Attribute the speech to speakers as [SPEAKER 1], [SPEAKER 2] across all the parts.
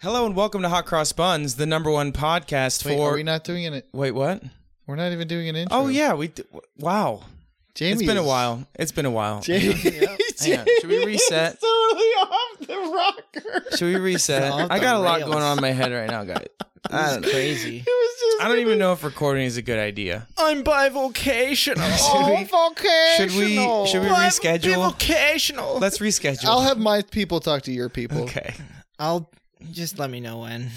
[SPEAKER 1] Hello and welcome to Hot Cross Buns, the number one podcast
[SPEAKER 2] Wait,
[SPEAKER 1] for.
[SPEAKER 2] are we not doing an?
[SPEAKER 1] Wait, what?
[SPEAKER 2] We're not even doing an intro.
[SPEAKER 1] Oh yeah, we. d- w- Wow,
[SPEAKER 2] Jamie.
[SPEAKER 1] it's been a
[SPEAKER 2] is-
[SPEAKER 1] while. It's been a while.
[SPEAKER 2] Jamie,
[SPEAKER 1] Hang on. Should we reset?
[SPEAKER 2] totally off the rocker.
[SPEAKER 1] Should we reset?
[SPEAKER 3] Off
[SPEAKER 1] I got a
[SPEAKER 3] the
[SPEAKER 1] lot
[SPEAKER 3] rails.
[SPEAKER 1] going on in my head right now, guys. I don't know.
[SPEAKER 3] crazy.
[SPEAKER 1] I don't even know if recording is a good idea.
[SPEAKER 3] I'm bivocational.
[SPEAKER 2] Oh,
[SPEAKER 1] Should we?
[SPEAKER 2] vocational.
[SPEAKER 1] Should we reschedule?
[SPEAKER 3] Bivocational.
[SPEAKER 1] Let's reschedule.
[SPEAKER 2] I'll have my people talk to your people.
[SPEAKER 1] okay.
[SPEAKER 3] I'll just let me know when.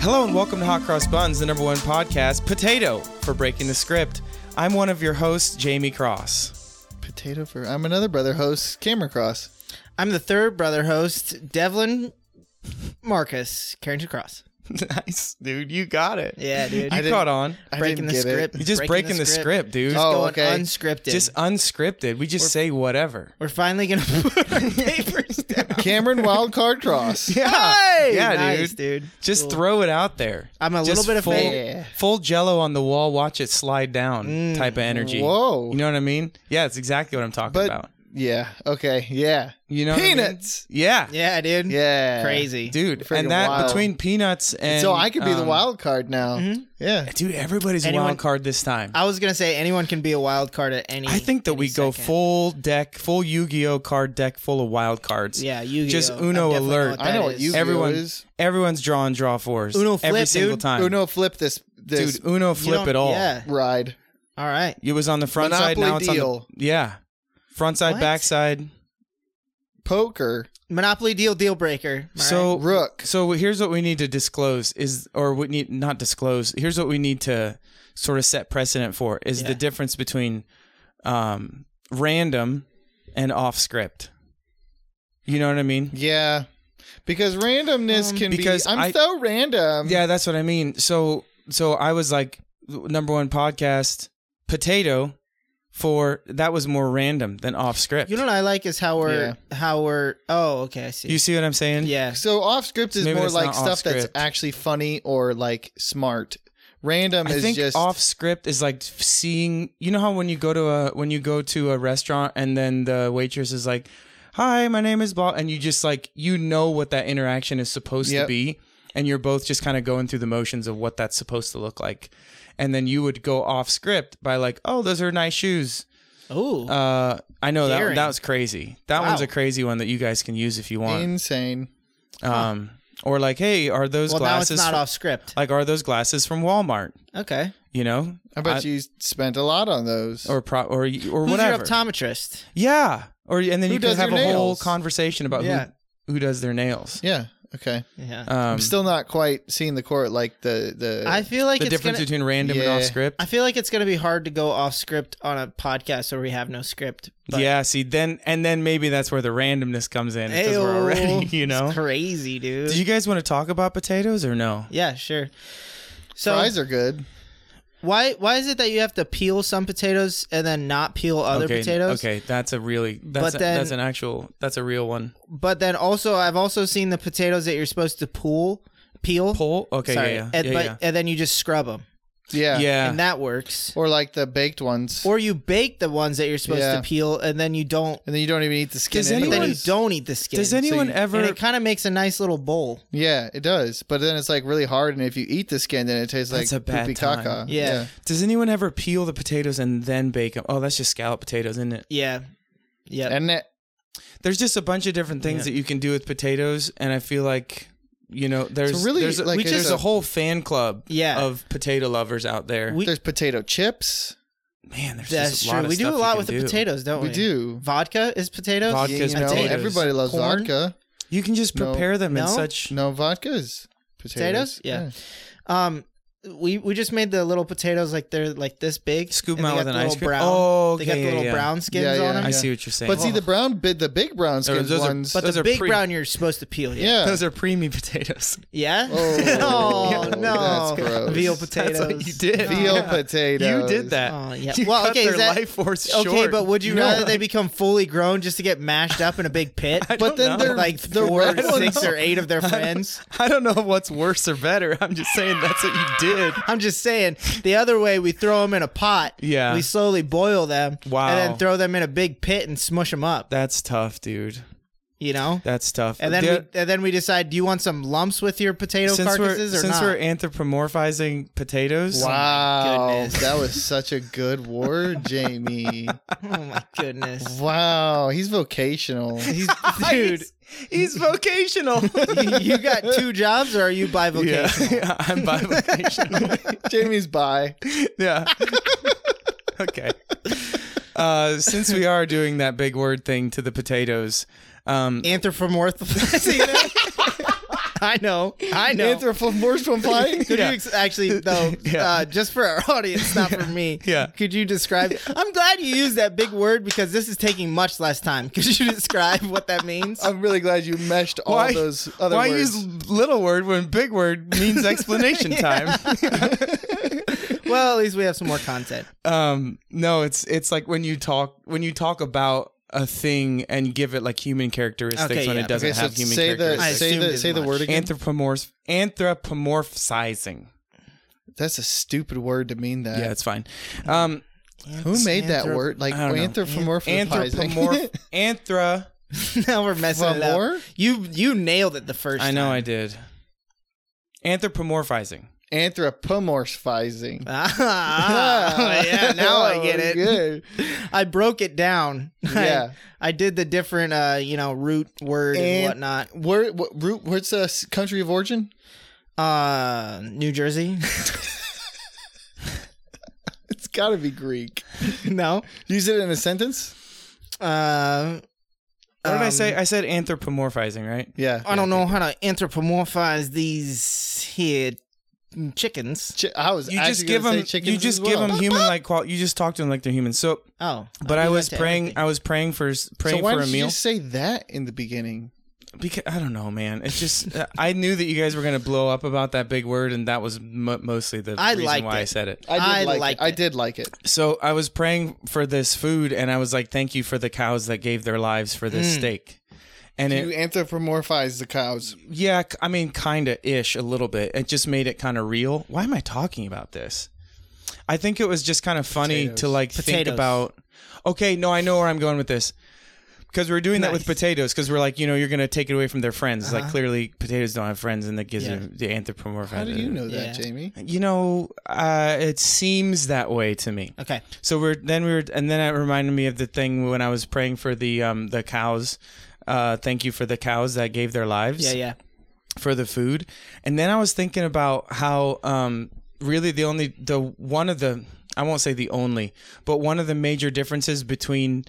[SPEAKER 1] Hello and welcome to Hot Cross Buns, the number one podcast. Potato for breaking the script. I'm one of your hosts, Jamie Cross.
[SPEAKER 2] Potato for. I'm another brother host, Cameron Cross.
[SPEAKER 3] I'm the third brother host, Devlin Marcus Carrington Cross.
[SPEAKER 1] nice, dude. You got it.
[SPEAKER 3] Yeah, dude.
[SPEAKER 1] You caught on.
[SPEAKER 2] I didn't
[SPEAKER 3] breaking the
[SPEAKER 2] get it.
[SPEAKER 3] script.
[SPEAKER 1] You're just breaking, the, script. dude.
[SPEAKER 2] Oh,
[SPEAKER 3] going
[SPEAKER 2] okay.
[SPEAKER 3] unscripted.
[SPEAKER 1] Just uh, unscripted. We just say whatever.
[SPEAKER 3] We're finally gonna put our papers down.
[SPEAKER 2] Cameron Wildcard Cross.
[SPEAKER 1] Yeah,
[SPEAKER 3] Hey,
[SPEAKER 1] yeah,
[SPEAKER 3] nice,
[SPEAKER 1] dude.
[SPEAKER 3] dude.
[SPEAKER 1] Just
[SPEAKER 3] Cool.
[SPEAKER 1] throw it out there.
[SPEAKER 3] I'm a
[SPEAKER 1] Just
[SPEAKER 3] little bit of
[SPEAKER 1] full,
[SPEAKER 3] fan.
[SPEAKER 2] Yeah.
[SPEAKER 1] full Jello on the wall. Watch it slide down. type of energy.
[SPEAKER 2] Mm. Whoa.
[SPEAKER 1] You know what I mean? Yeah, it's exactly what I'm talking
[SPEAKER 2] But
[SPEAKER 1] about.
[SPEAKER 2] yeah. Okay. Yeah.
[SPEAKER 1] You know, what I mean?
[SPEAKER 2] Peanuts.
[SPEAKER 1] Yeah,
[SPEAKER 3] Yeah, dude.
[SPEAKER 2] Yeah.
[SPEAKER 3] Crazy,
[SPEAKER 1] dude.
[SPEAKER 2] Freaking
[SPEAKER 1] And that
[SPEAKER 2] wild.
[SPEAKER 1] between peanuts and
[SPEAKER 2] So I could be the
[SPEAKER 1] um,
[SPEAKER 2] wild card now. Yeah.
[SPEAKER 1] Dude, everybody's
[SPEAKER 3] Anyone-
[SPEAKER 1] wild card this time.
[SPEAKER 3] I was gonna say anyone can be a wild card at any.
[SPEAKER 1] I think that
[SPEAKER 3] any
[SPEAKER 1] we go
[SPEAKER 3] second.
[SPEAKER 1] full deck, full Yu-Gi-Oh card deck, full of wild cards.
[SPEAKER 3] Yeah, you
[SPEAKER 1] Just Uno alert.
[SPEAKER 2] I know what you
[SPEAKER 1] Everyone-
[SPEAKER 2] is.
[SPEAKER 1] Everyone's drawing draw fours.
[SPEAKER 3] Uno
[SPEAKER 1] every
[SPEAKER 3] flip,
[SPEAKER 1] single
[SPEAKER 3] dude.
[SPEAKER 1] time.
[SPEAKER 2] Uno flip this this
[SPEAKER 1] dude. Uno flip it all.
[SPEAKER 3] Yeah.
[SPEAKER 2] ride.
[SPEAKER 3] All right.
[SPEAKER 1] It was on the front side.
[SPEAKER 2] Monopoly
[SPEAKER 1] Now it's on
[SPEAKER 2] deal.
[SPEAKER 1] the, yeah, front side,
[SPEAKER 3] What?
[SPEAKER 1] back side.
[SPEAKER 2] Poker.
[SPEAKER 3] Monopoly deal deal breaker. All right.
[SPEAKER 1] So
[SPEAKER 2] Rook.
[SPEAKER 1] so here's what we need to disclose is, or we need not disclose. Here's what we need to sort of set precedent for is
[SPEAKER 3] Yeah.
[SPEAKER 1] the difference between um, random and off script. You know what I mean?
[SPEAKER 2] Yeah. Because randomness
[SPEAKER 3] Um,
[SPEAKER 2] can
[SPEAKER 1] because
[SPEAKER 2] be I'm
[SPEAKER 1] I-
[SPEAKER 2] so random.
[SPEAKER 1] Yeah, that's what I mean. So so I was like number one podcast potato for that was more random than off script.
[SPEAKER 3] You know what I like is how we're how we're. Oh, okay, I see.
[SPEAKER 1] You see what I'm saying?
[SPEAKER 3] yeah,
[SPEAKER 2] So off script is
[SPEAKER 1] Maybe
[SPEAKER 2] more
[SPEAKER 1] that's
[SPEAKER 2] like
[SPEAKER 1] not
[SPEAKER 2] stuff that's
[SPEAKER 1] off-script.
[SPEAKER 2] actually funny or like smart. Random
[SPEAKER 1] I
[SPEAKER 2] is
[SPEAKER 1] think
[SPEAKER 2] just
[SPEAKER 1] off script is like seeing. You know how when you go to a when you go to a restaurant and then the waitress is like, "Hi, my name is Bob," and you just like you know what that interaction is supposed to
[SPEAKER 2] Yep.
[SPEAKER 1] be, and you're both just kind of going through the motions of what that's supposed to look like, and then you would go off script by like, "Oh, those are nice shoes."
[SPEAKER 3] Ooh,
[SPEAKER 1] Uh, I know that
[SPEAKER 3] Daring.
[SPEAKER 1] that was crazy. That
[SPEAKER 3] Wow.
[SPEAKER 1] one's a crazy one that you guys can use if you want.
[SPEAKER 2] insane.
[SPEAKER 1] Um, or like, hey, are those
[SPEAKER 3] well now it's
[SPEAKER 1] glasses?
[SPEAKER 3] not
[SPEAKER 1] fr-
[SPEAKER 3] off script.
[SPEAKER 1] like, are those glasses from Walmart?
[SPEAKER 3] Okay,
[SPEAKER 1] You know,
[SPEAKER 2] I bet
[SPEAKER 1] I-
[SPEAKER 2] you spent a lot on those.
[SPEAKER 1] or pro or or
[SPEAKER 3] who's
[SPEAKER 1] whatever.
[SPEAKER 3] your optometrist?
[SPEAKER 1] yeah, or and then
[SPEAKER 2] Who
[SPEAKER 1] you could
[SPEAKER 2] does
[SPEAKER 1] have a
[SPEAKER 2] your
[SPEAKER 1] whole
[SPEAKER 2] nails?
[SPEAKER 1] conversation about
[SPEAKER 3] Yeah.
[SPEAKER 1] who who does their nails.
[SPEAKER 2] yeah. Okay.
[SPEAKER 3] Yeah,
[SPEAKER 1] Um,
[SPEAKER 2] I'm still not quite seeing the court like the the
[SPEAKER 3] I feel like
[SPEAKER 1] the
[SPEAKER 3] it's
[SPEAKER 1] difference
[SPEAKER 3] gonna.
[SPEAKER 1] between random and
[SPEAKER 2] Yeah.
[SPEAKER 1] off script.
[SPEAKER 3] I feel like it's gonna be hard to go off script on a podcast where we have no script. but-
[SPEAKER 1] yeah, see, then and then maybe that's where the randomness comes in because we're
[SPEAKER 3] Ayo.
[SPEAKER 1] already, you know.
[SPEAKER 3] it's crazy, dude.
[SPEAKER 1] Do you guys want to talk about potatoes or no?
[SPEAKER 3] yeah, sure. So
[SPEAKER 2] fries are good.
[SPEAKER 3] why why is it that you have to peel some potatoes and then not peel other
[SPEAKER 1] okay,
[SPEAKER 3] potatoes?
[SPEAKER 1] Okay, that's a really that's
[SPEAKER 3] But
[SPEAKER 1] a-
[SPEAKER 3] then-
[SPEAKER 1] that's an actual that's a real one.
[SPEAKER 3] But then also, I've also seen the potatoes that you're supposed to pull, peel,
[SPEAKER 1] Pull. Okay,
[SPEAKER 3] Sorry,
[SPEAKER 1] yeah, yeah,
[SPEAKER 3] and,
[SPEAKER 1] yeah,
[SPEAKER 3] but,
[SPEAKER 1] yeah.
[SPEAKER 3] and then you just scrub them,
[SPEAKER 2] Yeah.
[SPEAKER 1] Yeah.
[SPEAKER 3] and that works.
[SPEAKER 2] Or like the baked ones.
[SPEAKER 3] Or you bake the ones that you're supposed
[SPEAKER 2] Yeah.
[SPEAKER 3] to peel, and then you don't.
[SPEAKER 2] and then you don't even eat the skin.
[SPEAKER 1] Does anyone-
[SPEAKER 3] Then you
[SPEAKER 2] anyways.
[SPEAKER 3] don't eat the skin.
[SPEAKER 1] Does anyone
[SPEAKER 2] you-
[SPEAKER 1] ever?
[SPEAKER 3] and it kind of makes a nice little bowl.
[SPEAKER 2] Yeah, it does. But then it's like really hard, and if you eat the skin, then it tastes
[SPEAKER 1] That's
[SPEAKER 2] like
[SPEAKER 1] a bad
[SPEAKER 2] poopy
[SPEAKER 1] time.
[SPEAKER 2] caca.
[SPEAKER 3] Yeah.
[SPEAKER 1] Does anyone ever peel the potatoes and then bake them? Oh, that's just scallop potatoes, isn't it?
[SPEAKER 3] Yeah, yeah.
[SPEAKER 2] And it,
[SPEAKER 1] There's just a bunch of different things
[SPEAKER 3] Yeah.
[SPEAKER 1] that you can do with potatoes, and I feel like you know there's
[SPEAKER 2] So really,
[SPEAKER 1] there's a,
[SPEAKER 2] like,
[SPEAKER 1] we
[SPEAKER 2] it's
[SPEAKER 1] just, there's
[SPEAKER 2] a-
[SPEAKER 1] a whole fan club
[SPEAKER 3] Yeah.
[SPEAKER 1] of potato lovers out there.
[SPEAKER 3] We-
[SPEAKER 2] there's potato chips.
[SPEAKER 1] Man, there's
[SPEAKER 3] That's
[SPEAKER 1] just a
[SPEAKER 3] true.
[SPEAKER 1] lot of
[SPEAKER 3] we do
[SPEAKER 1] stuff
[SPEAKER 3] a
[SPEAKER 1] you
[SPEAKER 3] lot
[SPEAKER 1] can
[SPEAKER 3] with the
[SPEAKER 1] do.
[SPEAKER 3] potatoes, don't we?
[SPEAKER 2] We do.
[SPEAKER 3] Vodka is potatoes.
[SPEAKER 1] Vodka
[SPEAKER 2] You
[SPEAKER 1] is
[SPEAKER 2] know,
[SPEAKER 1] Oh, potatoes.
[SPEAKER 2] everybody loves
[SPEAKER 3] Corn.
[SPEAKER 2] vodka.
[SPEAKER 1] You can just
[SPEAKER 2] No.
[SPEAKER 1] prepare them in
[SPEAKER 3] No?
[SPEAKER 1] such.
[SPEAKER 2] No vodkas. Potatoes.
[SPEAKER 3] Potatoes? Yeah. Um, we we just made the little potatoes like they're like this big.
[SPEAKER 1] Scoop
[SPEAKER 3] and
[SPEAKER 1] them out
[SPEAKER 3] they got
[SPEAKER 1] with
[SPEAKER 3] the
[SPEAKER 1] an
[SPEAKER 3] little
[SPEAKER 1] ice cream.
[SPEAKER 3] Brown,
[SPEAKER 1] Oh, okay,
[SPEAKER 3] they got the
[SPEAKER 1] yeah,
[SPEAKER 3] little
[SPEAKER 1] yeah.
[SPEAKER 3] brown skins
[SPEAKER 2] Yeah, yeah.
[SPEAKER 3] on them.
[SPEAKER 1] I see what you're saying.
[SPEAKER 2] But see the brown bid the big brown skin
[SPEAKER 1] Oh. those are-
[SPEAKER 2] ones.
[SPEAKER 1] but
[SPEAKER 3] But
[SPEAKER 1] those
[SPEAKER 3] the
[SPEAKER 1] are
[SPEAKER 3] big
[SPEAKER 1] pre-
[SPEAKER 3] brown, you're supposed to peel. Yeah.
[SPEAKER 2] yeah.
[SPEAKER 1] those are preemie potatoes.
[SPEAKER 3] Yeah.
[SPEAKER 2] Oh,
[SPEAKER 3] Oh,
[SPEAKER 2] yeah.
[SPEAKER 3] no.
[SPEAKER 2] That's gross.
[SPEAKER 3] Veal
[SPEAKER 1] That's
[SPEAKER 3] potatoes.
[SPEAKER 1] what you did.
[SPEAKER 2] Veal
[SPEAKER 1] Yeah.
[SPEAKER 2] potatoes.
[SPEAKER 1] You did that.
[SPEAKER 3] Oh, yeah.
[SPEAKER 1] You
[SPEAKER 3] Well,
[SPEAKER 1] cut
[SPEAKER 3] okay,
[SPEAKER 1] their
[SPEAKER 3] is that-
[SPEAKER 1] life force
[SPEAKER 3] Okay,
[SPEAKER 1] short.
[SPEAKER 3] but would you
[SPEAKER 2] No.
[SPEAKER 3] rather they become fully grown just to get mashed up in a big pit?
[SPEAKER 1] I don't
[SPEAKER 2] But then
[SPEAKER 1] know.
[SPEAKER 2] they're
[SPEAKER 3] like
[SPEAKER 2] they're
[SPEAKER 3] four,
[SPEAKER 2] red
[SPEAKER 3] or
[SPEAKER 2] ones.
[SPEAKER 3] six, or eight of their friends.
[SPEAKER 1] I don't know what's worse or better. I'm just saying that's what you did.
[SPEAKER 3] I'm just saying. The other way, we throw them in a pot.
[SPEAKER 1] Yeah.
[SPEAKER 3] We slowly boil them.
[SPEAKER 1] Wow.
[SPEAKER 3] And then throw them in a big pit and smush them up.
[SPEAKER 1] That's tough, dude.
[SPEAKER 3] You know.
[SPEAKER 1] That's tough.
[SPEAKER 3] And then
[SPEAKER 1] Dude,
[SPEAKER 3] we and then we decide: Do you want some lumps with your potato
[SPEAKER 1] since we're
[SPEAKER 3] carcasses or
[SPEAKER 1] since
[SPEAKER 3] not?
[SPEAKER 1] we're anthropomorphizing potatoes,
[SPEAKER 2] Wow.
[SPEAKER 3] Goodness.
[SPEAKER 2] That was such a good word, Jamie.
[SPEAKER 3] oh my goodness,
[SPEAKER 2] Wow. He's vocational.
[SPEAKER 3] He's- dude!
[SPEAKER 1] He's- he's vocational.
[SPEAKER 3] you got two jobs, or are you by
[SPEAKER 1] yeah.
[SPEAKER 3] vocation?
[SPEAKER 1] yeah, I'm by vocational.
[SPEAKER 2] Jamie's by.
[SPEAKER 1] yeah. okay. Uh, since we are doing that big word thing to the potatoes, um,
[SPEAKER 3] Anthropomorphizing them? I know, I know.
[SPEAKER 2] Anthropomorphizing.
[SPEAKER 3] could
[SPEAKER 1] Yeah.
[SPEAKER 3] you ex- actually though,
[SPEAKER 1] Yeah.
[SPEAKER 3] uh, just for our audience, not for me?
[SPEAKER 1] Yeah.
[SPEAKER 3] Could you describe? I'm glad you used that big word because this is taking much less time. Could you describe what that means?
[SPEAKER 2] I'm really glad you meshed all
[SPEAKER 1] Why-
[SPEAKER 2] those other
[SPEAKER 1] why
[SPEAKER 2] words.
[SPEAKER 1] use little word when big word means explanation time?
[SPEAKER 3] well, at least we have some more content.
[SPEAKER 1] um no it's it's like when you talk when you talk about a thing and give it like human characteristics
[SPEAKER 3] Okay,
[SPEAKER 1] when
[SPEAKER 3] yeah.
[SPEAKER 1] it doesn't
[SPEAKER 2] okay, so
[SPEAKER 1] have human
[SPEAKER 2] say the
[SPEAKER 3] I
[SPEAKER 1] characteristics
[SPEAKER 2] say
[SPEAKER 3] assumed
[SPEAKER 2] the
[SPEAKER 3] as
[SPEAKER 2] say the
[SPEAKER 3] much.
[SPEAKER 2] word again.
[SPEAKER 1] anthropomorph anthropomorphizing
[SPEAKER 2] That's a stupid word to mean that.
[SPEAKER 1] yeah it's fine um
[SPEAKER 2] Who made that
[SPEAKER 3] Anthrop-
[SPEAKER 2] word? Like
[SPEAKER 1] I don't know.
[SPEAKER 2] anthropomorphizing.
[SPEAKER 1] anthropomorph anthra
[SPEAKER 3] now we're messing it up.
[SPEAKER 2] Anthropomorph.
[SPEAKER 3] You you nailed it the first.
[SPEAKER 1] i know
[SPEAKER 3] Time.
[SPEAKER 1] i did anthropomorphizing
[SPEAKER 2] Anthropomorphizing.
[SPEAKER 3] Ah, yeah, now I get it.
[SPEAKER 2] Good.
[SPEAKER 3] I broke it down. I-
[SPEAKER 2] Yeah.
[SPEAKER 3] I, did the different, uh, you know, root word and,
[SPEAKER 2] And-
[SPEAKER 3] whatnot.
[SPEAKER 2] Where what root what's the s- country of origin?
[SPEAKER 3] Uh, New Jersey.
[SPEAKER 2] It's got to be Greek.
[SPEAKER 3] no.
[SPEAKER 2] Use it in a sentence?
[SPEAKER 3] Uh,
[SPEAKER 1] what did i
[SPEAKER 3] um,
[SPEAKER 1] say i said anthropomorphizing right
[SPEAKER 2] Yeah.
[SPEAKER 3] I don't know how to anthropomorphize these here chickens.
[SPEAKER 2] Chi- I was
[SPEAKER 1] you
[SPEAKER 2] actually
[SPEAKER 1] just give
[SPEAKER 2] gonna say
[SPEAKER 1] them
[SPEAKER 2] chickens
[SPEAKER 1] you just
[SPEAKER 2] as
[SPEAKER 1] give
[SPEAKER 2] well.
[SPEAKER 1] them human like qual you just talk to them like they're human so
[SPEAKER 3] Oh,
[SPEAKER 1] but i
[SPEAKER 3] do
[SPEAKER 1] was
[SPEAKER 3] that to
[SPEAKER 1] praying
[SPEAKER 3] everything.
[SPEAKER 1] i was praying for s-
[SPEAKER 2] So
[SPEAKER 1] praying
[SPEAKER 2] why
[SPEAKER 1] for a
[SPEAKER 2] did you
[SPEAKER 1] meal
[SPEAKER 2] just say that in the beginning?
[SPEAKER 1] Because I don't know, man. It's just I knew that you guys were gonna blow up about that big word, and that was mo mostly the
[SPEAKER 3] I
[SPEAKER 1] reason
[SPEAKER 3] liked
[SPEAKER 1] why I
[SPEAKER 3] it.
[SPEAKER 1] said it.
[SPEAKER 2] I did
[SPEAKER 3] I
[SPEAKER 2] like
[SPEAKER 3] liked
[SPEAKER 2] it. I
[SPEAKER 3] it.
[SPEAKER 2] did like it.
[SPEAKER 1] So I was praying for this food, and I was like, "Thank you for the cows that gave their lives for this steak." And
[SPEAKER 2] Mm. you
[SPEAKER 1] it,
[SPEAKER 2] anthropomorphize the cows.
[SPEAKER 1] yeah, k- I mean, kinda ish, a little bit. It just made it kind of real. Why am I talking about this? I think it was just kind of funny to
[SPEAKER 2] Potatoes.
[SPEAKER 1] like think
[SPEAKER 3] Potatoes.
[SPEAKER 1] about. Okay, no, I know where I'm going with this. Because we are doing that with
[SPEAKER 3] Nice.
[SPEAKER 1] potatoes, because we're like, you know, you're gonna take it away from their friends. Like clearly, potatoes don't have friends, and that gives
[SPEAKER 3] Yeah.
[SPEAKER 1] it the anthropomorphic.
[SPEAKER 2] How do you know
[SPEAKER 3] Yeah.
[SPEAKER 2] that, Jamie?
[SPEAKER 1] You know, uh, it seems that way to me.
[SPEAKER 3] Okay.
[SPEAKER 1] So we're then we were, and then it reminded me of the thing when I was praying for the um the cows. Uh, thank you for the cows that gave their lives
[SPEAKER 3] Yeah, yeah.
[SPEAKER 1] for the food. And then I was thinking about how um really the only the one of the I won't say the only, but one of the major differences between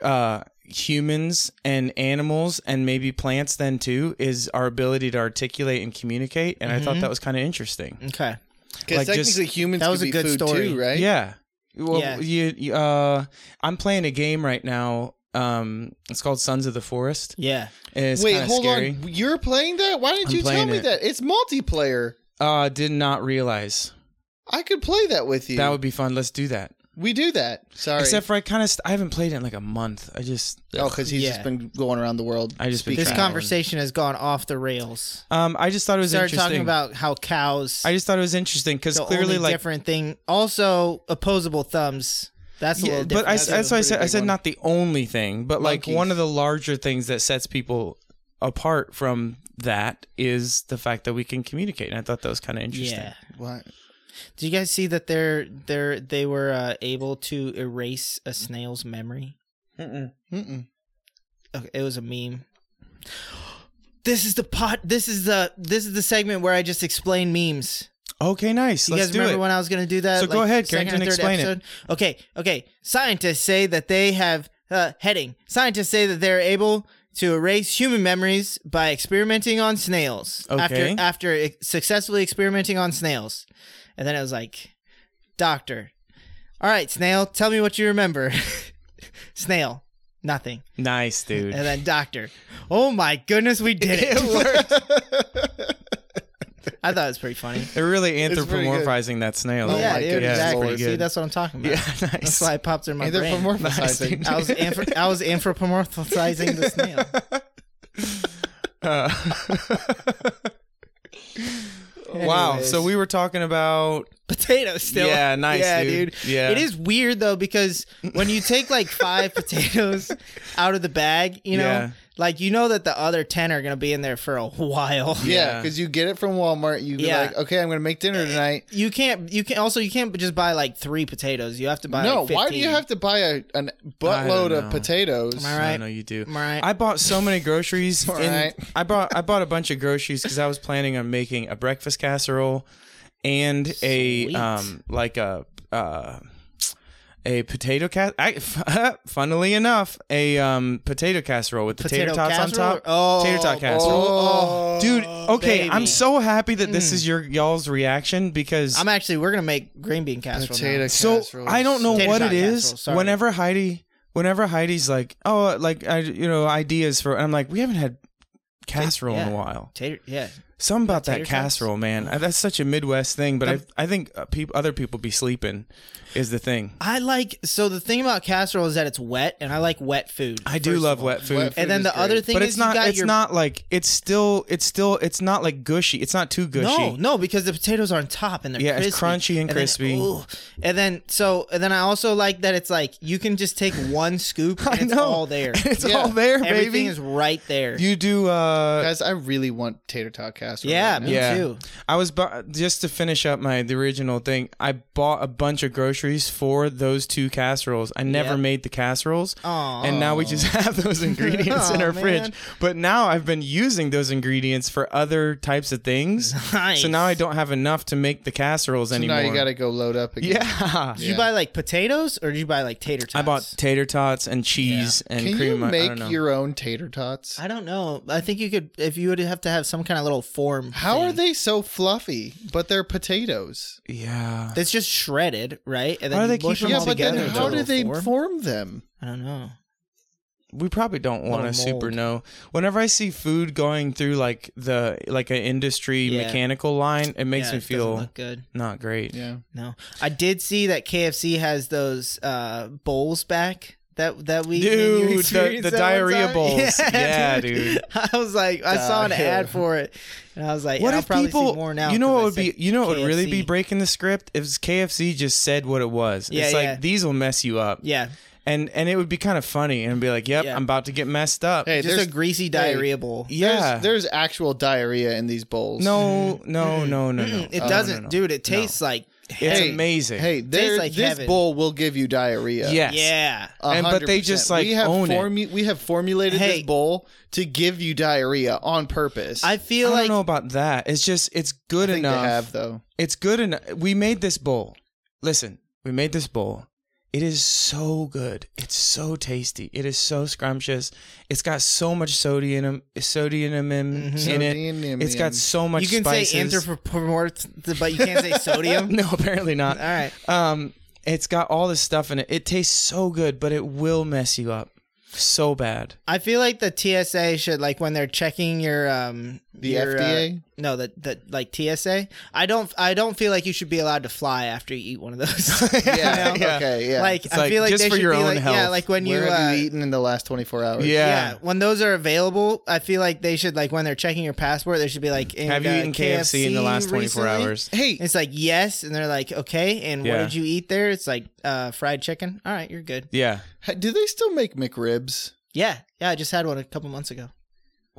[SPEAKER 1] uh humans and animals and maybe plants then too is our ability to articulate and communicate and I thought
[SPEAKER 2] Mm-hmm.
[SPEAKER 1] that was kind of interesting.
[SPEAKER 3] Okay.
[SPEAKER 2] Because
[SPEAKER 1] Like, just-
[SPEAKER 2] technically humans
[SPEAKER 3] That was
[SPEAKER 2] could be
[SPEAKER 3] a good
[SPEAKER 2] food
[SPEAKER 3] story.
[SPEAKER 2] too, right?
[SPEAKER 1] Yeah. Well,
[SPEAKER 3] Yeah.
[SPEAKER 1] you- you, uh, I'm playing a game right now. Um, it's called Sons of the Forest.
[SPEAKER 3] Yeah.
[SPEAKER 1] And It's
[SPEAKER 2] Wait,
[SPEAKER 1] kinda
[SPEAKER 2] hold
[SPEAKER 1] scary.
[SPEAKER 2] on. You're playing that? Why didn't
[SPEAKER 1] I'm
[SPEAKER 2] you tell
[SPEAKER 1] playing
[SPEAKER 2] me
[SPEAKER 1] it.
[SPEAKER 2] that? It's multiplayer.
[SPEAKER 1] Uh, did not realize
[SPEAKER 2] I could play that with you.
[SPEAKER 1] that would be fun. Let's do that.
[SPEAKER 2] we do that. Sorry.
[SPEAKER 1] Except for I kind of st- I haven't played it in like a month. I just
[SPEAKER 2] oh, because he's
[SPEAKER 3] Yeah.
[SPEAKER 2] just been going around the world.
[SPEAKER 1] I just been
[SPEAKER 2] speaking.
[SPEAKER 3] This
[SPEAKER 1] Traveling.
[SPEAKER 3] conversation has gone off the rails.
[SPEAKER 1] um I just thought it was
[SPEAKER 3] Started
[SPEAKER 1] interesting.
[SPEAKER 3] talking about how cows.
[SPEAKER 1] I just thought it was interesting because
[SPEAKER 3] the
[SPEAKER 1] clearly
[SPEAKER 3] only
[SPEAKER 1] like
[SPEAKER 3] different thing. Also, opposable thumbs. That's a
[SPEAKER 1] yeah,
[SPEAKER 3] little
[SPEAKER 1] but
[SPEAKER 3] different.
[SPEAKER 1] I,
[SPEAKER 2] That's a
[SPEAKER 1] that's why I
[SPEAKER 2] pretty
[SPEAKER 1] said I
[SPEAKER 2] big
[SPEAKER 1] said
[SPEAKER 2] one.
[SPEAKER 1] not the only thing, but like
[SPEAKER 2] Monkeys.
[SPEAKER 1] one of the larger things that sets people apart from that is the fact that we can communicate. And I thought that was kind of interesting.
[SPEAKER 3] yeah.
[SPEAKER 2] What?
[SPEAKER 3] Do you guys see that they're they're they were uh, able to erase a snail's memory?
[SPEAKER 2] Mm-mm.
[SPEAKER 3] Okay, it was a meme. This is the pot. This is the this is the segment where I just explain memes.
[SPEAKER 1] Okay, nice.
[SPEAKER 3] You
[SPEAKER 1] Let's
[SPEAKER 3] guys
[SPEAKER 1] do
[SPEAKER 3] remember
[SPEAKER 1] it.
[SPEAKER 3] when I was going to do that?
[SPEAKER 1] So go ahead, Carrington, explain it.
[SPEAKER 3] it. Okay, okay. Scientists say that they have uh, heading. Scientists say that they're able to erase human memories by experimenting on snails.
[SPEAKER 1] Okay.
[SPEAKER 3] After after e- successfully experimenting on snails, and then it was like, doctor, all right, snail, tell me what you remember. snail, nothing.
[SPEAKER 1] Nice, dude.
[SPEAKER 3] And then doctor, oh my goodness, we did it. I thought it was pretty funny.
[SPEAKER 1] They're really
[SPEAKER 2] It's pretty good.
[SPEAKER 1] anthropomorphizing that snail.
[SPEAKER 2] Oh
[SPEAKER 3] yeah,
[SPEAKER 2] my
[SPEAKER 3] dude,
[SPEAKER 2] goodness,
[SPEAKER 3] exactly.
[SPEAKER 1] Lord.
[SPEAKER 3] See, that's what I'm talking about.
[SPEAKER 1] Yeah, nice.
[SPEAKER 3] That's why it popped in my brain.
[SPEAKER 2] Anthropomorphizing.
[SPEAKER 3] I was anthro- I was anthropomorphizing the snail.
[SPEAKER 1] Uh, wow.
[SPEAKER 3] Anyways.
[SPEAKER 1] So we were talking about
[SPEAKER 3] potatoes still.
[SPEAKER 1] Yeah, nice,
[SPEAKER 3] Yeah,
[SPEAKER 1] dude.
[SPEAKER 3] dude.
[SPEAKER 1] Yeah.
[SPEAKER 3] It is weird though because when you take like five potatoes out of the bag, you know,
[SPEAKER 1] Yeah.
[SPEAKER 3] like you know that the other ten are gonna be in there for a while.
[SPEAKER 2] yeah, because you get it from Walmart. You be
[SPEAKER 3] Yeah.
[SPEAKER 2] like, okay, I'm gonna make
[SPEAKER 1] Eh,
[SPEAKER 2] dinner tonight.
[SPEAKER 3] You can't. You can also. You can't just buy like three potatoes. You have to buy.
[SPEAKER 2] no,
[SPEAKER 3] like,
[SPEAKER 2] why do you
[SPEAKER 3] 15.
[SPEAKER 2] have to buy a an buttload
[SPEAKER 1] know.
[SPEAKER 2] of potatoes?
[SPEAKER 3] Am I
[SPEAKER 1] I
[SPEAKER 3] right?
[SPEAKER 1] don't know you do.
[SPEAKER 3] Am I right?
[SPEAKER 1] I bought so many groceries. in,
[SPEAKER 2] right.
[SPEAKER 1] I bought I bought a bunch of groceries because I was planning on making a breakfast casserole and a
[SPEAKER 3] Sweet.
[SPEAKER 1] um like a uh a potato cas. I, funnily enough, a um potato casserole with potato,
[SPEAKER 3] Potato
[SPEAKER 1] tots on
[SPEAKER 3] casserole?
[SPEAKER 1] top.
[SPEAKER 3] Oh,
[SPEAKER 1] potato tot casserole.
[SPEAKER 2] Oh,
[SPEAKER 1] Dude, okay, I'm
[SPEAKER 3] baby. Hmm.
[SPEAKER 1] so happy that this is your y'all's reaction because
[SPEAKER 3] I'm actually. We're gonna make green bean casserole.
[SPEAKER 2] potato
[SPEAKER 3] now.
[SPEAKER 1] so
[SPEAKER 2] casserole.
[SPEAKER 1] I don't know
[SPEAKER 3] Potato
[SPEAKER 1] what it
[SPEAKER 3] tot
[SPEAKER 1] is.
[SPEAKER 3] casserole, sorry.
[SPEAKER 1] Whenever Heidi, whenever Heidi's like, oh, like I, you know, ideas for, I'm like, we haven't had casserole in
[SPEAKER 3] yeah.
[SPEAKER 1] a while.
[SPEAKER 3] Tater, yeah.
[SPEAKER 1] Something about that
[SPEAKER 3] Tater tots?
[SPEAKER 1] casserole, man. Uh, That's such a Midwest thing, but I, I think uh, peop other people be sleeping, is the thing.
[SPEAKER 3] I like. So the thing about casserole is that it's wet, and I like wet food.
[SPEAKER 1] I do
[SPEAKER 3] first of
[SPEAKER 1] love
[SPEAKER 3] all.
[SPEAKER 1] wet food.
[SPEAKER 2] Wet food
[SPEAKER 3] And then
[SPEAKER 2] is
[SPEAKER 3] the
[SPEAKER 2] great.
[SPEAKER 3] other thing
[SPEAKER 1] But
[SPEAKER 3] is
[SPEAKER 1] it's not.
[SPEAKER 3] you got
[SPEAKER 1] It's
[SPEAKER 3] your
[SPEAKER 1] not like it's still. It's still. It's not like gushy. It's not too gushy.
[SPEAKER 3] No, no, because the potatoes are on top and they're
[SPEAKER 1] Yeah, it's
[SPEAKER 3] crispy.
[SPEAKER 1] crunchy and crispy.
[SPEAKER 3] Then, ooh. and then so and then I also like that it's like you can just take one scoop and
[SPEAKER 1] I
[SPEAKER 3] it's
[SPEAKER 1] know.
[SPEAKER 3] all there.
[SPEAKER 1] it's
[SPEAKER 2] Yeah.
[SPEAKER 1] all there,
[SPEAKER 3] Everything
[SPEAKER 1] baby.
[SPEAKER 3] is right there.
[SPEAKER 1] you do. uh
[SPEAKER 2] guys. I really want tater tot casserole.
[SPEAKER 3] yeah,
[SPEAKER 2] right now.
[SPEAKER 3] me
[SPEAKER 1] Yeah.
[SPEAKER 3] too.
[SPEAKER 1] I was bu- just to finish up my the original thing. I bought a bunch of groceries for those two casseroles. I never
[SPEAKER 3] Yep.
[SPEAKER 1] made the casseroles,
[SPEAKER 3] Aw.
[SPEAKER 1] and now we just have those ingredients in
[SPEAKER 3] Aw,
[SPEAKER 1] our
[SPEAKER 3] man.
[SPEAKER 1] fridge. But now I've been using those ingredients for other types of things.
[SPEAKER 3] Nice.
[SPEAKER 1] So now I don't have enough to make the casseroles
[SPEAKER 2] So
[SPEAKER 1] anymore.
[SPEAKER 2] now you gotta go load up again.
[SPEAKER 1] yeah.
[SPEAKER 3] Did you buy like potatoes or did you buy like tater tots?
[SPEAKER 1] I bought tater tots and cheese and
[SPEAKER 2] Can
[SPEAKER 1] cream.
[SPEAKER 2] you
[SPEAKER 1] I- I
[SPEAKER 2] make
[SPEAKER 1] don't know.
[SPEAKER 2] your own tater tots?
[SPEAKER 3] I don't know. I think you could if you would have to have some kind of little form.
[SPEAKER 2] How
[SPEAKER 3] thing.
[SPEAKER 2] are they so fluffy? But they're potatoes.
[SPEAKER 1] yeah.
[SPEAKER 3] That's just shredded, right? And then
[SPEAKER 1] How do they
[SPEAKER 3] you
[SPEAKER 1] keep
[SPEAKER 3] mush
[SPEAKER 1] them
[SPEAKER 3] them
[SPEAKER 2] yeah,
[SPEAKER 3] all
[SPEAKER 2] but
[SPEAKER 3] together.
[SPEAKER 2] then
[SPEAKER 3] into a
[SPEAKER 2] how do
[SPEAKER 3] little
[SPEAKER 2] they
[SPEAKER 3] form?
[SPEAKER 2] form them?
[SPEAKER 3] I don't know.
[SPEAKER 1] we probably don't want to
[SPEAKER 3] Little
[SPEAKER 1] super
[SPEAKER 3] mold.
[SPEAKER 1] know. Whenever I see food going through like the like an industry
[SPEAKER 3] Yeah.
[SPEAKER 1] mechanical line, it makes
[SPEAKER 3] Yeah,
[SPEAKER 1] me
[SPEAKER 3] it doesn't
[SPEAKER 1] feel
[SPEAKER 3] look good.
[SPEAKER 1] not great.
[SPEAKER 2] Yeah.
[SPEAKER 3] No, I did see that KFC has those uh, bowls back. That that we
[SPEAKER 1] Dude,
[SPEAKER 3] you
[SPEAKER 1] the-
[SPEAKER 3] experienced
[SPEAKER 1] the
[SPEAKER 3] that one
[SPEAKER 1] diarrhea
[SPEAKER 3] time.
[SPEAKER 1] bowls. Yeah, dude.
[SPEAKER 3] I was like, I saw an
[SPEAKER 2] Diarrhea.
[SPEAKER 3] ad for it, and I was like,
[SPEAKER 1] What
[SPEAKER 3] and I'll
[SPEAKER 1] if
[SPEAKER 3] probably
[SPEAKER 1] people?
[SPEAKER 3] see more now.
[SPEAKER 1] you know what
[SPEAKER 3] 'cause
[SPEAKER 1] would
[SPEAKER 3] I
[SPEAKER 1] be?
[SPEAKER 3] said
[SPEAKER 1] You know what would really be
[SPEAKER 3] KFC.
[SPEAKER 1] breaking the script if KFC just said what it was.
[SPEAKER 3] Yeah,
[SPEAKER 1] it's
[SPEAKER 3] yeah.
[SPEAKER 1] like these will mess you up.
[SPEAKER 3] Yeah,
[SPEAKER 1] and and it would be kind of funny and be like, "Yep,
[SPEAKER 3] Yeah.
[SPEAKER 1] I'm about to get messed up."
[SPEAKER 2] Hey,
[SPEAKER 3] just
[SPEAKER 2] there's
[SPEAKER 3] a greasy diarrhea bowl.
[SPEAKER 1] yeah,
[SPEAKER 2] There's, there's actual diarrhea in these bowls.
[SPEAKER 1] no, no, no, no, no.
[SPEAKER 3] Mm-hmm. It
[SPEAKER 1] Oh, no,
[SPEAKER 3] doesn't,
[SPEAKER 1] no.
[SPEAKER 3] dude. It tastes like
[SPEAKER 1] It's
[SPEAKER 2] Hey,
[SPEAKER 1] amazing.
[SPEAKER 2] Hey, there,
[SPEAKER 3] like
[SPEAKER 2] this
[SPEAKER 3] heaven.
[SPEAKER 2] bowl will give you diarrhea.
[SPEAKER 1] yes,
[SPEAKER 3] yeah.
[SPEAKER 2] A
[SPEAKER 1] And- but they
[SPEAKER 2] hundred
[SPEAKER 1] just,
[SPEAKER 2] percent.
[SPEAKER 1] like,
[SPEAKER 2] we have
[SPEAKER 1] own it.
[SPEAKER 2] formu- we have formulated
[SPEAKER 3] Hey.
[SPEAKER 2] this bowl to give you diarrhea on purpose.
[SPEAKER 3] I
[SPEAKER 2] I
[SPEAKER 1] I
[SPEAKER 3] feel
[SPEAKER 1] don't
[SPEAKER 3] like
[SPEAKER 1] know about that. It's just it's good
[SPEAKER 2] think
[SPEAKER 1] enough.
[SPEAKER 2] they have though.
[SPEAKER 1] It's good enough. We made this bowl. Listen, we made this bowl. It is so good. It's so tasty. It is so scrumptious. It's got so much sodium, sodium in, in
[SPEAKER 2] Sodium.
[SPEAKER 1] it. It's got so much.
[SPEAKER 3] Mm-hmm. you can
[SPEAKER 1] spices.
[SPEAKER 3] say anthropomorph, but you can't say sodium.
[SPEAKER 1] No, apparently not.
[SPEAKER 3] All right.
[SPEAKER 1] Um, it's got all this stuff in it. It tastes so good, but it will mess you up so bad.
[SPEAKER 3] I feel like the TSA should like when they're checking your um
[SPEAKER 2] The
[SPEAKER 3] your, uh,
[SPEAKER 2] FDA?
[SPEAKER 3] no, the the like TSA. I don't I don't feel like you should be allowed to fly after you eat one of those.
[SPEAKER 2] yeah,
[SPEAKER 1] you know?
[SPEAKER 2] okay, yeah.
[SPEAKER 3] Like I
[SPEAKER 1] like,
[SPEAKER 3] feel like
[SPEAKER 1] just
[SPEAKER 3] they
[SPEAKER 1] for
[SPEAKER 3] should
[SPEAKER 1] your
[SPEAKER 3] be
[SPEAKER 1] own
[SPEAKER 3] like yeah,
[SPEAKER 1] health.
[SPEAKER 3] like when you,
[SPEAKER 2] where
[SPEAKER 3] uh,
[SPEAKER 2] have you eaten in the last 24
[SPEAKER 3] Oh,
[SPEAKER 2] hours?
[SPEAKER 3] yeah, when those are available, I feel like they should like when they're checking your passport, they should be like and,
[SPEAKER 1] Have you
[SPEAKER 3] uh,
[SPEAKER 1] eaten KFC in the last 24
[SPEAKER 3] recently?
[SPEAKER 1] hours?
[SPEAKER 2] Hey,
[SPEAKER 3] It's like yes, and they're like okay, and what
[SPEAKER 1] Yeah.
[SPEAKER 3] did you eat there? It's like uh, fried chicken. All right, you're good.
[SPEAKER 1] Yeah.
[SPEAKER 2] ha- do they still make McRibs?
[SPEAKER 3] Yeah, yeah, I just had one a couple months ago.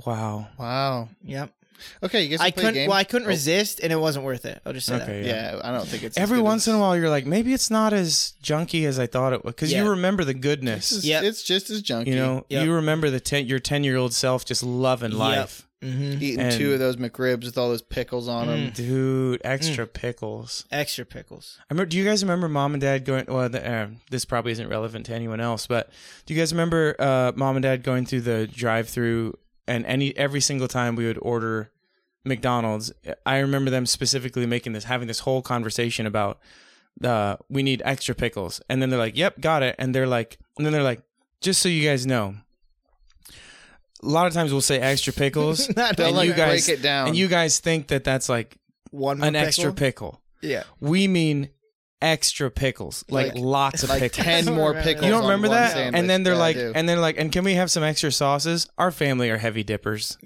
[SPEAKER 1] Wow.
[SPEAKER 2] Wow.
[SPEAKER 3] Yep,
[SPEAKER 2] Okay, you guess
[SPEAKER 3] I
[SPEAKER 2] we'll play a
[SPEAKER 3] couldn't.
[SPEAKER 2] game?
[SPEAKER 3] Well, I couldn't
[SPEAKER 2] Oh,
[SPEAKER 3] resist, and it wasn't worth it. I'll just say that.
[SPEAKER 1] Okay. Yeah.
[SPEAKER 2] Yeah, I don't think it's
[SPEAKER 1] Every once in a
[SPEAKER 2] while.
[SPEAKER 1] while, you're like, maybe it's not as junky as I thought it was, because
[SPEAKER 3] Yeah.
[SPEAKER 1] you remember the goodness.
[SPEAKER 2] It's,
[SPEAKER 3] Yep.
[SPEAKER 2] it's just as junky.
[SPEAKER 1] You know,
[SPEAKER 3] Yep.
[SPEAKER 1] you remember the ten, your ten year old self just loving
[SPEAKER 3] Yep.
[SPEAKER 1] life.
[SPEAKER 3] Mm-hmm.
[SPEAKER 2] Eating
[SPEAKER 1] And-
[SPEAKER 2] two of those McRibs with all those pickles on them.
[SPEAKER 3] Mm.
[SPEAKER 1] Dude, extra pickles.
[SPEAKER 3] Extra pickles.
[SPEAKER 1] I remember, do you guys remember mom and dad going? Well, the, uh, this probably isn't relevant to anyone else, but do you guys remember uh, mom and dad going through the drive-through and any every single time we would order McDonald's? I remember them specifically making this, having this whole conversation about uh, we need extra pickles, and then they're like, "Yep, got it," and they're like, and then they're like, "Just so you guys know." A lot of times we'll say extra pickles,
[SPEAKER 3] Not
[SPEAKER 2] They'll
[SPEAKER 1] And
[SPEAKER 2] like
[SPEAKER 1] you guys-
[SPEAKER 2] break it down.
[SPEAKER 1] and you guys think that that's like
[SPEAKER 3] one more
[SPEAKER 1] an extra pickle.
[SPEAKER 2] yeah,
[SPEAKER 1] We mean extra pickles, like,
[SPEAKER 2] Like-
[SPEAKER 1] lots of
[SPEAKER 2] like
[SPEAKER 1] pickles.
[SPEAKER 2] ten more
[SPEAKER 3] You
[SPEAKER 2] pickles.
[SPEAKER 1] you don't
[SPEAKER 2] on
[SPEAKER 1] remember
[SPEAKER 2] one
[SPEAKER 1] that?
[SPEAKER 2] sandwich.
[SPEAKER 1] And then they're
[SPEAKER 2] Yeah, I
[SPEAKER 1] like,
[SPEAKER 2] do.
[SPEAKER 1] and they're like, and can we have some extra sauces? Our family are heavy dippers.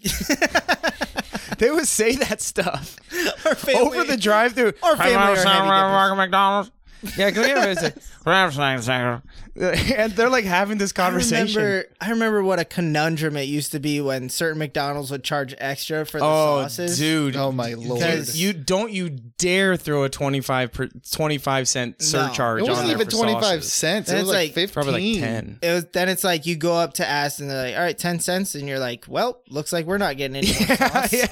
[SPEAKER 1] they would say that stuff
[SPEAKER 3] Our family-
[SPEAKER 1] over the drive-through.
[SPEAKER 3] Our family
[SPEAKER 1] "Hello,
[SPEAKER 3] are
[SPEAKER 1] sir,
[SPEAKER 3] heavy
[SPEAKER 1] we're
[SPEAKER 3] dippers."
[SPEAKER 1] working McDonald's. Yeah, can we have a- can we have something, sir? And they're like having this
[SPEAKER 3] I
[SPEAKER 1] conversation.
[SPEAKER 3] remember, I remember what a conundrum it used to be when certain McDonald's would charge extra for the
[SPEAKER 1] oh,
[SPEAKER 3] sauces.
[SPEAKER 1] dude.
[SPEAKER 2] oh my lord!
[SPEAKER 1] Dude, you don't you dare throw a 25 per, 25 cent surcharge
[SPEAKER 2] it
[SPEAKER 1] on
[SPEAKER 2] wasn't
[SPEAKER 1] there
[SPEAKER 2] even
[SPEAKER 1] for
[SPEAKER 2] twenty five
[SPEAKER 1] sauces.
[SPEAKER 2] cents. It
[SPEAKER 3] That's
[SPEAKER 2] was like,
[SPEAKER 3] like-
[SPEAKER 2] fifteen.
[SPEAKER 1] Probably like 10.
[SPEAKER 3] It was, then it's like you go up to ask and they're like, "All right, ten cents," and you're like, "Well, looks like we're not getting any more sauce.
[SPEAKER 1] yeah.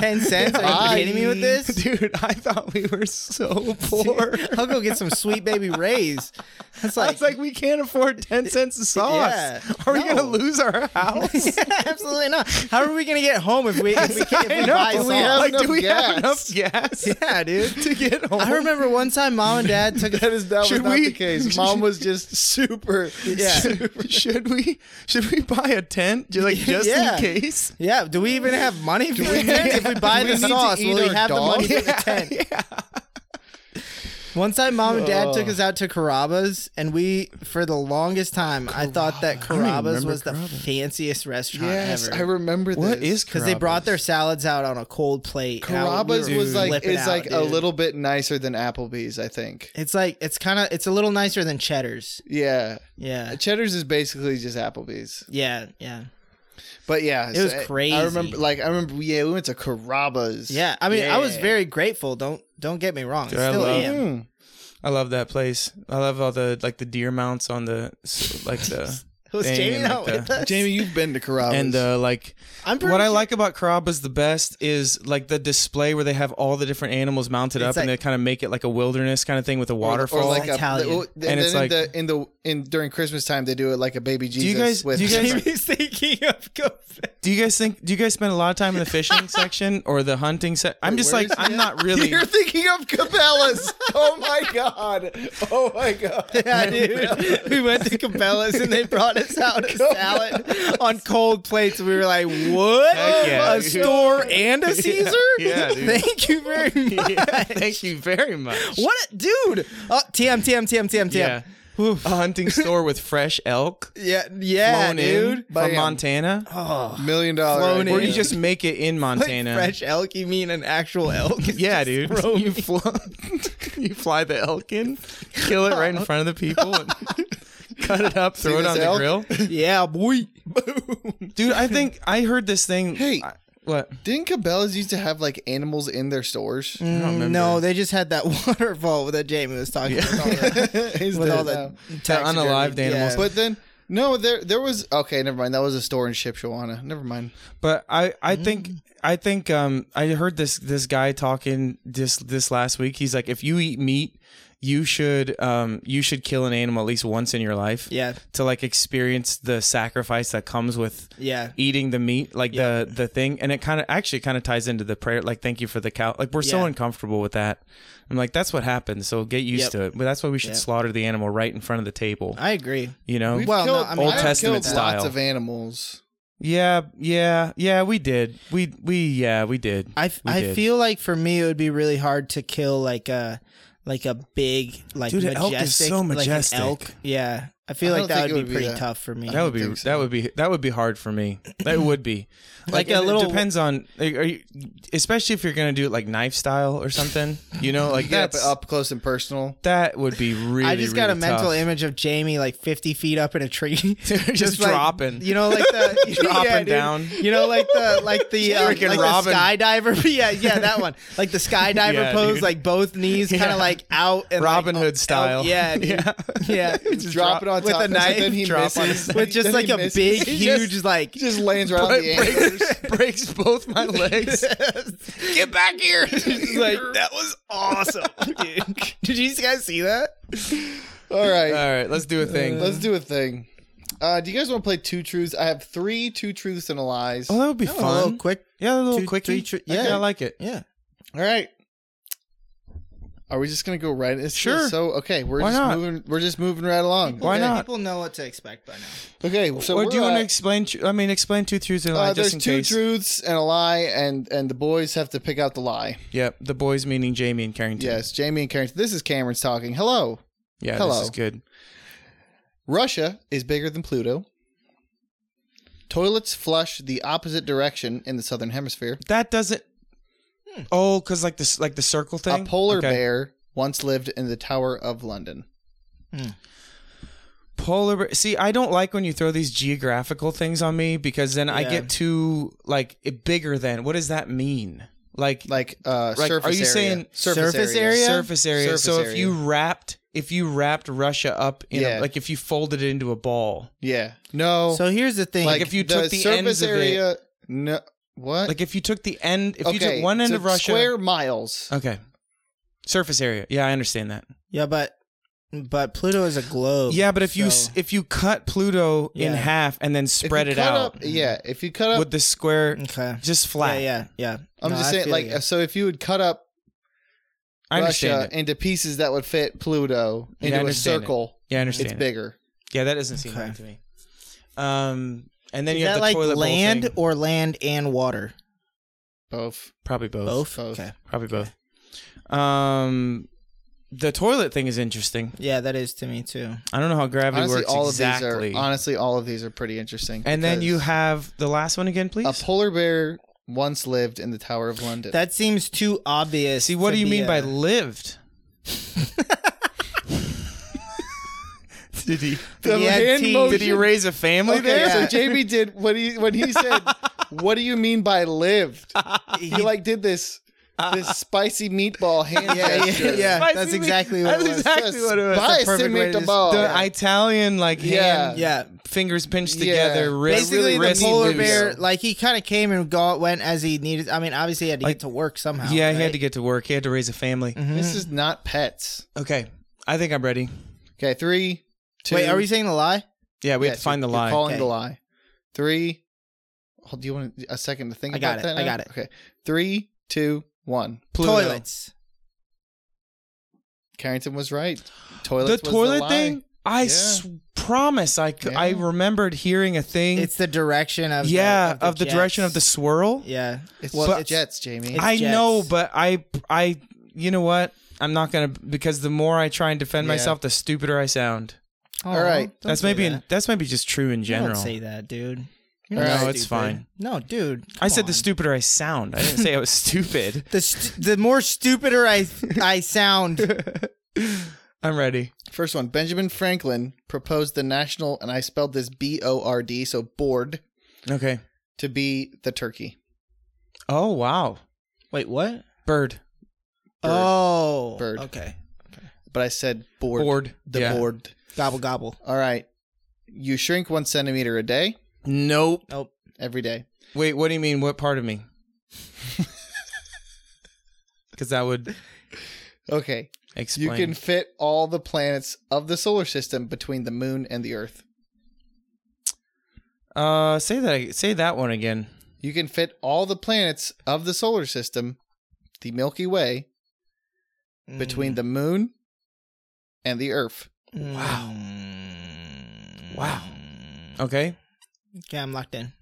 [SPEAKER 3] ten cents? Are
[SPEAKER 2] Bye.
[SPEAKER 3] you kidding me with this?"
[SPEAKER 1] Dude, I thought we were so poor.
[SPEAKER 3] I'll go get some sweet baby rays. That's
[SPEAKER 1] I
[SPEAKER 3] like,
[SPEAKER 1] was like, we can't afford 10 cents of sauce.
[SPEAKER 3] Yeah.
[SPEAKER 1] Are we going to
[SPEAKER 3] No.
[SPEAKER 1] lose our house?
[SPEAKER 3] Yeah, absolutely not. How are we gonna get home if we if we, can't, if
[SPEAKER 1] I
[SPEAKER 3] we
[SPEAKER 1] know.
[SPEAKER 3] buy
[SPEAKER 2] Do
[SPEAKER 3] sauce?
[SPEAKER 2] we have
[SPEAKER 1] like, do
[SPEAKER 2] enough
[SPEAKER 1] we have
[SPEAKER 2] gas?
[SPEAKER 1] enough gas
[SPEAKER 3] yeah, dude.
[SPEAKER 1] to get home?
[SPEAKER 3] I remember one time mom and dad took
[SPEAKER 2] That is that was
[SPEAKER 1] Should
[SPEAKER 2] not
[SPEAKER 1] we-
[SPEAKER 2] the case. Mom was just super.
[SPEAKER 3] Yeah.
[SPEAKER 1] Should, should we should we buy a tent just like just
[SPEAKER 3] Yeah.
[SPEAKER 1] in case?
[SPEAKER 3] Yeah, do we even have money for the tent? If we buy
[SPEAKER 2] Do we
[SPEAKER 3] the
[SPEAKER 2] need to
[SPEAKER 3] sauce,
[SPEAKER 2] eat
[SPEAKER 3] will we
[SPEAKER 2] our
[SPEAKER 3] have the
[SPEAKER 2] dog?
[SPEAKER 3] money for the tent? One time, mom and dad took
[SPEAKER 2] Oh.
[SPEAKER 3] us out to Carrabba's, and we, for the longest time, I thought that
[SPEAKER 1] don't even
[SPEAKER 3] Carrabba's
[SPEAKER 1] remember
[SPEAKER 3] was the
[SPEAKER 1] Carrabba's.
[SPEAKER 3] fanciest restaurant
[SPEAKER 2] Yes, I
[SPEAKER 3] ever.
[SPEAKER 2] remember this.
[SPEAKER 1] What is
[SPEAKER 3] Because they brought their salads out on a cold plate. and I- we
[SPEAKER 2] Carrabba's
[SPEAKER 3] were
[SPEAKER 2] was like
[SPEAKER 3] flipping
[SPEAKER 2] is
[SPEAKER 3] out,
[SPEAKER 2] like a
[SPEAKER 3] dude.
[SPEAKER 2] little bit nicer than Applebee's, I think.
[SPEAKER 3] It's like it's kind of it's a little nicer than Cheddar's.
[SPEAKER 2] Yeah,
[SPEAKER 3] Yeah,
[SPEAKER 2] Cheddar's is basically just Applebee's.
[SPEAKER 3] yeah, yeah,
[SPEAKER 2] But yeah, eh,
[SPEAKER 3] It was
[SPEAKER 2] I-
[SPEAKER 3] crazy.
[SPEAKER 2] I remember, like, I remember, yeah, we went to Carrabba's.
[SPEAKER 3] yeah. I mean, I was
[SPEAKER 2] Yeah.
[SPEAKER 3] very grateful. Don't don't get me wrong.
[SPEAKER 1] Dude, I
[SPEAKER 3] I still
[SPEAKER 1] love-
[SPEAKER 3] am.
[SPEAKER 2] Mm.
[SPEAKER 1] I love that place. I love all the like the deer mounts on the like the
[SPEAKER 3] Was
[SPEAKER 1] Dang,
[SPEAKER 3] Jamie not
[SPEAKER 1] like
[SPEAKER 3] with
[SPEAKER 1] the-
[SPEAKER 3] us?
[SPEAKER 2] Jamie, you've been to Carrabba's.
[SPEAKER 1] and the like
[SPEAKER 3] I'm pretty
[SPEAKER 1] What I
[SPEAKER 3] sure-
[SPEAKER 1] like about Carrabba's the best is like the display where they have all the different animals mounted
[SPEAKER 3] It's
[SPEAKER 1] up and they
[SPEAKER 3] like-
[SPEAKER 1] kind of make it like a wilderness kind of thing with a waterfall.
[SPEAKER 2] or like a,
[SPEAKER 3] Italian.
[SPEAKER 2] well,
[SPEAKER 1] And
[SPEAKER 2] and
[SPEAKER 1] it's
[SPEAKER 2] then
[SPEAKER 1] like-
[SPEAKER 2] in the in the in during Christmas time they do it like a baby Jesus.
[SPEAKER 1] you guys-
[SPEAKER 2] with
[SPEAKER 1] do you guys-
[SPEAKER 3] Jamie's thinking of COVID.
[SPEAKER 1] do you guys think? Do you guys spend a lot of time in the fishing section or the hunting section? I'm just
[SPEAKER 2] where
[SPEAKER 1] like
[SPEAKER 2] is
[SPEAKER 1] I'm not really.
[SPEAKER 2] You're thinking of Cabela's. oh my god. Oh my god.
[SPEAKER 3] Yeah, dude. we went to Cabela's and they brought us out a salad on cold plates. We were like, "What?
[SPEAKER 1] Heck yeah,
[SPEAKER 3] a
[SPEAKER 1] dude.
[SPEAKER 3] store and a Caesar?
[SPEAKER 1] Yeah, dude.
[SPEAKER 3] Thank you very much.
[SPEAKER 1] Yeah, thank you very much.
[SPEAKER 3] What, a, dude? Oh, TM, TM, TM, TM, TM.
[SPEAKER 1] Yeah,
[SPEAKER 3] Yeah,
[SPEAKER 1] a hunting store with fresh elk
[SPEAKER 3] yeah,
[SPEAKER 1] flown
[SPEAKER 3] dude. um,
[SPEAKER 1] in from
[SPEAKER 2] Bam.
[SPEAKER 1] Montana,
[SPEAKER 3] Oh,
[SPEAKER 2] Million dollar.
[SPEAKER 3] Flown
[SPEAKER 2] idea.
[SPEAKER 1] or
[SPEAKER 3] in.
[SPEAKER 1] you just make it in Montana.
[SPEAKER 3] fresh elk? You mean an actual elk?
[SPEAKER 1] Yeah, dude. You fly, you fly the elk in, kill it right in front of the people, and cut it up, throw it
[SPEAKER 2] this
[SPEAKER 1] on the
[SPEAKER 2] elk?
[SPEAKER 1] grill.
[SPEAKER 3] yeah, boy.
[SPEAKER 1] Dude, I think I heard this thing.
[SPEAKER 2] Hey.
[SPEAKER 1] I- what?
[SPEAKER 2] Didn't Cabela's used to have like animals in their stores?
[SPEAKER 1] remember.
[SPEAKER 3] No, they just had that waterfall that Jamie was talking about.
[SPEAKER 2] Is
[SPEAKER 3] With
[SPEAKER 2] there
[SPEAKER 3] all the
[SPEAKER 2] now?
[SPEAKER 3] taxidermy.
[SPEAKER 1] unalived animals.
[SPEAKER 2] But then no, there there was okay, never mind. That was a store in Shipshawana. Never mind.
[SPEAKER 1] But I, I think,
[SPEAKER 3] Mm.
[SPEAKER 1] I think, um, I heard this this guy talking this this last week. He's like, if you eat meat, you should, um, you should kill an animal at least once in your life.
[SPEAKER 3] Yeah,
[SPEAKER 1] To like experience the sacrifice that comes with
[SPEAKER 3] yeah.
[SPEAKER 1] eating the meat like the the thing and it kind of actually kind of ties into the prayer like thank you for the cow like we're so
[SPEAKER 3] Yeah.
[SPEAKER 1] uncomfortable with that i'm like that's what happens so get used
[SPEAKER 3] Yep.
[SPEAKER 1] to it but that's why we should
[SPEAKER 3] Yeah.
[SPEAKER 1] slaughter the animal right in front of the table
[SPEAKER 3] I agree.
[SPEAKER 1] you know
[SPEAKER 3] Well, no, I mean,
[SPEAKER 1] Old
[SPEAKER 2] I've
[SPEAKER 1] Testament
[SPEAKER 2] killed
[SPEAKER 1] style.
[SPEAKER 2] Lots of animals.
[SPEAKER 1] yeah yeah yeah we did we we yeah we did
[SPEAKER 3] I, f-
[SPEAKER 1] We
[SPEAKER 3] I
[SPEAKER 1] did.
[SPEAKER 3] feel like for me it would be really hard to kill like a like a big like
[SPEAKER 1] Dude, an
[SPEAKER 3] majestic,
[SPEAKER 1] elk is so
[SPEAKER 3] like an
[SPEAKER 1] majestic.
[SPEAKER 3] elk. Yeah, I feel
[SPEAKER 2] I
[SPEAKER 3] like
[SPEAKER 2] don't
[SPEAKER 3] that
[SPEAKER 2] think
[SPEAKER 3] would,
[SPEAKER 2] it would
[SPEAKER 3] be
[SPEAKER 2] be
[SPEAKER 3] pretty
[SPEAKER 2] that.
[SPEAKER 3] tough for me.
[SPEAKER 1] that would be
[SPEAKER 2] think so.
[SPEAKER 1] that would be that would be hard for me that would be
[SPEAKER 3] Like
[SPEAKER 1] and
[SPEAKER 3] a
[SPEAKER 1] it
[SPEAKER 3] little-
[SPEAKER 1] depends on are you, especially if you're gonna do it like knife style or something you know like
[SPEAKER 2] Get up,
[SPEAKER 1] that's
[SPEAKER 2] up close and personal.
[SPEAKER 1] that would be really
[SPEAKER 3] uh, I just got
[SPEAKER 1] really
[SPEAKER 3] a mental
[SPEAKER 1] tough.
[SPEAKER 3] image of Jamie like fifty feet up in a tree,
[SPEAKER 1] Just
[SPEAKER 3] like,
[SPEAKER 1] dropping.
[SPEAKER 3] You know, like the
[SPEAKER 1] dropping
[SPEAKER 3] yeah, dude.
[SPEAKER 1] down
[SPEAKER 3] You know, like the like the um, like
[SPEAKER 1] Freaking Robin.
[SPEAKER 3] the skydiver. yeah, yeah, that one. Like the skydiver
[SPEAKER 1] Yeah,
[SPEAKER 3] pose,
[SPEAKER 1] dude.
[SPEAKER 3] like both knees kind
[SPEAKER 1] Yeah.
[SPEAKER 3] of like out and like,
[SPEAKER 1] Robin
[SPEAKER 3] oh,
[SPEAKER 1] Hood style.
[SPEAKER 3] yeah, dude.
[SPEAKER 1] yeah.
[SPEAKER 3] yeah.
[SPEAKER 2] Just
[SPEAKER 1] drop-
[SPEAKER 2] drop, it on on
[SPEAKER 3] with
[SPEAKER 2] top,
[SPEAKER 3] a
[SPEAKER 2] and so
[SPEAKER 3] knife
[SPEAKER 2] then he
[SPEAKER 1] drop on
[SPEAKER 2] misses,
[SPEAKER 1] his-
[SPEAKER 3] with just
[SPEAKER 2] then
[SPEAKER 3] like
[SPEAKER 2] he
[SPEAKER 3] a
[SPEAKER 2] misses.
[SPEAKER 3] big,
[SPEAKER 1] He just-
[SPEAKER 3] huge, like.
[SPEAKER 2] He just lands right on the anchor.
[SPEAKER 1] breaks, breaks both my legs. Get back here!
[SPEAKER 3] like that was awesome, dude. Did you guys see that?
[SPEAKER 2] All
[SPEAKER 1] All
[SPEAKER 2] right,
[SPEAKER 1] right, let's do a thing.
[SPEAKER 2] let's do a thing. Uh, do you guys want to play two truths? I have three two truths and a lies.
[SPEAKER 1] oh, that would be
[SPEAKER 3] A
[SPEAKER 1] fun.
[SPEAKER 3] little quick.
[SPEAKER 1] yeah, a little
[SPEAKER 3] two-
[SPEAKER 1] quickie.
[SPEAKER 3] three tr-
[SPEAKER 1] I think
[SPEAKER 3] yeah.
[SPEAKER 1] I like it.
[SPEAKER 3] Yeah.
[SPEAKER 2] All right. Are we just gonna go right? It's
[SPEAKER 1] Sure.
[SPEAKER 2] So okay, we're
[SPEAKER 1] Why
[SPEAKER 2] just
[SPEAKER 1] not?
[SPEAKER 2] moving. We're just moving right along.
[SPEAKER 1] Why
[SPEAKER 3] Okay,
[SPEAKER 1] not?
[SPEAKER 3] People know what to expect by now.
[SPEAKER 2] Okay. So
[SPEAKER 1] or
[SPEAKER 2] we're
[SPEAKER 1] do you want
[SPEAKER 3] uh,
[SPEAKER 1] to
[SPEAKER 2] at-
[SPEAKER 1] explain? tr- I mean, explain two truths and a lie
[SPEAKER 2] uh,
[SPEAKER 1] just
[SPEAKER 2] there's
[SPEAKER 1] in
[SPEAKER 2] two
[SPEAKER 1] case.
[SPEAKER 2] truths and a lie, and and the boys have to pick out the lie.
[SPEAKER 1] Yep, the boys meaning Jamie and Carrington.
[SPEAKER 2] Yes, Jamie and Carrington. This is Cameron's talking. Hello.
[SPEAKER 1] Yeah,
[SPEAKER 2] Hello.
[SPEAKER 1] this is good.
[SPEAKER 2] Russia is bigger than Pluto. Toilets flush the opposite direction in the southern hemisphere.
[SPEAKER 1] That doesn't. Oh, because like this, like the circle thing.
[SPEAKER 2] Hmm. A polar
[SPEAKER 1] Okay.
[SPEAKER 2] bear once lived in the Tower of London.
[SPEAKER 1] Polar bear. See, I don't like when you throw these geographical things on me because then I
[SPEAKER 3] Yeah.
[SPEAKER 1] get too like it bigger than. What does that mean? Like,
[SPEAKER 2] Like uh
[SPEAKER 1] Like,
[SPEAKER 2] surface
[SPEAKER 1] are you
[SPEAKER 2] area.
[SPEAKER 1] saying
[SPEAKER 2] surface,
[SPEAKER 3] surface
[SPEAKER 2] area?
[SPEAKER 3] area?
[SPEAKER 1] surface area.
[SPEAKER 2] Surface
[SPEAKER 1] so if
[SPEAKER 2] area.
[SPEAKER 1] you wrapped, if you wrapped Russia up in, a,
[SPEAKER 2] Yeah.
[SPEAKER 1] like if you folded it into a ball,
[SPEAKER 2] Yeah. No.
[SPEAKER 3] So here's the thing.
[SPEAKER 1] Like, if you took the
[SPEAKER 2] surface
[SPEAKER 1] ends of it-
[SPEAKER 2] area no what?
[SPEAKER 1] like if you took the end, if you
[SPEAKER 2] Okay,
[SPEAKER 1] took one end
[SPEAKER 2] so
[SPEAKER 1] of Russia,
[SPEAKER 2] square miles.
[SPEAKER 1] okay, surface area. Yeah, I understand that.
[SPEAKER 3] yeah, but but Pluto is a globe.
[SPEAKER 1] Yeah, but if you s
[SPEAKER 3] so-
[SPEAKER 1] if you cut Pluto in
[SPEAKER 3] Yeah.
[SPEAKER 1] half and then
[SPEAKER 2] If
[SPEAKER 1] spread
[SPEAKER 2] you
[SPEAKER 1] it
[SPEAKER 2] cut
[SPEAKER 1] out
[SPEAKER 2] Up, yeah, if you cut up
[SPEAKER 1] with the square,
[SPEAKER 3] okay.
[SPEAKER 1] just flat.
[SPEAKER 3] Mm. Yeah, yeah, yeah.
[SPEAKER 2] I'm
[SPEAKER 3] No,
[SPEAKER 2] just
[SPEAKER 3] I
[SPEAKER 2] saying
[SPEAKER 3] feel
[SPEAKER 2] like
[SPEAKER 3] you.
[SPEAKER 2] so if you would cut up
[SPEAKER 1] I understand.
[SPEAKER 2] Russia
[SPEAKER 1] it.
[SPEAKER 2] into pieces that would fit Pluto
[SPEAKER 1] Yeah, I
[SPEAKER 2] into a
[SPEAKER 1] understand it.
[SPEAKER 2] circle,
[SPEAKER 1] Yeah, I
[SPEAKER 2] it's
[SPEAKER 1] understand. it.
[SPEAKER 2] bigger.
[SPEAKER 1] Yeah, that doesn't seem
[SPEAKER 3] Okay.
[SPEAKER 1] right to me. Um, and then
[SPEAKER 3] Is
[SPEAKER 1] you have
[SPEAKER 3] that
[SPEAKER 1] the
[SPEAKER 3] like
[SPEAKER 1] toilet bowl
[SPEAKER 3] land
[SPEAKER 1] thing.
[SPEAKER 3] or land and water?
[SPEAKER 2] Both.
[SPEAKER 1] probably both.
[SPEAKER 3] Both.
[SPEAKER 2] both.
[SPEAKER 3] Okay.
[SPEAKER 1] Probably both. Um, the toilet thing is interesting.
[SPEAKER 3] Yeah, that is to me too.
[SPEAKER 1] I don't know how gravity
[SPEAKER 2] Honestly,
[SPEAKER 1] works
[SPEAKER 2] all
[SPEAKER 1] exactly.
[SPEAKER 2] of these are honestly all of these are pretty interesting.
[SPEAKER 1] and then you
[SPEAKER 2] because
[SPEAKER 1] have the last one again, please.
[SPEAKER 2] a polar bear once lived in the Tower of London.
[SPEAKER 3] That seems too obvious.
[SPEAKER 1] See, what
[SPEAKER 3] to
[SPEAKER 1] do you
[SPEAKER 3] be
[SPEAKER 1] mean
[SPEAKER 3] a-
[SPEAKER 1] by lived? did he?
[SPEAKER 2] The
[SPEAKER 3] He had
[SPEAKER 2] hand
[SPEAKER 3] teeth.
[SPEAKER 2] motion-
[SPEAKER 1] Did he raise a family
[SPEAKER 2] okay,
[SPEAKER 1] there?
[SPEAKER 2] so JB did when he when he said, "What do you mean by lived?" He like did this this spicy meatball hand
[SPEAKER 3] Yeah, yeah,
[SPEAKER 2] gesture.
[SPEAKER 3] yeah.
[SPEAKER 1] Spicy
[SPEAKER 3] That's
[SPEAKER 1] meat-
[SPEAKER 3] exactly what it
[SPEAKER 1] that's
[SPEAKER 3] was.
[SPEAKER 1] exactly what it was.
[SPEAKER 2] Spicy
[SPEAKER 1] That's the perfect way to
[SPEAKER 2] meatball.
[SPEAKER 1] describe- The Italian like
[SPEAKER 2] Oh, Yeah.
[SPEAKER 1] hand,
[SPEAKER 3] Yeah.
[SPEAKER 1] fingers pinched
[SPEAKER 2] Yeah.
[SPEAKER 1] together, wrist,
[SPEAKER 3] Basically, the
[SPEAKER 1] wrist
[SPEAKER 3] polar
[SPEAKER 1] loose.
[SPEAKER 3] bear, like he kind of came and go, went as he needed. I mean, obviously, he had to
[SPEAKER 1] Like-
[SPEAKER 3] get to work somehow.
[SPEAKER 1] Yeah,
[SPEAKER 3] right? Mm-hmm.
[SPEAKER 1] he had to get to work. He had to raise a family.
[SPEAKER 3] Mm.
[SPEAKER 2] This
[SPEAKER 1] Mm-hmm.
[SPEAKER 2] is not pets.
[SPEAKER 1] Okay, I think I'm ready.
[SPEAKER 2] Okay, three, two.
[SPEAKER 3] Wait, are we saying a lie?
[SPEAKER 1] Yeah, we
[SPEAKER 2] Yes,
[SPEAKER 1] have to find
[SPEAKER 2] you're-
[SPEAKER 1] the
[SPEAKER 2] you're
[SPEAKER 1] lie.
[SPEAKER 2] Calling the
[SPEAKER 3] Okay.
[SPEAKER 2] lie. Three. Oh, do you want a second to think
[SPEAKER 3] I
[SPEAKER 2] about
[SPEAKER 3] got it,
[SPEAKER 2] that?
[SPEAKER 3] I
[SPEAKER 2] now?
[SPEAKER 3] got it.
[SPEAKER 2] Okay. Three, two, one.
[SPEAKER 1] Pluto.
[SPEAKER 3] Toilets.
[SPEAKER 2] Carrington was right. Toilets
[SPEAKER 1] The
[SPEAKER 2] was
[SPEAKER 1] toilet
[SPEAKER 2] lie.
[SPEAKER 1] thing. I s- promise. I c- I
[SPEAKER 2] Yeah.
[SPEAKER 1] remembered hearing a thing.
[SPEAKER 3] It's the direction of
[SPEAKER 1] yeah,
[SPEAKER 3] the,
[SPEAKER 1] of the, direction of the
[SPEAKER 3] jets.
[SPEAKER 1] swirl.
[SPEAKER 3] yeah.
[SPEAKER 2] It's
[SPEAKER 3] Well,
[SPEAKER 2] just
[SPEAKER 3] it's-
[SPEAKER 2] jets, Jamie.
[SPEAKER 3] it's-
[SPEAKER 1] I know,
[SPEAKER 3] jets.
[SPEAKER 1] but I I you know what? I'm not gonna because the more I try and defend
[SPEAKER 2] Yeah.
[SPEAKER 1] myself, the stupider I sound.
[SPEAKER 2] All right.
[SPEAKER 3] Don't
[SPEAKER 1] that's
[SPEAKER 3] say
[SPEAKER 1] maybe
[SPEAKER 3] that.
[SPEAKER 1] that's maybe just true in general.
[SPEAKER 3] Don't say that, dude.
[SPEAKER 2] All
[SPEAKER 1] no,
[SPEAKER 2] right,
[SPEAKER 1] it's fine.
[SPEAKER 3] No, dude.
[SPEAKER 1] I
[SPEAKER 3] come
[SPEAKER 1] said the
[SPEAKER 3] on.
[SPEAKER 1] stupider I sound. I didn't say I was stupid.
[SPEAKER 3] The st- the more stupider I I sound.
[SPEAKER 1] I'm ready.
[SPEAKER 2] First one. Benjamin Franklin proposed the national, and I spelled this B O R D, so board,
[SPEAKER 1] Okay.
[SPEAKER 2] to be the turkey.
[SPEAKER 1] Oh wow.
[SPEAKER 3] Wait, what?
[SPEAKER 1] Bird.
[SPEAKER 3] Oh,
[SPEAKER 2] Bird.
[SPEAKER 3] Okay.
[SPEAKER 2] But I said board.
[SPEAKER 1] Board.
[SPEAKER 2] The
[SPEAKER 1] Yeah.
[SPEAKER 2] board.
[SPEAKER 3] Gobble gobble.
[SPEAKER 2] All right. You shrink one centimeter a day,
[SPEAKER 1] Nope.
[SPEAKER 3] Nope.
[SPEAKER 2] every day.
[SPEAKER 1] Wait, what do you mean? What part of me? Because that would
[SPEAKER 2] Okay. You
[SPEAKER 1] explain.
[SPEAKER 2] can fit all the planets of the solar system between the moon and the earth.
[SPEAKER 1] uh, say that. Say that one again.
[SPEAKER 2] You can fit all the planets of the solar system, the Milky Way, between the moon and the earth.
[SPEAKER 3] Wow.
[SPEAKER 1] Wow. Okay.
[SPEAKER 3] Okay, I'm locked in.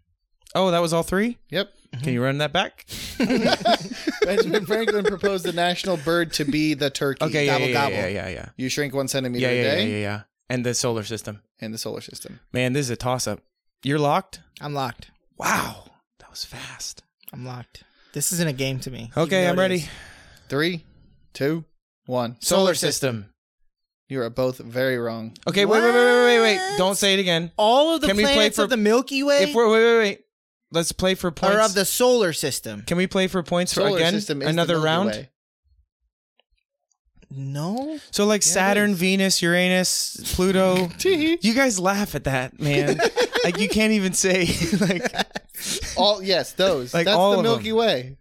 [SPEAKER 1] Oh, that was all 3
[SPEAKER 2] Yep.
[SPEAKER 1] Can you run that back?
[SPEAKER 2] Benjamin Franklin proposed the national bird to be the turkey.
[SPEAKER 1] Okay. Yeah.
[SPEAKER 3] Gobble,
[SPEAKER 1] yeah,
[SPEAKER 3] gobble.
[SPEAKER 1] yeah. Yeah. Yeah. Yeah.
[SPEAKER 2] You shrink one centimeter
[SPEAKER 1] Yeah,
[SPEAKER 2] a
[SPEAKER 1] yeah, yeah,
[SPEAKER 2] day
[SPEAKER 1] yeah, yeah. And the solar system.
[SPEAKER 2] and the solar system.
[SPEAKER 1] Man, this is a toss up. You're locked?
[SPEAKER 3] I'm locked.
[SPEAKER 1] Wow. That was fast.
[SPEAKER 3] I'm locked. This isn't a game to me. even
[SPEAKER 1] Okay,
[SPEAKER 3] though
[SPEAKER 1] I'm
[SPEAKER 3] it
[SPEAKER 1] ready.
[SPEAKER 3] is.
[SPEAKER 2] Three, two, one.
[SPEAKER 1] Solar system.
[SPEAKER 2] You are both very wrong.
[SPEAKER 1] Okay, wait, wait, wait, wait, wait, wait. Don't say it again.
[SPEAKER 3] All of the
[SPEAKER 1] Can we play
[SPEAKER 3] planets
[SPEAKER 1] for-
[SPEAKER 3] of the Milky Way
[SPEAKER 1] If we're wait, wait, wait. Let's play for
[SPEAKER 3] or of
[SPEAKER 1] points.
[SPEAKER 3] the solar system.
[SPEAKER 1] Can we play for points for
[SPEAKER 2] Solar
[SPEAKER 1] again?
[SPEAKER 2] system is the
[SPEAKER 1] Another
[SPEAKER 2] Milky
[SPEAKER 1] round?
[SPEAKER 2] Way.
[SPEAKER 3] No.
[SPEAKER 1] So like Saturn, Venus, Uranus, Pluto. you guys laugh at that, man. like you can't even say like
[SPEAKER 2] All yes, those.
[SPEAKER 1] Like
[SPEAKER 2] That's
[SPEAKER 1] all
[SPEAKER 2] the
[SPEAKER 1] of
[SPEAKER 2] Milky
[SPEAKER 1] them.
[SPEAKER 2] Way.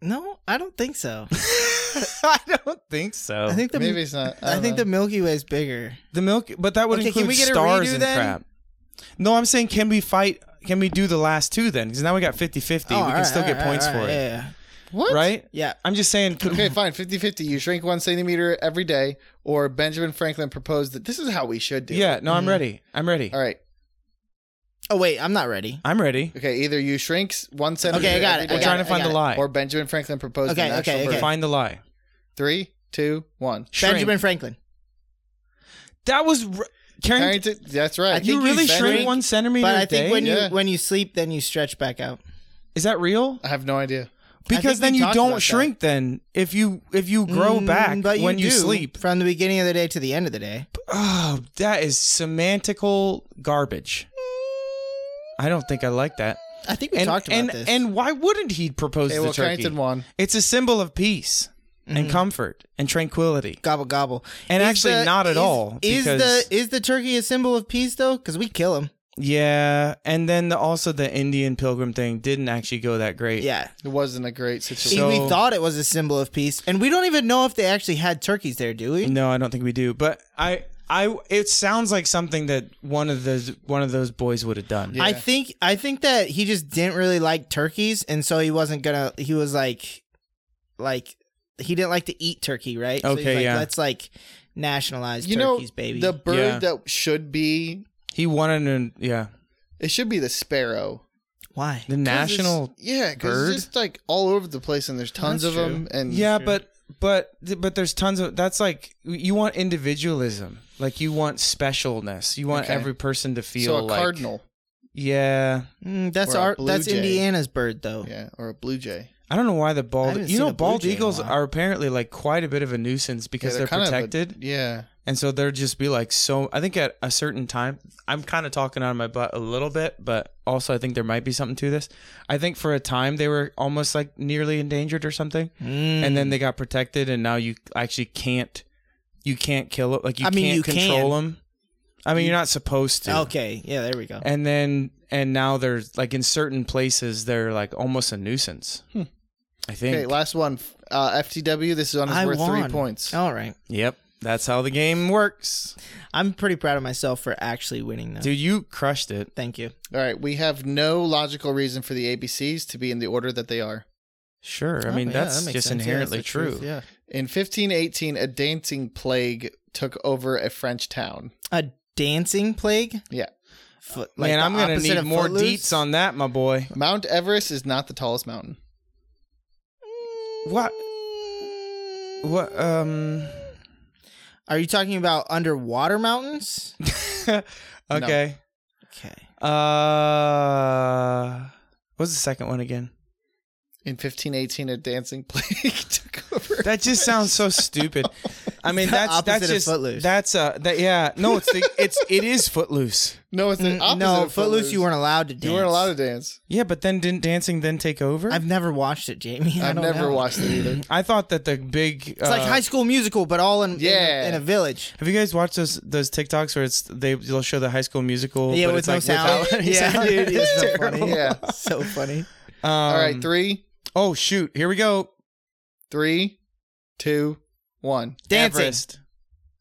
[SPEAKER 3] No, I don't think so.
[SPEAKER 1] Oh, I don't think so.
[SPEAKER 3] I think the
[SPEAKER 2] Maybe it's not.
[SPEAKER 3] I,
[SPEAKER 2] don't
[SPEAKER 3] think
[SPEAKER 2] know.
[SPEAKER 3] the Milky Way is bigger.
[SPEAKER 1] the milk but that would
[SPEAKER 3] Okay, can
[SPEAKER 1] include
[SPEAKER 3] we get a
[SPEAKER 1] stars
[SPEAKER 3] redo
[SPEAKER 1] and
[SPEAKER 3] then?
[SPEAKER 1] crap. No, I'm saying can we fight can we do the last two then? Because now we got 50-50.
[SPEAKER 3] Oh,
[SPEAKER 1] we can
[SPEAKER 3] alright,
[SPEAKER 1] still get
[SPEAKER 3] alright,
[SPEAKER 1] points
[SPEAKER 3] alright,
[SPEAKER 1] for it.
[SPEAKER 3] Yeah,
[SPEAKER 2] what?
[SPEAKER 1] Right?
[SPEAKER 3] yeah.
[SPEAKER 1] I'm just saying could
[SPEAKER 2] Okay, fine. 50 50. You shrink one centimeter every day, or Benjamin Franklin proposed that this is how we should do it.
[SPEAKER 1] Yeah, no,
[SPEAKER 3] Mm-hmm.
[SPEAKER 1] I'm ready. I'm ready.
[SPEAKER 2] All right.
[SPEAKER 3] Oh wait, I'm not ready.
[SPEAKER 1] I'm ready.
[SPEAKER 2] Okay, either you shrink s- one centimeter
[SPEAKER 3] Okay, I got
[SPEAKER 2] every
[SPEAKER 3] it.
[SPEAKER 2] day,
[SPEAKER 3] I
[SPEAKER 1] We're
[SPEAKER 3] got
[SPEAKER 1] trying
[SPEAKER 3] it,
[SPEAKER 1] to
[SPEAKER 3] I
[SPEAKER 1] find
[SPEAKER 3] got
[SPEAKER 1] the
[SPEAKER 3] it.
[SPEAKER 1] lie.
[SPEAKER 2] or Benjamin Franklin proposed
[SPEAKER 3] Okay,
[SPEAKER 2] an actual
[SPEAKER 3] okay,
[SPEAKER 2] bird.
[SPEAKER 3] okay.
[SPEAKER 1] Find the lie.
[SPEAKER 2] Three, two, one.
[SPEAKER 1] Shrink.
[SPEAKER 3] Benjamin Franklin.
[SPEAKER 1] That was r- Carrington.
[SPEAKER 2] Carrington, that's right.
[SPEAKER 3] I think
[SPEAKER 1] You really
[SPEAKER 3] shrink,
[SPEAKER 1] shrink one centimeter
[SPEAKER 3] But
[SPEAKER 1] a
[SPEAKER 3] I think
[SPEAKER 1] day?
[SPEAKER 3] when
[SPEAKER 2] Yeah.
[SPEAKER 3] you when you sleep, then you stretch back out.
[SPEAKER 1] Is that real?
[SPEAKER 2] I have no idea.
[SPEAKER 1] Because
[SPEAKER 3] we
[SPEAKER 1] then you
[SPEAKER 3] talked about
[SPEAKER 1] don't
[SPEAKER 3] that.
[SPEAKER 1] shrink. Then if you if you grow
[SPEAKER 3] Mm,
[SPEAKER 1] back when you
[SPEAKER 3] do,
[SPEAKER 1] sleep,
[SPEAKER 3] from the beginning of the day to the end of the day.
[SPEAKER 1] oh, that is semantical garbage. I don't think I like that.
[SPEAKER 3] I think we
[SPEAKER 1] And
[SPEAKER 3] talked about
[SPEAKER 1] and
[SPEAKER 3] this.
[SPEAKER 1] and why wouldn't he propose
[SPEAKER 2] Okay,
[SPEAKER 1] to
[SPEAKER 2] well,
[SPEAKER 1] turkey?
[SPEAKER 2] Carrington won.
[SPEAKER 1] It's a symbol of peace
[SPEAKER 3] Mm-hmm.
[SPEAKER 1] and comfort and tranquility.
[SPEAKER 3] gobble gobble.
[SPEAKER 1] And actually not at
[SPEAKER 3] is-
[SPEAKER 1] all,
[SPEAKER 3] Is the
[SPEAKER 1] because-
[SPEAKER 3] is the turkey a symbol of peace though? Because we kill him.
[SPEAKER 1] Yeah, and then the, also the Indian pilgrim thing didn't actually go that great.
[SPEAKER 3] Yeah.
[SPEAKER 2] It wasn't a great situation.
[SPEAKER 3] See, we
[SPEAKER 1] So-
[SPEAKER 3] thought it was a symbol of peace, and we don't even know if they actually had turkeys there, do we?
[SPEAKER 1] No, I don't think we do. But I I it sounds like something that one of those one of those boys would have done.
[SPEAKER 3] I think I think that he just didn't really like turkeys, and so he wasn't gonna. He was like, like he didn't like to eat turkey, right? so he's
[SPEAKER 1] Okay,
[SPEAKER 3] like,
[SPEAKER 1] yeah.
[SPEAKER 3] Let's like nationalize
[SPEAKER 2] you know,
[SPEAKER 3] turkeys, baby.
[SPEAKER 2] the bird
[SPEAKER 1] Yeah.
[SPEAKER 2] that should be
[SPEAKER 1] He wanted to yeah.
[SPEAKER 2] it should be the sparrow.
[SPEAKER 3] Why?
[SPEAKER 1] The
[SPEAKER 2] 'Cause it's-
[SPEAKER 1] national
[SPEAKER 2] yeah, because
[SPEAKER 1] bird?
[SPEAKER 2] it's just like all over the place, and there's tons
[SPEAKER 3] That's
[SPEAKER 2] of them. And
[SPEAKER 1] Yeah, but but but there's tons of that's like you want individualism. Like you want specialness. You want
[SPEAKER 2] Okay.
[SPEAKER 1] every person to feel
[SPEAKER 2] so a
[SPEAKER 1] like
[SPEAKER 2] cardinal,
[SPEAKER 1] Yeah.
[SPEAKER 3] Mm, that's
[SPEAKER 2] Or a
[SPEAKER 3] our.
[SPEAKER 2] blue
[SPEAKER 3] That's
[SPEAKER 2] jay.
[SPEAKER 3] Indiana's bird, though.
[SPEAKER 2] yeah, or a blue jay.
[SPEAKER 1] I don't know why the
[SPEAKER 3] I
[SPEAKER 1] bald
[SPEAKER 3] haven't
[SPEAKER 1] you
[SPEAKER 3] seen
[SPEAKER 1] know
[SPEAKER 3] a blue
[SPEAKER 1] bald
[SPEAKER 3] jay in a
[SPEAKER 1] eagles
[SPEAKER 3] while.
[SPEAKER 1] are apparently like quite a bit of a nuisance because
[SPEAKER 2] Yeah,
[SPEAKER 1] they're,
[SPEAKER 2] kind of a-
[SPEAKER 1] protected.
[SPEAKER 2] yeah,
[SPEAKER 1] And so they're just be like so. I think at a certain time, I'm kind of talking out of my butt a little bit, but also I think there might be something to this. I think for a time they were almost like nearly endangered or something,
[SPEAKER 3] Mm.
[SPEAKER 1] and then they got protected, and now you actually can't, you can't kill it. Like you
[SPEAKER 3] I mean,
[SPEAKER 1] can't
[SPEAKER 3] you
[SPEAKER 1] control
[SPEAKER 3] can.
[SPEAKER 1] them. I mean, you're not supposed to.
[SPEAKER 3] Okay. Yeah. There we go.
[SPEAKER 1] And then and now they're like in certain places they're like almost a nuisance.
[SPEAKER 3] Hmm.
[SPEAKER 1] I think.
[SPEAKER 2] Okay, last one. Uh, FTW. This is on his
[SPEAKER 3] I
[SPEAKER 2] worth
[SPEAKER 3] won. Oh.
[SPEAKER 2] three points.
[SPEAKER 3] All right.
[SPEAKER 1] yep, that's how the game works,
[SPEAKER 3] I'm pretty proud of myself for actually winning though.
[SPEAKER 1] dude. You crushed it.
[SPEAKER 3] Thank you.
[SPEAKER 2] All right, we have no logical reason for the ABCs to be in the order that they are.
[SPEAKER 1] Sure. I
[SPEAKER 3] Oh,
[SPEAKER 1] mean,
[SPEAKER 3] yeah,
[SPEAKER 1] that's
[SPEAKER 3] that makes
[SPEAKER 1] just
[SPEAKER 3] sense. Yeah, that's
[SPEAKER 1] inherently
[SPEAKER 3] the
[SPEAKER 1] true.
[SPEAKER 3] truth, Yeah.
[SPEAKER 2] In 1518, a dancing plague took over a French town.
[SPEAKER 3] A dancing plague.
[SPEAKER 2] Yeah.
[SPEAKER 3] Foot,
[SPEAKER 1] Man,
[SPEAKER 3] the
[SPEAKER 1] I'm gonna
[SPEAKER 3] opposite
[SPEAKER 1] need
[SPEAKER 3] of
[SPEAKER 1] more
[SPEAKER 3] Footloose?
[SPEAKER 1] deets on that, my boy.
[SPEAKER 2] Mount Everest is not the tallest mountain.
[SPEAKER 1] What?
[SPEAKER 3] Mm,
[SPEAKER 1] What? Um.
[SPEAKER 3] Are you talking about underwater mountains?
[SPEAKER 1] okay.
[SPEAKER 3] Okay.
[SPEAKER 1] Uh. What's the second one again?
[SPEAKER 2] In 1518, a dancing plague took over.
[SPEAKER 1] That just sounds so stupid. I mean,
[SPEAKER 3] It's the
[SPEAKER 1] that's that's
[SPEAKER 3] opposite of
[SPEAKER 1] just
[SPEAKER 3] Footloose.
[SPEAKER 1] that's uh that yeah no it's the, it's it is footloose.
[SPEAKER 2] No, it's the opposite.
[SPEAKER 3] Mm, no,
[SPEAKER 2] of
[SPEAKER 3] Footloose. You weren't allowed to dance.
[SPEAKER 2] You weren't allowed to dance.
[SPEAKER 1] Yeah, but then didn't dancing then take over? i
[SPEAKER 3] I've never watched it, Jamie. I
[SPEAKER 2] I've
[SPEAKER 3] don't
[SPEAKER 2] never
[SPEAKER 3] know.
[SPEAKER 2] watched it either.
[SPEAKER 1] thought that the big uh,
[SPEAKER 3] It's like High School Musical, but all in in a-
[SPEAKER 2] Yeah.
[SPEAKER 3] in, a village.
[SPEAKER 1] Have you guys watched those those TikToks where it's they they'll show the High School Musical?
[SPEAKER 3] yeah,
[SPEAKER 1] but it's
[SPEAKER 3] with no
[SPEAKER 1] like
[SPEAKER 3] sound.
[SPEAKER 1] without any
[SPEAKER 3] yeah,
[SPEAKER 1] sound?
[SPEAKER 3] dude, it's so
[SPEAKER 1] terrible.
[SPEAKER 3] funny.
[SPEAKER 2] Yeah.
[SPEAKER 3] so funny.
[SPEAKER 1] Um,
[SPEAKER 2] All right, three,
[SPEAKER 1] Oh shoot! Here we go.
[SPEAKER 2] three, two, one.
[SPEAKER 3] Dancing.
[SPEAKER 1] Everest.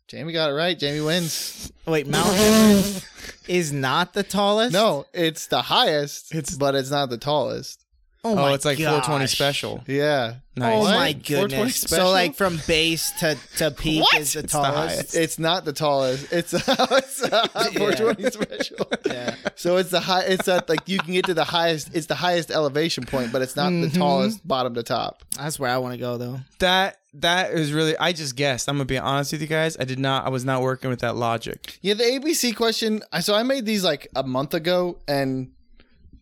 [SPEAKER 2] Jamie got it right. Jamie wins.
[SPEAKER 3] Wait, Mount Everest is not the tallest.
[SPEAKER 2] No, it's the highest,
[SPEAKER 1] It's-
[SPEAKER 2] but it's not the tallest.
[SPEAKER 1] Oh,
[SPEAKER 3] my
[SPEAKER 1] it's like
[SPEAKER 3] gosh.
[SPEAKER 1] 420 special.
[SPEAKER 2] Yeah.
[SPEAKER 1] Nice.
[SPEAKER 3] Oh
[SPEAKER 2] What?
[SPEAKER 3] my
[SPEAKER 2] 420
[SPEAKER 3] goodness!
[SPEAKER 2] special?
[SPEAKER 3] So like from base to to peak
[SPEAKER 1] What?
[SPEAKER 3] is the
[SPEAKER 1] It's the
[SPEAKER 3] tallest.
[SPEAKER 1] highest.
[SPEAKER 2] It's not the tallest. It's a, it's a 420 special.
[SPEAKER 3] Yeah.
[SPEAKER 2] So it's the high. It's at like you can get to the highest. It's the highest elevation point, but it's not
[SPEAKER 1] Mm-hmm.
[SPEAKER 2] the tallest bottom to top.
[SPEAKER 3] That's where I want to go though.
[SPEAKER 1] That that is really. I just guessed. I'm gonna be honest with you guys. I did not. I was not working with that logic.
[SPEAKER 2] Yeah, the ABC question. I So I made these like a month ago, and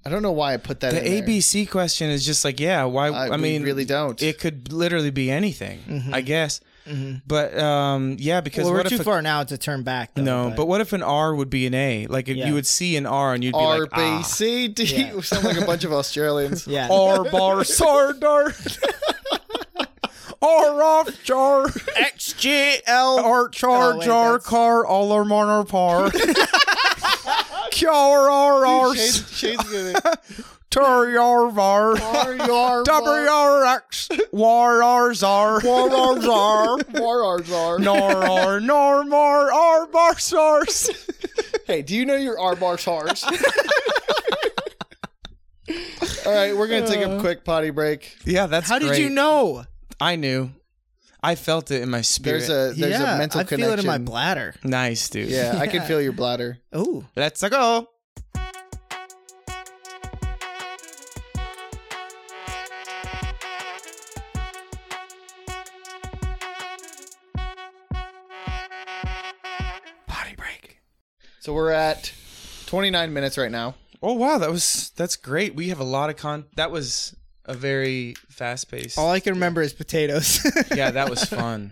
[SPEAKER 2] I don't know why I put that.
[SPEAKER 1] The
[SPEAKER 2] in there.
[SPEAKER 1] ABC question is just like, yeah. Why?
[SPEAKER 2] I,
[SPEAKER 1] I,
[SPEAKER 2] we
[SPEAKER 1] mean,
[SPEAKER 2] really don't. Mm-hmm.
[SPEAKER 1] It could literally be anything. I guess. But um, yeah, because
[SPEAKER 3] Well, we're
[SPEAKER 1] what
[SPEAKER 3] too
[SPEAKER 1] if a,
[SPEAKER 3] far now to turn back. Though,
[SPEAKER 1] no? But. what if an R would be an A? Like if
[SPEAKER 3] Yeah.
[SPEAKER 1] you would see an R and you'd be
[SPEAKER 2] R
[SPEAKER 1] like, "Ah,
[SPEAKER 2] B C D.
[SPEAKER 3] Yeah.
[SPEAKER 2] You Sound like a bunch of Australians.
[SPEAKER 3] yeah,
[SPEAKER 1] ah, R bar sardar. Or off jar,
[SPEAKER 3] X G L.
[SPEAKER 1] or char
[SPEAKER 3] Oh, wait,
[SPEAKER 1] jar
[SPEAKER 3] that's-
[SPEAKER 1] car, all our monar par. Car or our
[SPEAKER 2] Shane's, Shane's gonna
[SPEAKER 1] tur yar var.
[SPEAKER 2] R R
[SPEAKER 1] W R X war R zar. War R zar.
[SPEAKER 2] R R R.
[SPEAKER 1] Nor or nor more R bar sars.
[SPEAKER 2] Hey, do you know your R bar stars? All right, we're gonna take a quick potty break.
[SPEAKER 1] Yeah, that's
[SPEAKER 3] How did you
[SPEAKER 1] great.
[SPEAKER 3] know?
[SPEAKER 1] I knew. I felt it in my spirit.
[SPEAKER 2] There's a there's
[SPEAKER 3] yeah,
[SPEAKER 2] a mental
[SPEAKER 3] I
[SPEAKER 2] connection.
[SPEAKER 3] feel it in my bladder.
[SPEAKER 1] nice dude.
[SPEAKER 2] yeah, I can
[SPEAKER 3] Yeah.
[SPEAKER 2] feel your bladder.
[SPEAKER 3] Ooh.
[SPEAKER 1] Let's go. Potty break.
[SPEAKER 2] So we're at 29 minutes right now.
[SPEAKER 1] Oh wow, that was that's great. We have a lot of con. That was a very fast pace.
[SPEAKER 2] Oh,
[SPEAKER 3] All I can remember is potatoes.
[SPEAKER 1] yeah, that was fun.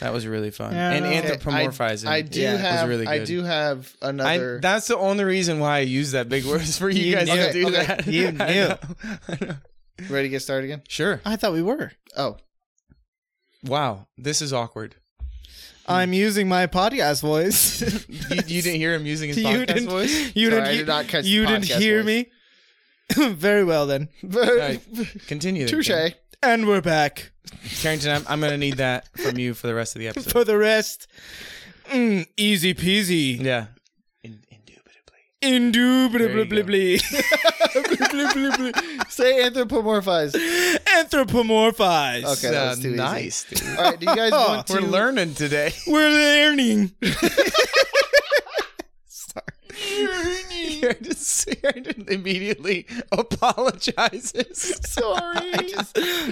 [SPEAKER 1] That was really fun.
[SPEAKER 3] Yeah.
[SPEAKER 1] and
[SPEAKER 3] Okay, I-
[SPEAKER 1] anthropomorphizing.
[SPEAKER 2] I do
[SPEAKER 3] Yeah, it was
[SPEAKER 2] have
[SPEAKER 1] really
[SPEAKER 2] I
[SPEAKER 1] good.
[SPEAKER 2] do have
[SPEAKER 1] I-
[SPEAKER 2] another.
[SPEAKER 1] that's the only reason why I use that big word is for you,
[SPEAKER 3] You
[SPEAKER 1] guys
[SPEAKER 2] knew.
[SPEAKER 1] to do
[SPEAKER 2] Okay,
[SPEAKER 1] that.
[SPEAKER 3] you
[SPEAKER 1] I
[SPEAKER 3] knew.
[SPEAKER 1] know. I know.
[SPEAKER 2] ready to get started again?
[SPEAKER 1] Sure.
[SPEAKER 3] I thought we were.
[SPEAKER 2] Oh,
[SPEAKER 1] Wow, this is awkward.
[SPEAKER 2] Hmm.
[SPEAKER 3] I'm using my podcast voice.
[SPEAKER 1] You, you didn't hear him using his podcast
[SPEAKER 3] you didn't.
[SPEAKER 1] voice.
[SPEAKER 3] You
[SPEAKER 2] Sorry,
[SPEAKER 3] didn't.
[SPEAKER 2] I did not catch the
[SPEAKER 3] you didn't
[SPEAKER 2] podcast
[SPEAKER 3] hear
[SPEAKER 2] voice.
[SPEAKER 3] me. Very well then.
[SPEAKER 1] All right, continue.
[SPEAKER 2] touche.
[SPEAKER 1] Ken.
[SPEAKER 3] And we're back
[SPEAKER 1] Carrington. I'm, I'm gonna need that from you for the rest of the episode.
[SPEAKER 3] for the rest. Mm, easy peasy.
[SPEAKER 1] Yeah. In, indubitably.
[SPEAKER 3] Indubitably.
[SPEAKER 2] Say anthropomorphize.
[SPEAKER 3] Anthropomorphized.
[SPEAKER 2] Okay. that was
[SPEAKER 1] Uh,
[SPEAKER 2] too easy. Oh.
[SPEAKER 1] nice, dude.
[SPEAKER 2] All right, do you guys want to?
[SPEAKER 1] Oh, We're learning today.
[SPEAKER 3] We're learning.
[SPEAKER 1] Carrington Carrington immediately apologizes.
[SPEAKER 2] Sorry.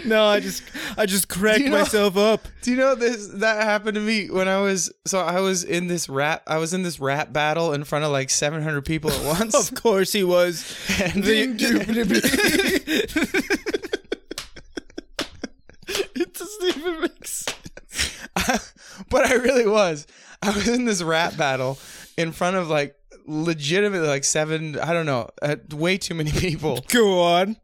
[SPEAKER 3] No, I just I just cracked
[SPEAKER 1] You know-
[SPEAKER 3] myself up.
[SPEAKER 1] Do you know this? That happened to me when I was so I was in this rap. I was in this rap battle in front of like 700 people at once.
[SPEAKER 3] Of course he was.
[SPEAKER 1] and
[SPEAKER 2] it doesn't even make sense.
[SPEAKER 1] but I really was. I was in this rap battle in front of like legitimately like seven. I don't know, uh, way too many people.
[SPEAKER 3] Go on.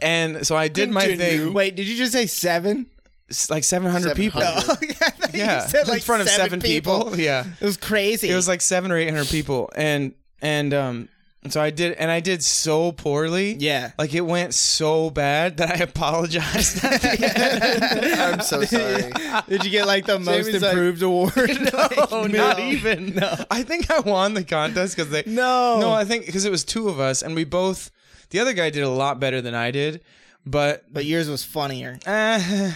[SPEAKER 1] And so I did my thing.
[SPEAKER 3] Wait, did you just say seven? Oh,
[SPEAKER 1] It's like 700 people.
[SPEAKER 2] 700.
[SPEAKER 3] yeah, I thought you
[SPEAKER 1] Yeah,
[SPEAKER 3] said,
[SPEAKER 1] in front of seven people. Yeah.
[SPEAKER 3] It was crazy.
[SPEAKER 1] It was like seven or eight hundred people, and and um, so I did, and I did so poorly.
[SPEAKER 3] Yeah.
[SPEAKER 1] like it went so bad that I apologized. at the end.
[SPEAKER 2] I'm so sorry.
[SPEAKER 3] Did you get like the most
[SPEAKER 2] Jamie's like-
[SPEAKER 3] improved award?
[SPEAKER 1] no, not even. No, I think I won the contest because they.
[SPEAKER 3] No.
[SPEAKER 1] no, I think because it was two of us, and we both. The other guy did a lot better than I did, but.
[SPEAKER 3] But yours was funnier.
[SPEAKER 1] Uh,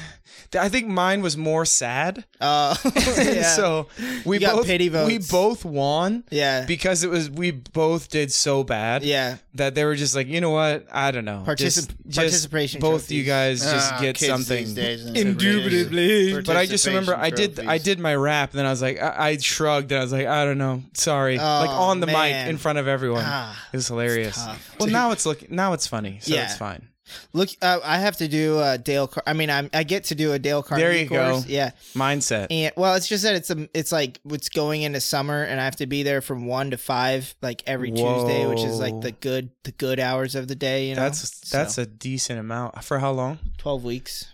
[SPEAKER 1] I think mine was more sad.
[SPEAKER 3] Uh, yeah.
[SPEAKER 1] so we
[SPEAKER 3] You got
[SPEAKER 1] both
[SPEAKER 3] pity votes.
[SPEAKER 1] we both won
[SPEAKER 3] yeah.
[SPEAKER 1] because it was we both did so bad.
[SPEAKER 3] yeah.
[SPEAKER 1] that they were just like, you know what? I don't know.
[SPEAKER 3] Particip-
[SPEAKER 1] Just- just
[SPEAKER 3] participation
[SPEAKER 1] Both
[SPEAKER 3] trophies.
[SPEAKER 1] you guys just
[SPEAKER 2] Ah,
[SPEAKER 1] get
[SPEAKER 2] kids
[SPEAKER 1] something.
[SPEAKER 2] these days and
[SPEAKER 3] Indubitably.
[SPEAKER 1] But I just remember I
[SPEAKER 2] participation
[SPEAKER 1] did I
[SPEAKER 2] trophies.
[SPEAKER 1] did my rap, and then I was like, I, I shrugged, and I was like, I don't know, sorry, like on the
[SPEAKER 3] Oh, man.
[SPEAKER 1] mic in front of everyone.
[SPEAKER 3] Ah,
[SPEAKER 1] it was hilarious.
[SPEAKER 3] tough.
[SPEAKER 1] Well, now it's looking now it's funny, so
[SPEAKER 3] Yeah.
[SPEAKER 1] it's fine.
[SPEAKER 3] Look, uh, I have to do uh, Dale. Car- I mean, I'm, I get to do a Dale Carnegie
[SPEAKER 1] There you go.
[SPEAKER 3] course. Yeah,
[SPEAKER 1] Mindset.
[SPEAKER 3] and well, it's just that it's a, it's like it's going into summer, and I have to be there from one to five, like every Tuesday, which is like
[SPEAKER 1] Whoa.
[SPEAKER 3] the good the good hours of the day. You know,
[SPEAKER 1] That's that's a decent amount for how long?
[SPEAKER 3] twelve weeks.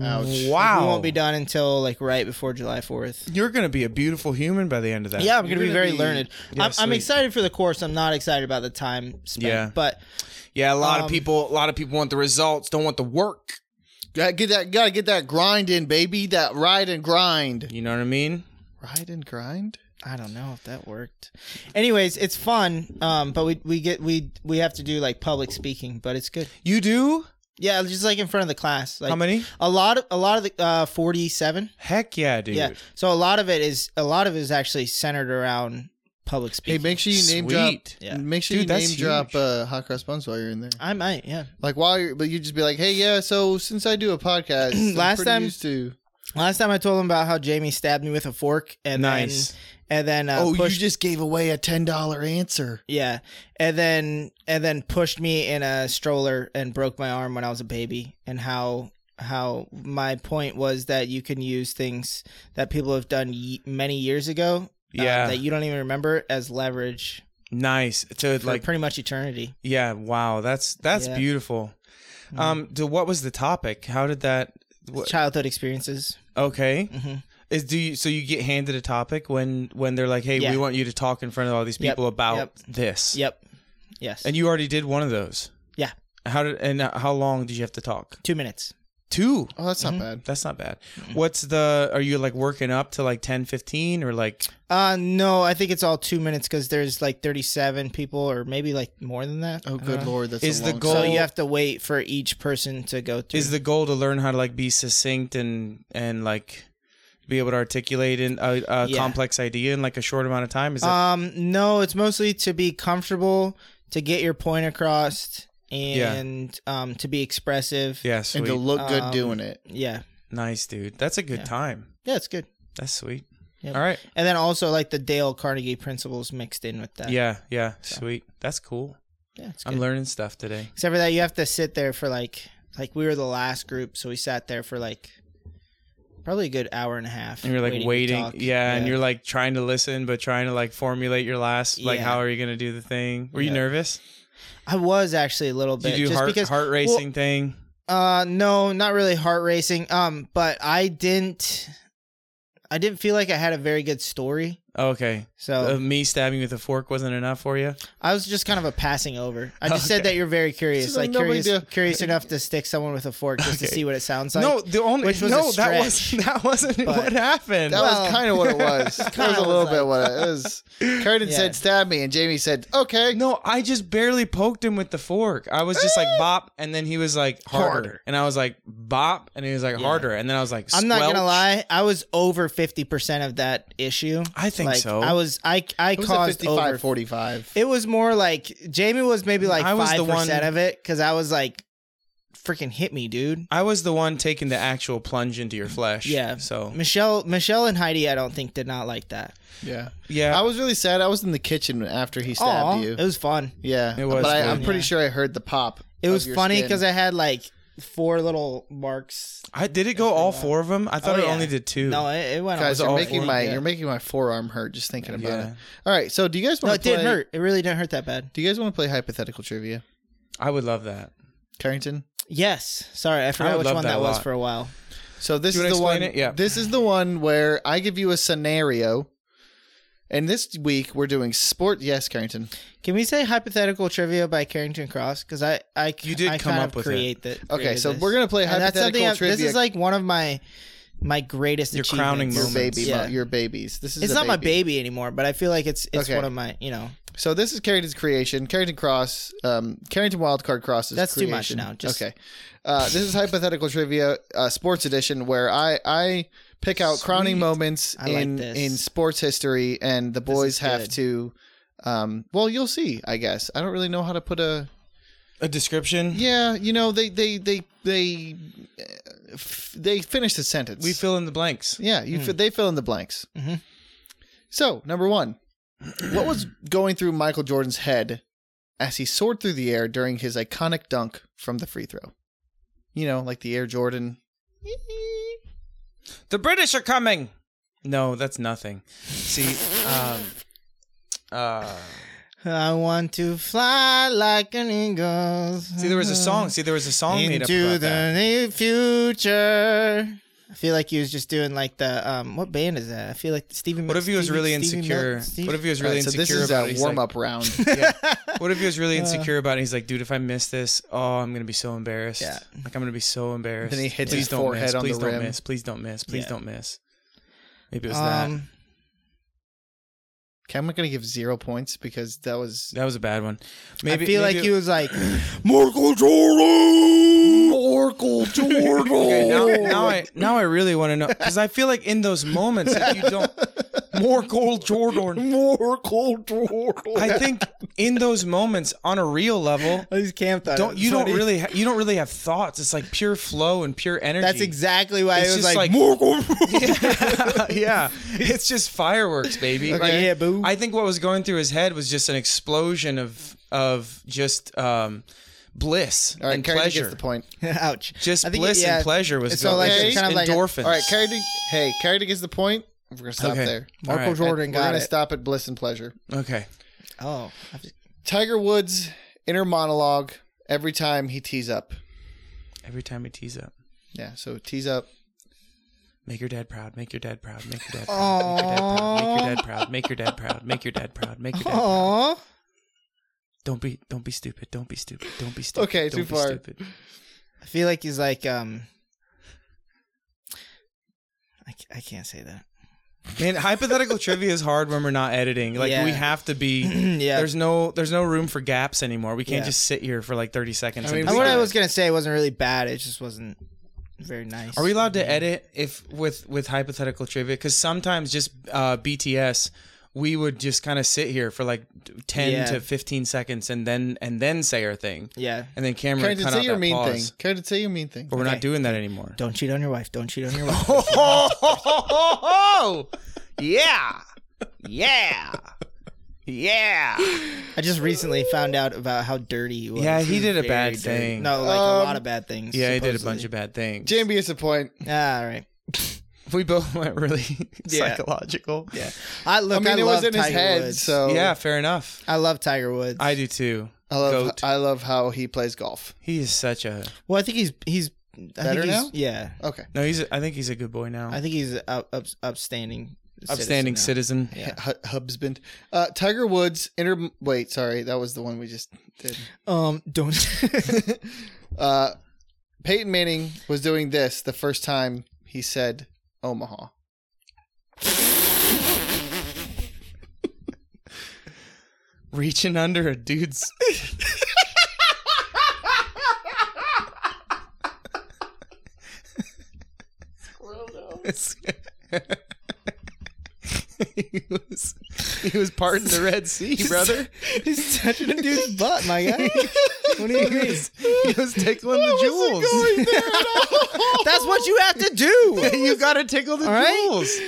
[SPEAKER 2] Ouch.
[SPEAKER 1] Wow,
[SPEAKER 3] We won't be done until like right before July fourth.
[SPEAKER 1] You're gonna be a beautiful human by the end of that.
[SPEAKER 3] Yeah, I'm gonna,
[SPEAKER 2] You're
[SPEAKER 3] be
[SPEAKER 2] gonna
[SPEAKER 3] very
[SPEAKER 2] be-
[SPEAKER 3] learned.
[SPEAKER 1] Yeah,
[SPEAKER 3] I'm, I'm
[SPEAKER 1] sweet.
[SPEAKER 3] excited for the course. I'm not excited about the time spent.
[SPEAKER 1] Yeah.
[SPEAKER 3] but
[SPEAKER 1] yeah. A lot
[SPEAKER 3] Um,
[SPEAKER 1] of people, a lot of people want the results, don't want the work.
[SPEAKER 2] Gotta get that. Gotta get that grind in, baby. That ride and grind.
[SPEAKER 1] You know what I mean?
[SPEAKER 2] Ride and grind.
[SPEAKER 3] I don't know if that worked. Anyways, it's fun. Um, but we we get we we have to do like public speaking, but it's good.
[SPEAKER 1] You do?
[SPEAKER 3] Yeah, just like in front of the class. Like
[SPEAKER 1] how many?
[SPEAKER 3] A lot of a lot of the uh, forty seven.
[SPEAKER 1] Heck yeah, dude.
[SPEAKER 3] Yeah. So a lot of it is a lot of it is actually centered around public
[SPEAKER 2] Hey,
[SPEAKER 3] speaking.
[SPEAKER 2] make sure you name drop.
[SPEAKER 1] Sweet.
[SPEAKER 3] Yeah.
[SPEAKER 2] Make sure
[SPEAKER 1] Dude,
[SPEAKER 2] you
[SPEAKER 1] that's
[SPEAKER 2] name drop
[SPEAKER 1] huge.
[SPEAKER 2] uh, hot cross buns while you're in there.
[SPEAKER 3] I might, yeah.
[SPEAKER 2] Like while you're, but you just be like, hey, yeah. So since I do a podcast, I'm
[SPEAKER 3] Last
[SPEAKER 2] pretty
[SPEAKER 3] time-
[SPEAKER 2] used to.
[SPEAKER 3] Last time I told him about how Jamie stabbed me with a fork and
[SPEAKER 1] Nice.
[SPEAKER 3] then and then uh,
[SPEAKER 2] oh,
[SPEAKER 3] pushed
[SPEAKER 2] you just gave away a ten dollar answer.
[SPEAKER 3] yeah, and then and then pushed me in a stroller and broke my arm when I was a baby, and how how my point was that you can use things that people have done ye- many years ago, uh,
[SPEAKER 1] Yeah.
[SPEAKER 3] that you don't even remember as leverage
[SPEAKER 1] Nice. To
[SPEAKER 3] for
[SPEAKER 1] like
[SPEAKER 3] pretty much eternity.
[SPEAKER 1] yeah, wow. That's that's
[SPEAKER 3] Yeah. Mm-hmm.
[SPEAKER 1] beautiful. Um to what was the topic? How did that What-
[SPEAKER 3] childhood experiences.
[SPEAKER 1] Okay.
[SPEAKER 3] hmm
[SPEAKER 1] Is do you, so you get handed a topic when when they're like, "Hey,
[SPEAKER 3] Yeah.
[SPEAKER 1] we want you to talk in front of all these
[SPEAKER 3] Yep,
[SPEAKER 1] people about
[SPEAKER 3] yep.
[SPEAKER 1] this."
[SPEAKER 3] Yep. Yes.
[SPEAKER 1] And you already did one of those.
[SPEAKER 3] Yeah.
[SPEAKER 1] How did and uh, how long did you have to talk?
[SPEAKER 3] Two minutes.
[SPEAKER 1] Two.
[SPEAKER 2] Oh, that's not
[SPEAKER 3] Mhm.
[SPEAKER 2] bad.
[SPEAKER 1] That's not bad.
[SPEAKER 3] Mm-hmm.
[SPEAKER 1] What's the are you like working up to like 10 15 or like
[SPEAKER 3] Uh, no, I think it's all two minutes because there's like 37 people or maybe like more than that.
[SPEAKER 2] Oh, good
[SPEAKER 1] Uh,
[SPEAKER 2] lord, that's
[SPEAKER 1] is the
[SPEAKER 2] a long
[SPEAKER 1] goal-
[SPEAKER 3] So
[SPEAKER 2] sentence.
[SPEAKER 3] you have to wait for each person to go through.
[SPEAKER 1] is the goal to learn how to like be succinct and and like be able to articulate in a, a
[SPEAKER 3] Yeah.
[SPEAKER 1] complex idea in like a short amount of time? Is that
[SPEAKER 3] um, no, it's mostly to be comfortable, to get your point across, and um, to be expressive.
[SPEAKER 1] Yeah, sweet.
[SPEAKER 2] and to look good
[SPEAKER 3] Um,
[SPEAKER 2] doing it.
[SPEAKER 3] Yeah.
[SPEAKER 1] nice, dude. That's a good
[SPEAKER 3] Yeah.
[SPEAKER 1] time.
[SPEAKER 3] Yeah, it's good.
[SPEAKER 1] That's sweet.
[SPEAKER 3] Yep.
[SPEAKER 1] All right.
[SPEAKER 3] And then also like the Dale Carnegie principles mixed in with that.
[SPEAKER 1] Yeah, yeah. Sweet. That's cool.
[SPEAKER 3] Yeah, it's good.
[SPEAKER 1] I'm learning stuff today.
[SPEAKER 3] Except for that, you have to sit there for like like we were the last group, so we sat there for like probably a good hour and a half.
[SPEAKER 1] And you're like
[SPEAKER 3] to
[SPEAKER 1] waiting.
[SPEAKER 3] talk.
[SPEAKER 1] Yeah, and you're like trying to listen, but trying to like formulate your last, like,
[SPEAKER 3] Yeah.
[SPEAKER 1] how are you going to do the thing? Were you
[SPEAKER 2] Yeah.
[SPEAKER 1] nervous?
[SPEAKER 3] I was actually a little
[SPEAKER 1] Did
[SPEAKER 3] bit
[SPEAKER 1] you do
[SPEAKER 3] just
[SPEAKER 1] heart,
[SPEAKER 3] because
[SPEAKER 1] heart racing thing?
[SPEAKER 3] uh no, not really heart racing. Um, but I didn't I didn't feel like I had a very good story.
[SPEAKER 1] Okay.
[SPEAKER 3] So
[SPEAKER 1] Uh, me stabbing with a fork wasn't enough for you?
[SPEAKER 3] I was just kind of a passing over. I just said
[SPEAKER 1] Okay.
[SPEAKER 3] that you're very
[SPEAKER 2] This
[SPEAKER 3] curious,
[SPEAKER 2] is
[SPEAKER 3] like
[SPEAKER 2] nobody
[SPEAKER 3] curious,
[SPEAKER 2] do-
[SPEAKER 3] curious enough to stick someone with a fork just to
[SPEAKER 1] Okay.
[SPEAKER 3] see what it sounds like.
[SPEAKER 1] no, the only
[SPEAKER 3] which was a
[SPEAKER 1] no, that
[SPEAKER 3] stretch,
[SPEAKER 1] wasn't that wasn't
[SPEAKER 3] but-
[SPEAKER 1] what happened.
[SPEAKER 2] That
[SPEAKER 3] Well-
[SPEAKER 2] was kind of what it was. that was
[SPEAKER 3] Kinda
[SPEAKER 2] a little
[SPEAKER 3] was
[SPEAKER 2] bit what it was. Curtin
[SPEAKER 3] Yeah.
[SPEAKER 2] said, "Stab me," and Jamie said, "Okay."
[SPEAKER 1] no, I just barely poked him with the fork. I was just like bop, and then he was like Eh. harder,
[SPEAKER 2] Harder.
[SPEAKER 1] and I was like bop, and he was like harder, and then I was like,
[SPEAKER 3] I'm not gonna
[SPEAKER 1] squelch.
[SPEAKER 3] lie, I was over fifty percent of that issue.
[SPEAKER 1] I think
[SPEAKER 3] like,
[SPEAKER 1] so.
[SPEAKER 3] I was I I
[SPEAKER 2] It was a
[SPEAKER 3] caused over
[SPEAKER 2] 55 45.
[SPEAKER 3] It was more like Jamie was maybe like
[SPEAKER 1] I was
[SPEAKER 3] five
[SPEAKER 1] the one-
[SPEAKER 3] percent of it because I was like, "Freaking hit me, dude!"
[SPEAKER 1] I was the one taking the actual plunge into your flesh.
[SPEAKER 3] Yeah.
[SPEAKER 1] So
[SPEAKER 3] Michelle, Michelle, and Heidi, I don't think did not like that.
[SPEAKER 2] Yeah.
[SPEAKER 1] yeah,
[SPEAKER 2] I was really sad. I was in the kitchen after he stabbed
[SPEAKER 3] Oh,
[SPEAKER 2] you.
[SPEAKER 3] it was fun.
[SPEAKER 2] yeah.
[SPEAKER 1] It was
[SPEAKER 2] But I,
[SPEAKER 1] good.
[SPEAKER 2] I'm pretty
[SPEAKER 3] Yeah.
[SPEAKER 2] sure I heard the pop.
[SPEAKER 3] It
[SPEAKER 2] of
[SPEAKER 3] was
[SPEAKER 2] your
[SPEAKER 3] funny
[SPEAKER 2] skin.
[SPEAKER 3] because I had like four little marks.
[SPEAKER 1] I did it go all four of them. I thought
[SPEAKER 3] Oh,
[SPEAKER 1] it
[SPEAKER 3] yeah.
[SPEAKER 1] only did two.
[SPEAKER 3] No, it, it went.
[SPEAKER 2] Guys,
[SPEAKER 1] all
[SPEAKER 2] you're
[SPEAKER 3] awful.
[SPEAKER 2] making
[SPEAKER 1] four.
[SPEAKER 2] my
[SPEAKER 3] Yeah.
[SPEAKER 2] you're making my forearm hurt just thinking about
[SPEAKER 1] Yeah.
[SPEAKER 2] it. All right, so do you guys
[SPEAKER 3] No,
[SPEAKER 2] want
[SPEAKER 3] it
[SPEAKER 2] to play?
[SPEAKER 3] did hurt. It really didn't hurt that bad.
[SPEAKER 2] Do you guys want to play hypothetical trivia,
[SPEAKER 1] I would love that.
[SPEAKER 2] Carrington?
[SPEAKER 3] Yes. Sorry, I forgot
[SPEAKER 1] would
[SPEAKER 3] which
[SPEAKER 1] love
[SPEAKER 3] one
[SPEAKER 1] that
[SPEAKER 3] that,
[SPEAKER 1] a
[SPEAKER 3] was
[SPEAKER 1] lot.
[SPEAKER 3] for a while.
[SPEAKER 2] So this
[SPEAKER 1] You wanna
[SPEAKER 2] is the
[SPEAKER 1] explain
[SPEAKER 2] one.
[SPEAKER 1] it? Yeah.
[SPEAKER 2] This is the one where I give you a scenario, and this week we're doing sport. Yes, Carrington.
[SPEAKER 3] Can we say hypothetical trivia by Carrington Cross? Because I, I,
[SPEAKER 1] You did
[SPEAKER 3] I
[SPEAKER 1] come
[SPEAKER 3] kind
[SPEAKER 1] up
[SPEAKER 3] of
[SPEAKER 1] with it.
[SPEAKER 3] create that.
[SPEAKER 2] Okay,
[SPEAKER 3] created
[SPEAKER 2] so
[SPEAKER 3] this.
[SPEAKER 2] we're gonna play
[SPEAKER 3] And that's
[SPEAKER 2] hypothetical
[SPEAKER 3] something. I'm-
[SPEAKER 2] trivia.
[SPEAKER 3] This is like one of my, my greatest.
[SPEAKER 1] Your crowning
[SPEAKER 3] achievements.
[SPEAKER 2] your
[SPEAKER 1] moments.
[SPEAKER 2] baby,
[SPEAKER 3] Yeah.
[SPEAKER 2] mo- your babies. This is
[SPEAKER 3] it's
[SPEAKER 2] a
[SPEAKER 3] not my baby anymore, but I feel like it's it's
[SPEAKER 2] Okay.
[SPEAKER 3] one of my you know
[SPEAKER 2] So this is Carrington's creation. Carrington Cross, um, Carrington Wildcard Cross is
[SPEAKER 3] That's too much
[SPEAKER 2] creation.
[SPEAKER 3] now, just-
[SPEAKER 2] okay. Uh, this is hypothetical trivia, uh, sports edition, where I I pick out crowning
[SPEAKER 1] Sweet.
[SPEAKER 2] moments
[SPEAKER 3] I like
[SPEAKER 2] in
[SPEAKER 3] this.
[SPEAKER 2] in sports history, and the boys
[SPEAKER 3] is
[SPEAKER 2] have
[SPEAKER 3] good.
[SPEAKER 2] to. Um, well, you'll see. I guess I don't really know how to put a.
[SPEAKER 1] A description.
[SPEAKER 2] Yeah, you know they they they they uh, f- they finish the sentence.
[SPEAKER 1] We fill in the blanks.
[SPEAKER 2] Yeah, you fi- they fill in the blanks.
[SPEAKER 1] Mm-hmm.
[SPEAKER 3] Mhm.
[SPEAKER 2] So number one, what was going through Michael Jordan's head as he soared through the air during his iconic dunk from the free throw? You know, like the Air Jordan.
[SPEAKER 1] The British are coming. No, that's nothing. See, um, uh,
[SPEAKER 3] I want to fly like an eagle.
[SPEAKER 1] see, there was a
[SPEAKER 2] Mm-hmm.
[SPEAKER 1] song. See, there was a song made up
[SPEAKER 3] into
[SPEAKER 1] about that.
[SPEAKER 3] the near future. I feel like he was just doing like the um what band is that? I feel like Stevie.
[SPEAKER 1] What if he was really insecure? What if he was really
[SPEAKER 2] Alright, so
[SPEAKER 1] insecure
[SPEAKER 2] this is
[SPEAKER 1] about it?
[SPEAKER 2] a Uh.
[SPEAKER 1] He's like-
[SPEAKER 2] warm up round.
[SPEAKER 1] What if he was really insecure about it? He's like, dude, if I miss this, oh, I'm gonna be so embarrassed.
[SPEAKER 3] Yeah.
[SPEAKER 1] Like I'm gonna be so embarrassed.
[SPEAKER 2] Then he hits
[SPEAKER 1] please
[SPEAKER 2] his
[SPEAKER 1] don't
[SPEAKER 2] forehead
[SPEAKER 1] miss.
[SPEAKER 2] on the
[SPEAKER 1] please don't
[SPEAKER 2] rim.
[SPEAKER 1] miss. Please don't miss. Please
[SPEAKER 3] Yeah.
[SPEAKER 1] don't miss. Maybe it was
[SPEAKER 3] um,
[SPEAKER 2] Okay, I'm not gonna give zero points because that was
[SPEAKER 1] that. That was a bad one. Maybe
[SPEAKER 3] I feel
[SPEAKER 1] maybe
[SPEAKER 3] like he was like
[SPEAKER 2] Michael Jordan. Michael Jordan.
[SPEAKER 1] Okay, now, now I now I really want to know because I feel like in those moments if you don't more gold Jordan.
[SPEAKER 2] Michael Jordan.
[SPEAKER 1] I think in those moments on a real level,
[SPEAKER 3] he's camped on.
[SPEAKER 1] don't
[SPEAKER 3] it.
[SPEAKER 1] you
[SPEAKER 3] So
[SPEAKER 1] don't
[SPEAKER 3] he-
[SPEAKER 1] really ha- you don't really have thoughts. It's like pure flow and pure energy.
[SPEAKER 3] That's exactly why
[SPEAKER 1] It's
[SPEAKER 3] it was
[SPEAKER 1] just
[SPEAKER 3] like,
[SPEAKER 1] like-
[SPEAKER 3] Morgan.
[SPEAKER 1] yeah, yeah. It's just fireworks, baby.
[SPEAKER 2] Okay.
[SPEAKER 3] yeah, boo.
[SPEAKER 1] I think what was going through his head was just an explosion of of just um, bliss
[SPEAKER 2] All right,
[SPEAKER 1] and
[SPEAKER 2] Carrington
[SPEAKER 1] pleasure.
[SPEAKER 2] gets the point.
[SPEAKER 3] Ouch.
[SPEAKER 1] Just
[SPEAKER 3] I think it-
[SPEAKER 1] bliss
[SPEAKER 3] yeah.
[SPEAKER 1] and pleasure was
[SPEAKER 3] So,
[SPEAKER 1] going.
[SPEAKER 3] like,
[SPEAKER 1] Like,
[SPEAKER 2] it's
[SPEAKER 3] kind of like a-
[SPEAKER 1] endorphins.
[SPEAKER 2] All right, Carrington. Hey, Carrington gets the point. We're gonna stop
[SPEAKER 1] Okay.
[SPEAKER 2] there.
[SPEAKER 1] All
[SPEAKER 3] Michael
[SPEAKER 1] right.
[SPEAKER 3] Jordan
[SPEAKER 2] We're
[SPEAKER 3] got
[SPEAKER 2] gonna
[SPEAKER 3] it.
[SPEAKER 2] stop at bliss and pleasure.
[SPEAKER 1] Okay.
[SPEAKER 3] Oh,
[SPEAKER 2] Tiger Woods inner monologue every time he tees up.
[SPEAKER 1] Every time he tees up.
[SPEAKER 2] Yeah, so tease up.
[SPEAKER 1] Make your dad proud. Make your dad proud. Make your dad proud. Make your dad proud. Make your dad proud. Make your dad proud. Make your dad proud. Make your dad proud.
[SPEAKER 3] Aww.
[SPEAKER 1] Don't be don't be stupid. Don't be stupid. Don't be stupid.
[SPEAKER 2] Okay,
[SPEAKER 1] don't
[SPEAKER 2] too
[SPEAKER 1] be
[SPEAKER 2] far.
[SPEAKER 1] Stupid.
[SPEAKER 3] I feel like he's like um. I, ca- I can't say that.
[SPEAKER 1] Man, hypothetical trivia is hard when we're not editing. Like we
[SPEAKER 3] Yeah.
[SPEAKER 1] have to be.
[SPEAKER 3] yeah.
[SPEAKER 1] There's no there's no room for gaps anymore. We can't
[SPEAKER 3] Yeah.
[SPEAKER 1] just sit here for like 30 seconds.
[SPEAKER 2] I
[SPEAKER 1] and
[SPEAKER 2] mean,
[SPEAKER 1] just
[SPEAKER 3] And what I
[SPEAKER 1] go.
[SPEAKER 3] was gonna say wasn't really bad. It just wasn't very nice.
[SPEAKER 1] Are we allowed to edit if with with hypothetical trivia? Because sometimes just uh, BTS, we would just kind of sit here for like ten
[SPEAKER 3] Yeah.
[SPEAKER 1] to fifteen seconds and then and then say our thing,
[SPEAKER 3] Yeah.
[SPEAKER 1] and then Cameron
[SPEAKER 2] Karen,
[SPEAKER 1] would
[SPEAKER 2] did
[SPEAKER 1] cut
[SPEAKER 2] say
[SPEAKER 1] out
[SPEAKER 2] your
[SPEAKER 1] that
[SPEAKER 2] mean
[SPEAKER 1] pause.
[SPEAKER 2] thing. Karen, did say your mean thing.
[SPEAKER 1] But we're
[SPEAKER 3] Okay.
[SPEAKER 1] not doing that anymore.
[SPEAKER 3] Don't cheat on your wife. Don't cheat on your wife. Oh!
[SPEAKER 1] yeah, yeah, yeah.
[SPEAKER 3] I just recently found out about how dirty he was.
[SPEAKER 1] Yeah, he
[SPEAKER 3] was
[SPEAKER 1] did a
[SPEAKER 3] very
[SPEAKER 1] bad
[SPEAKER 3] dirty.
[SPEAKER 1] thing.
[SPEAKER 3] No, like
[SPEAKER 2] Um,
[SPEAKER 3] a lot of bad things.
[SPEAKER 1] Yeah, he did a
[SPEAKER 3] supposedly.
[SPEAKER 1] bunch of bad things.
[SPEAKER 2] JMB is the point.
[SPEAKER 3] Ah, all right.
[SPEAKER 1] we both went really
[SPEAKER 3] Yeah.
[SPEAKER 1] psychological.
[SPEAKER 3] Yeah. I look.
[SPEAKER 2] I mean, it was
[SPEAKER 3] love
[SPEAKER 2] in
[SPEAKER 3] Tiger
[SPEAKER 2] his head,
[SPEAKER 3] Woods.
[SPEAKER 2] so
[SPEAKER 1] Yeah, fair enough.
[SPEAKER 3] I love Tiger Woods.
[SPEAKER 1] I do too.
[SPEAKER 2] I love
[SPEAKER 1] Goat.
[SPEAKER 2] I love how he plays golf.
[SPEAKER 1] He is such a
[SPEAKER 3] Well, I think he's he's I
[SPEAKER 2] Better
[SPEAKER 3] think he's,
[SPEAKER 2] now?
[SPEAKER 3] Yeah,
[SPEAKER 2] Okay,
[SPEAKER 1] no. He's a, I think he's a good boy now.
[SPEAKER 3] I think he's up, up upstanding,
[SPEAKER 1] upstanding
[SPEAKER 3] citizen
[SPEAKER 1] citizen.
[SPEAKER 3] now. Yeah.
[SPEAKER 2] H- husband. Uh, Tiger Woods. Inter. Wait, sorry, that was the one we just did.
[SPEAKER 3] Um, don't.
[SPEAKER 2] uh, Peyton Manning was doing this the first time he said Omaha.
[SPEAKER 1] Reaching under a dude's. It's- he was he was parting the Red Sea, brother.
[SPEAKER 3] he's touching a dude's butt, my guy. What do you
[SPEAKER 1] He
[SPEAKER 3] mean?
[SPEAKER 1] was, he was tickling the jewels.
[SPEAKER 3] That's what you have to do.
[SPEAKER 1] you gotta tickle the
[SPEAKER 3] right?
[SPEAKER 1] jewels.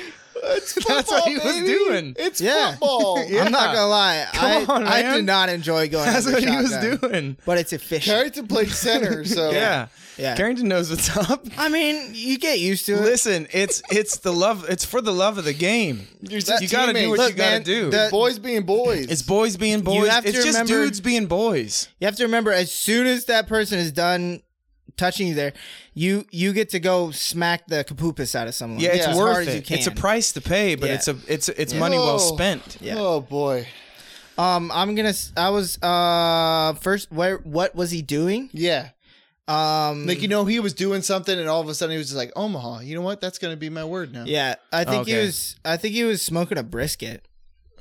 [SPEAKER 1] That's what he was doing.
[SPEAKER 2] It's
[SPEAKER 3] Yeah.
[SPEAKER 2] football.
[SPEAKER 1] Yeah.
[SPEAKER 3] I'm not gonna lie. I,
[SPEAKER 1] Come on,
[SPEAKER 3] I
[SPEAKER 1] man.
[SPEAKER 3] did not enjoy going.
[SPEAKER 1] That's
[SPEAKER 3] after
[SPEAKER 1] what he was
[SPEAKER 3] shotgun,
[SPEAKER 1] doing.
[SPEAKER 3] But it's efficient.
[SPEAKER 2] Carrington played center, so
[SPEAKER 1] Yeah.
[SPEAKER 3] Yeah.
[SPEAKER 1] Carrington knows what's up.
[SPEAKER 3] I mean, you get used to it.
[SPEAKER 1] Listen, it's it's the love. It's for the love of the game.
[SPEAKER 2] You're
[SPEAKER 1] You
[SPEAKER 2] just
[SPEAKER 1] gotta do what
[SPEAKER 2] teammates.
[SPEAKER 1] you gotta do.
[SPEAKER 3] the-
[SPEAKER 2] boys being boys.
[SPEAKER 1] It's boys being boys.
[SPEAKER 3] have
[SPEAKER 1] it's
[SPEAKER 3] to
[SPEAKER 1] just
[SPEAKER 3] remember-
[SPEAKER 1] dudes being boys.
[SPEAKER 3] You have to remember, as soon as that person is done touching you there, you you get to go smack the kapoopus out of someone.
[SPEAKER 1] Yeah, it's
[SPEAKER 2] Yeah.
[SPEAKER 3] as
[SPEAKER 1] worth
[SPEAKER 3] hard
[SPEAKER 1] it.
[SPEAKER 3] As you can.
[SPEAKER 1] It's a price to pay, but
[SPEAKER 3] Yeah.
[SPEAKER 1] it's a it's it's money well
[SPEAKER 2] Whoa.
[SPEAKER 1] spent.
[SPEAKER 3] Yeah.
[SPEAKER 2] Oh boy.
[SPEAKER 3] Um, I'm gonna. s- I was uh first. Where what was he doing?
[SPEAKER 2] Yeah.
[SPEAKER 3] Um,
[SPEAKER 2] Like you know, he was doing something, and all of a sudden he was just like Omaha. You know what? That's gonna be my word now.
[SPEAKER 3] yeah. I think he
[SPEAKER 1] Okay.
[SPEAKER 3] was. I think he was smoking a brisket.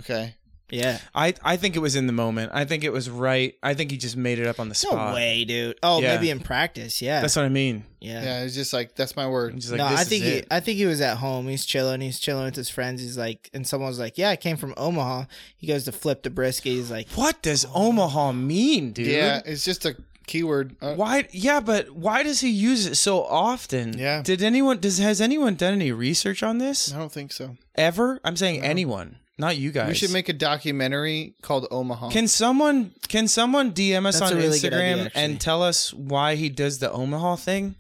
[SPEAKER 2] Okay.
[SPEAKER 3] Yeah.
[SPEAKER 1] I I think it was in the moment. I think it was right. I think he just made it up on the
[SPEAKER 3] No
[SPEAKER 1] spot.
[SPEAKER 3] way, dude. Oh,
[SPEAKER 1] Yeah.
[SPEAKER 3] maybe in practice. Yeah.
[SPEAKER 1] That's what I mean.
[SPEAKER 3] yeah.
[SPEAKER 2] Yeah. It's just like that's my word.
[SPEAKER 1] He's like,
[SPEAKER 3] no,
[SPEAKER 1] this
[SPEAKER 3] I think
[SPEAKER 1] is
[SPEAKER 3] he,
[SPEAKER 1] it.
[SPEAKER 3] I think he was at home. He's chilling. He's chilling with his friends. He's like, and someone's like, "Yeah, I came from Omaha." He goes to flip the brisket. He's like,
[SPEAKER 1] What does Omaha mean, dude?
[SPEAKER 2] Yeah. It's just a keyword. Uh,
[SPEAKER 1] Why? Yeah, but why does he use it so often?
[SPEAKER 2] Yeah.
[SPEAKER 1] Did anyone? Does has anyone done any research on this
[SPEAKER 2] I don't think so.
[SPEAKER 1] ever? I'm saying anyone, not you guys.
[SPEAKER 2] We should make a documentary called Omaha.
[SPEAKER 1] Can someone can someone DM us
[SPEAKER 3] That's
[SPEAKER 1] on
[SPEAKER 3] a really good
[SPEAKER 1] Instagram
[SPEAKER 3] idea, actually.
[SPEAKER 1] and tell us why he does the Omaha thing?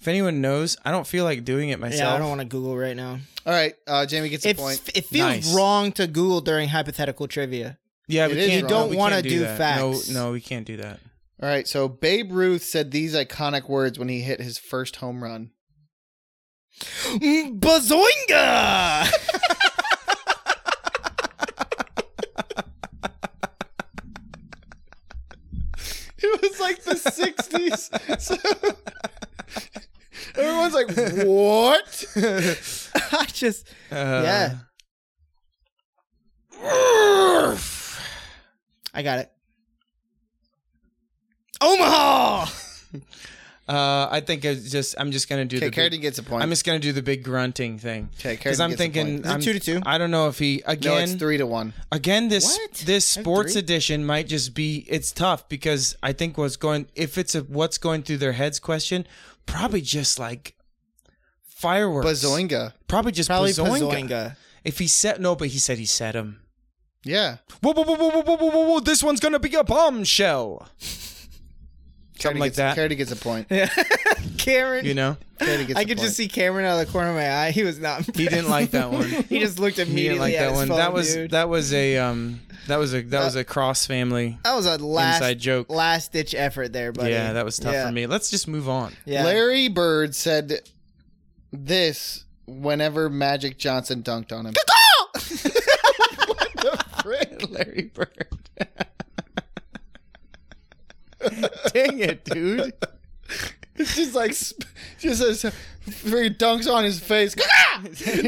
[SPEAKER 1] If anyone knows, I don't feel like doing it myself.
[SPEAKER 3] "Yeah, I don't want to Google right now."
[SPEAKER 2] all right. Uh, Jamie gets a
[SPEAKER 3] It,
[SPEAKER 2] point.
[SPEAKER 3] f- it feels
[SPEAKER 1] Nice.
[SPEAKER 3] wrong to Google during hypothetical trivia.
[SPEAKER 1] Yeah,
[SPEAKER 2] It
[SPEAKER 1] we
[SPEAKER 2] is
[SPEAKER 1] can't.
[SPEAKER 2] wrong.
[SPEAKER 1] no,
[SPEAKER 3] Don't
[SPEAKER 1] we
[SPEAKER 3] wanna
[SPEAKER 1] can't
[SPEAKER 3] do
[SPEAKER 1] that.
[SPEAKER 3] facts.
[SPEAKER 1] No, no, we can't do that.
[SPEAKER 2] All right. So Babe Ruth said these iconic words when he hit his first home run.
[SPEAKER 3] Mm, Bazoinga!
[SPEAKER 2] It was like the sixties. so everyone's like, "What?"
[SPEAKER 3] I just
[SPEAKER 1] Uh,
[SPEAKER 3] Yeah. I got it. Omaha.
[SPEAKER 1] Uh, I think it's just I'm just gonna do
[SPEAKER 2] Okay,
[SPEAKER 1] the. big-
[SPEAKER 2] Carrington gets a point.
[SPEAKER 1] I'm just gonna do the big grunting thing
[SPEAKER 2] okay,
[SPEAKER 1] because
[SPEAKER 2] Carrington
[SPEAKER 1] I'm
[SPEAKER 2] gets a
[SPEAKER 1] thinking
[SPEAKER 2] point.
[SPEAKER 3] Is it
[SPEAKER 1] I'm-
[SPEAKER 3] two to two?
[SPEAKER 1] I don't know if he
[SPEAKER 2] No,
[SPEAKER 1] again
[SPEAKER 2] it's three to one.
[SPEAKER 1] again this
[SPEAKER 3] What?
[SPEAKER 1] this
[SPEAKER 3] I have
[SPEAKER 1] sports
[SPEAKER 3] three?
[SPEAKER 1] edition might just be it's tough because I think what's going if it's a what's going through their heads question probably just like fireworks
[SPEAKER 2] Bazoinga.
[SPEAKER 1] probably just
[SPEAKER 3] Probably
[SPEAKER 1] bazoinga.
[SPEAKER 3] Bazoinga.
[SPEAKER 1] if he said no but he said he said him
[SPEAKER 2] Yeah.
[SPEAKER 1] whoa whoa whoa whoa whoa whoa whoa, whoa, whoa this one's gonna be a bombshell
[SPEAKER 2] Carrington
[SPEAKER 1] like
[SPEAKER 2] gets,
[SPEAKER 1] that.
[SPEAKER 2] Carrington gets a point.
[SPEAKER 3] Cameron.
[SPEAKER 1] you know
[SPEAKER 2] Carrington gets
[SPEAKER 3] I
[SPEAKER 2] a
[SPEAKER 3] could
[SPEAKER 2] point.
[SPEAKER 3] just see Cameron out of the corner of my eye. He was not.
[SPEAKER 1] he didn't like that one
[SPEAKER 3] he just looked
[SPEAKER 1] he didn't
[SPEAKER 3] immediately
[SPEAKER 1] like
[SPEAKER 3] at
[SPEAKER 1] that
[SPEAKER 3] his
[SPEAKER 1] one
[SPEAKER 3] phone,
[SPEAKER 1] that was
[SPEAKER 3] dude.
[SPEAKER 1] that was a um That was a that was a cross family
[SPEAKER 3] That was a
[SPEAKER 1] inside
[SPEAKER 3] last
[SPEAKER 1] joke.
[SPEAKER 3] last ditch effort there, buddy.
[SPEAKER 1] Yeah, that was tough
[SPEAKER 3] Yeah.
[SPEAKER 1] for me. Let's just move on.
[SPEAKER 3] Yeah.
[SPEAKER 2] Larry Bird said this whenever Magic Johnson dunked on him. What the frick?
[SPEAKER 1] Larry Bird. Dang it, dude.
[SPEAKER 2] It's just like sp- just as freaking dunks on his face.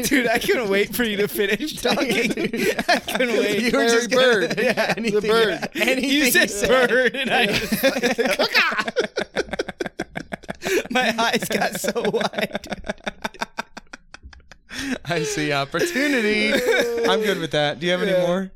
[SPEAKER 3] Dude, I couldn't wait for you to finish talking. I couldn't wait.
[SPEAKER 1] You were
[SPEAKER 2] Larry
[SPEAKER 1] just gonna-
[SPEAKER 2] Bird.
[SPEAKER 1] Yeah, anything,
[SPEAKER 2] bird.
[SPEAKER 1] Anything
[SPEAKER 3] You said bird, and I just my eyes got so wide.
[SPEAKER 1] I see opportunity. I'm good with that. Do you have any more?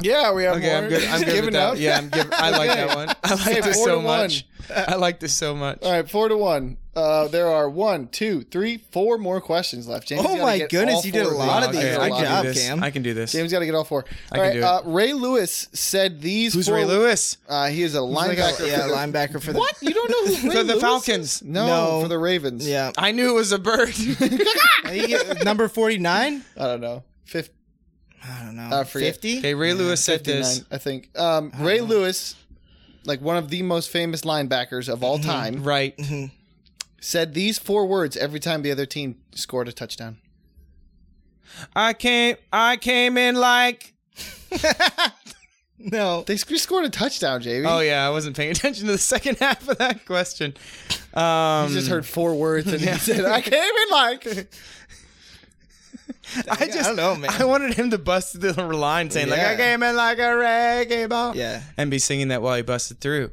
[SPEAKER 2] yeah, we have
[SPEAKER 1] Okay,
[SPEAKER 2] more.
[SPEAKER 1] I'm good. I'm good
[SPEAKER 2] Giving
[SPEAKER 1] with that.
[SPEAKER 2] up?
[SPEAKER 1] Yeah, I'm giv I like
[SPEAKER 2] Okay.
[SPEAKER 1] that one. I like
[SPEAKER 2] Hey,
[SPEAKER 1] this
[SPEAKER 2] four
[SPEAKER 1] so
[SPEAKER 2] to one.
[SPEAKER 1] much. I like this so much.
[SPEAKER 2] All right, four to one. Uh, there are one, two, three, four more questions left. James,
[SPEAKER 3] Oh
[SPEAKER 2] gotta
[SPEAKER 3] my
[SPEAKER 2] get
[SPEAKER 3] goodness,
[SPEAKER 2] all
[SPEAKER 3] you did
[SPEAKER 2] four
[SPEAKER 3] a lot
[SPEAKER 1] Oh,
[SPEAKER 3] of these.
[SPEAKER 2] You did a
[SPEAKER 1] I
[SPEAKER 3] Good
[SPEAKER 2] lot
[SPEAKER 1] can
[SPEAKER 2] of
[SPEAKER 3] job,
[SPEAKER 1] do this.
[SPEAKER 3] Cam.
[SPEAKER 1] I can do this.
[SPEAKER 2] James got to get all four.
[SPEAKER 1] I
[SPEAKER 2] All
[SPEAKER 1] can
[SPEAKER 2] right,
[SPEAKER 1] do it.
[SPEAKER 2] uh, Ray Lewis said these.
[SPEAKER 1] Who's
[SPEAKER 2] four,
[SPEAKER 1] Ray Lewis?
[SPEAKER 2] Uh, he is a linebacker.
[SPEAKER 3] yeah,
[SPEAKER 2] for the-
[SPEAKER 3] linebacker for the
[SPEAKER 2] What? You don't know who Ray
[SPEAKER 1] For the
[SPEAKER 2] Lewis
[SPEAKER 1] Falcons.
[SPEAKER 2] is? No,
[SPEAKER 3] No.
[SPEAKER 2] for the Ravens.
[SPEAKER 3] Yeah,
[SPEAKER 1] I knew it was a bird.
[SPEAKER 3] I think it- number forty nine.
[SPEAKER 2] I don't know. Fifth,
[SPEAKER 3] I don't know.
[SPEAKER 2] I forget.
[SPEAKER 3] Fifty.
[SPEAKER 1] okay, Ray Lewis said
[SPEAKER 2] 59,
[SPEAKER 1] this.
[SPEAKER 2] I think. Um, Ray Lewis, like one of the most famous linebackers of
[SPEAKER 3] Mhm.
[SPEAKER 2] all time,
[SPEAKER 1] Right.
[SPEAKER 2] said these four words every time the other team scored a touchdown.
[SPEAKER 1] I came. I came in like.
[SPEAKER 3] No.
[SPEAKER 2] They sc- scored a touchdown, JB.
[SPEAKER 1] Oh yeah, I wasn't paying attention to the second half of that question. Um,
[SPEAKER 2] He
[SPEAKER 3] mm.
[SPEAKER 2] just heard four words and he said, I came in like.
[SPEAKER 1] I just.
[SPEAKER 3] I don't know, man.
[SPEAKER 1] I wanted him to bust the line saying like
[SPEAKER 3] Yeah.
[SPEAKER 1] I came in like a reggae ball.
[SPEAKER 3] Yeah.
[SPEAKER 1] And be singing that while he busted through,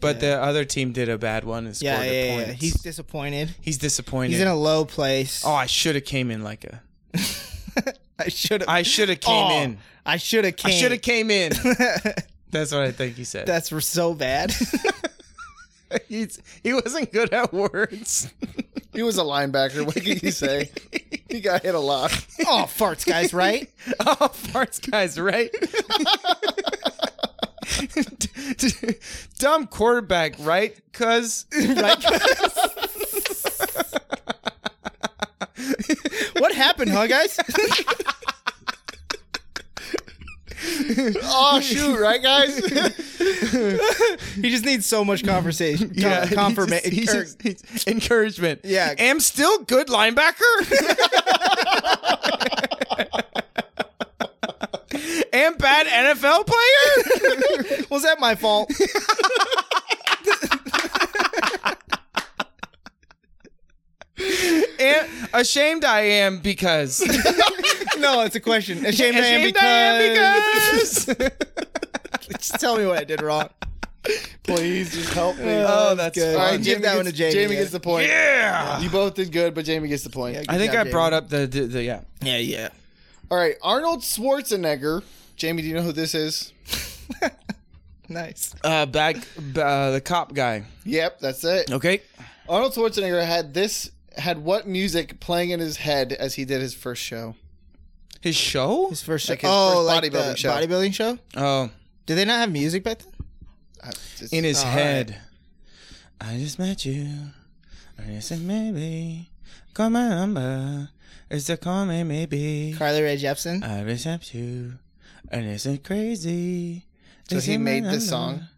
[SPEAKER 1] but the other team did a bad one and scored
[SPEAKER 3] Yeah, yeah,
[SPEAKER 1] a
[SPEAKER 3] yeah,
[SPEAKER 1] point.
[SPEAKER 3] yeah. He's
[SPEAKER 1] He's
[SPEAKER 3] disappointed.
[SPEAKER 1] he's disappointed.
[SPEAKER 3] He's in a low place.
[SPEAKER 1] oh, I should have came in like a.
[SPEAKER 3] I should have.
[SPEAKER 1] I should have came in.
[SPEAKER 3] I should have came.
[SPEAKER 1] I should have came in. That's what I think he said.
[SPEAKER 3] That's r- so bad.
[SPEAKER 1] He's, he wasn't good at words.
[SPEAKER 2] He was a linebacker. What can you say? he got hit a lot.
[SPEAKER 3] oh, farts, guys, right?
[SPEAKER 1] Oh, farts, guys, right? D- d- Dumb quarterback, right? Cuz
[SPEAKER 3] right? what happened, huh, guys?
[SPEAKER 2] Oh, shoot, right, guys?
[SPEAKER 3] he just needs so much conversation. er,
[SPEAKER 1] yeah,
[SPEAKER 3] Yeah, confirmation.
[SPEAKER 1] he just- he just- encouragement.
[SPEAKER 3] Yeah.
[SPEAKER 1] am still good linebacker. am bad NFL player.
[SPEAKER 3] was that my fault?
[SPEAKER 1] Am, ashamed I am because.
[SPEAKER 3] no, it's a question. Ashamed, I am
[SPEAKER 1] Ashamed I am
[SPEAKER 3] because.
[SPEAKER 1] because.
[SPEAKER 3] just tell me what I did wrong.
[SPEAKER 2] Please just help me.
[SPEAKER 1] Oh, that's
[SPEAKER 3] good.
[SPEAKER 1] fun.
[SPEAKER 3] All right, give that one to Jamie,
[SPEAKER 2] Jamie
[SPEAKER 3] yeah.
[SPEAKER 2] gets the point.
[SPEAKER 1] Yeah.
[SPEAKER 2] You both did good, but Jamie gets the point.
[SPEAKER 3] Yeah, good.
[SPEAKER 1] I think
[SPEAKER 3] job,
[SPEAKER 1] I brought up the, the, the yeah.
[SPEAKER 3] Yeah, yeah.
[SPEAKER 2] All right, Arnold Schwarzenegger. Jamie, do you know who this is?
[SPEAKER 3] Nice.
[SPEAKER 1] Uh, back uh, the cop guy.
[SPEAKER 2] Yep, that's it.
[SPEAKER 1] Okay.
[SPEAKER 2] Arnold Schwarzenegger had this had what music playing in his head as he did his first show?
[SPEAKER 1] His show?
[SPEAKER 3] His first show.
[SPEAKER 2] Like his
[SPEAKER 3] oh,
[SPEAKER 2] first
[SPEAKER 3] like
[SPEAKER 2] bodybuilding
[SPEAKER 3] the
[SPEAKER 2] show.
[SPEAKER 3] bodybuilding show.
[SPEAKER 1] Oh,
[SPEAKER 3] Did they not have music back then?
[SPEAKER 2] I- it's-
[SPEAKER 1] in his
[SPEAKER 3] Oh, all
[SPEAKER 1] head. I just met you. I just said maybe. Call my number. It's a call me maybe.
[SPEAKER 3] Carly Rae Jepsen.
[SPEAKER 1] I accept you. And isn't crazy.
[SPEAKER 2] So
[SPEAKER 1] Is
[SPEAKER 2] he
[SPEAKER 1] it my
[SPEAKER 2] made this
[SPEAKER 1] number?
[SPEAKER 2] song?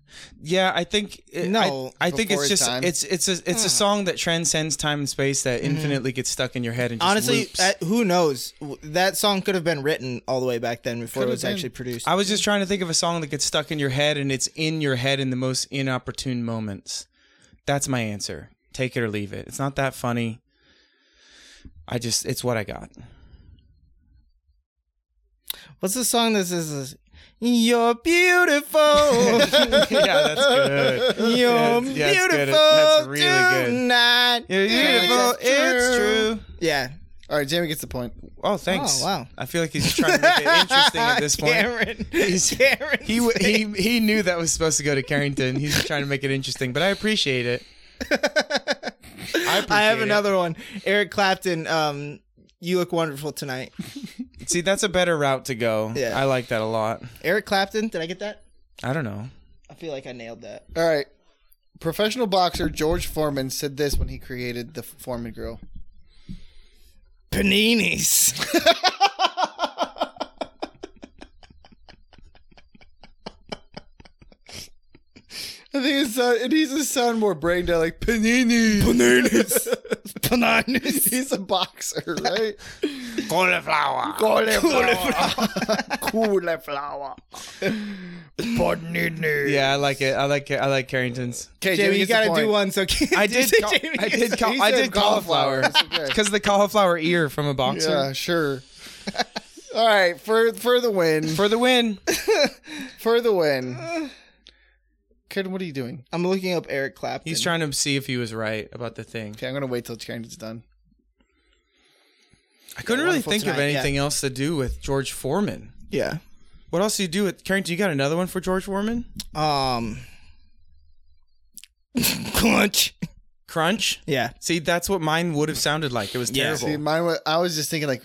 [SPEAKER 1] Yeah, I think it,
[SPEAKER 3] No,
[SPEAKER 1] I, I think
[SPEAKER 2] before
[SPEAKER 1] it's
[SPEAKER 2] his
[SPEAKER 1] just
[SPEAKER 2] time. Hmm.
[SPEAKER 1] it's it's a it's a song that transcends time and space that infinitely gets stuck in your head and just
[SPEAKER 3] Honestly,
[SPEAKER 1] loops.
[SPEAKER 3] uh, who knows? W- That song could have been written all the way back then
[SPEAKER 2] Could
[SPEAKER 3] before it
[SPEAKER 2] have
[SPEAKER 3] was
[SPEAKER 2] been.
[SPEAKER 3] actually produced.
[SPEAKER 1] I was just trying to think of a song that gets stuck in your head and it's in your head in the most inopportune moments. That's my answer. Take it or leave it. It's not that funny. I just it's what I got.
[SPEAKER 3] What's the song that says, "You're beautiful,
[SPEAKER 1] yeah, that's good.
[SPEAKER 3] you're
[SPEAKER 1] Yeah, it's- yeah, it's
[SPEAKER 3] beautiful
[SPEAKER 1] good. That's really good.
[SPEAKER 3] tonight"?
[SPEAKER 1] You're beautiful, it's true.
[SPEAKER 3] Yeah.
[SPEAKER 2] All right, Jamie gets the point.
[SPEAKER 1] Oh, thanks.
[SPEAKER 3] Oh, wow.
[SPEAKER 1] I feel like he's trying to make it interesting at this point.
[SPEAKER 3] Cameron.
[SPEAKER 1] He's-
[SPEAKER 3] Cameron.
[SPEAKER 1] He, w- he he knew that was supposed to go to Carrington. He's just trying to make it interesting, but I appreciate it. I, appreciate
[SPEAKER 3] I have
[SPEAKER 1] it.
[SPEAKER 3] another one. Eric Clapton. Um, you look wonderful tonight.
[SPEAKER 1] See, that's a better route to go.
[SPEAKER 3] Yeah.
[SPEAKER 1] I like that a lot.
[SPEAKER 3] Eric Clapton. Did I get that?
[SPEAKER 1] I don't know.
[SPEAKER 3] I feel like I nailed that.
[SPEAKER 2] All right. Professional boxer George Foreman said this when he created the Foreman Grill.
[SPEAKER 3] Paninis.
[SPEAKER 2] I think his son, and he's a son more brain dead, like panini.
[SPEAKER 1] Bananas.
[SPEAKER 2] he's a boxer, right?
[SPEAKER 1] Cauliflower.
[SPEAKER 2] Cauliflower. Panini.
[SPEAKER 1] Yeah, I like it. I like I like Carrington's.
[SPEAKER 2] Okay,
[SPEAKER 3] Jamie, you gotta
[SPEAKER 2] one.
[SPEAKER 3] do one. So
[SPEAKER 1] I did. ca-
[SPEAKER 3] Jamie
[SPEAKER 1] I
[SPEAKER 3] gets
[SPEAKER 1] did.
[SPEAKER 3] the-
[SPEAKER 1] Ca-
[SPEAKER 2] He
[SPEAKER 1] I
[SPEAKER 2] said
[SPEAKER 1] did cauliflower.
[SPEAKER 2] cauliflower. It's okay.
[SPEAKER 1] Because the cauliflower ear from a boxer
[SPEAKER 2] Yeah, sure. All right, for for the win,
[SPEAKER 1] for the win.
[SPEAKER 2] for the win. Karen, what are you doing?
[SPEAKER 3] I'm looking up Eric Clapton.
[SPEAKER 1] He's trying to see if he was right about the thing.
[SPEAKER 2] Okay, I'm gonna wait till Karen's done.
[SPEAKER 1] I couldn't really
[SPEAKER 3] Wonderful
[SPEAKER 1] think of
[SPEAKER 3] tonight, yeah.
[SPEAKER 1] anything else to do with George Foreman.
[SPEAKER 3] Yeah.
[SPEAKER 1] What else do you do with Carrington? You got another one for George Foreman?
[SPEAKER 3] Um. Crunch.
[SPEAKER 1] Crunch.
[SPEAKER 3] Yeah.
[SPEAKER 1] See, that's what mine would have sounded like. It was
[SPEAKER 3] Yeah.
[SPEAKER 1] terrible.
[SPEAKER 2] See, mine. Was, I was just thinking like,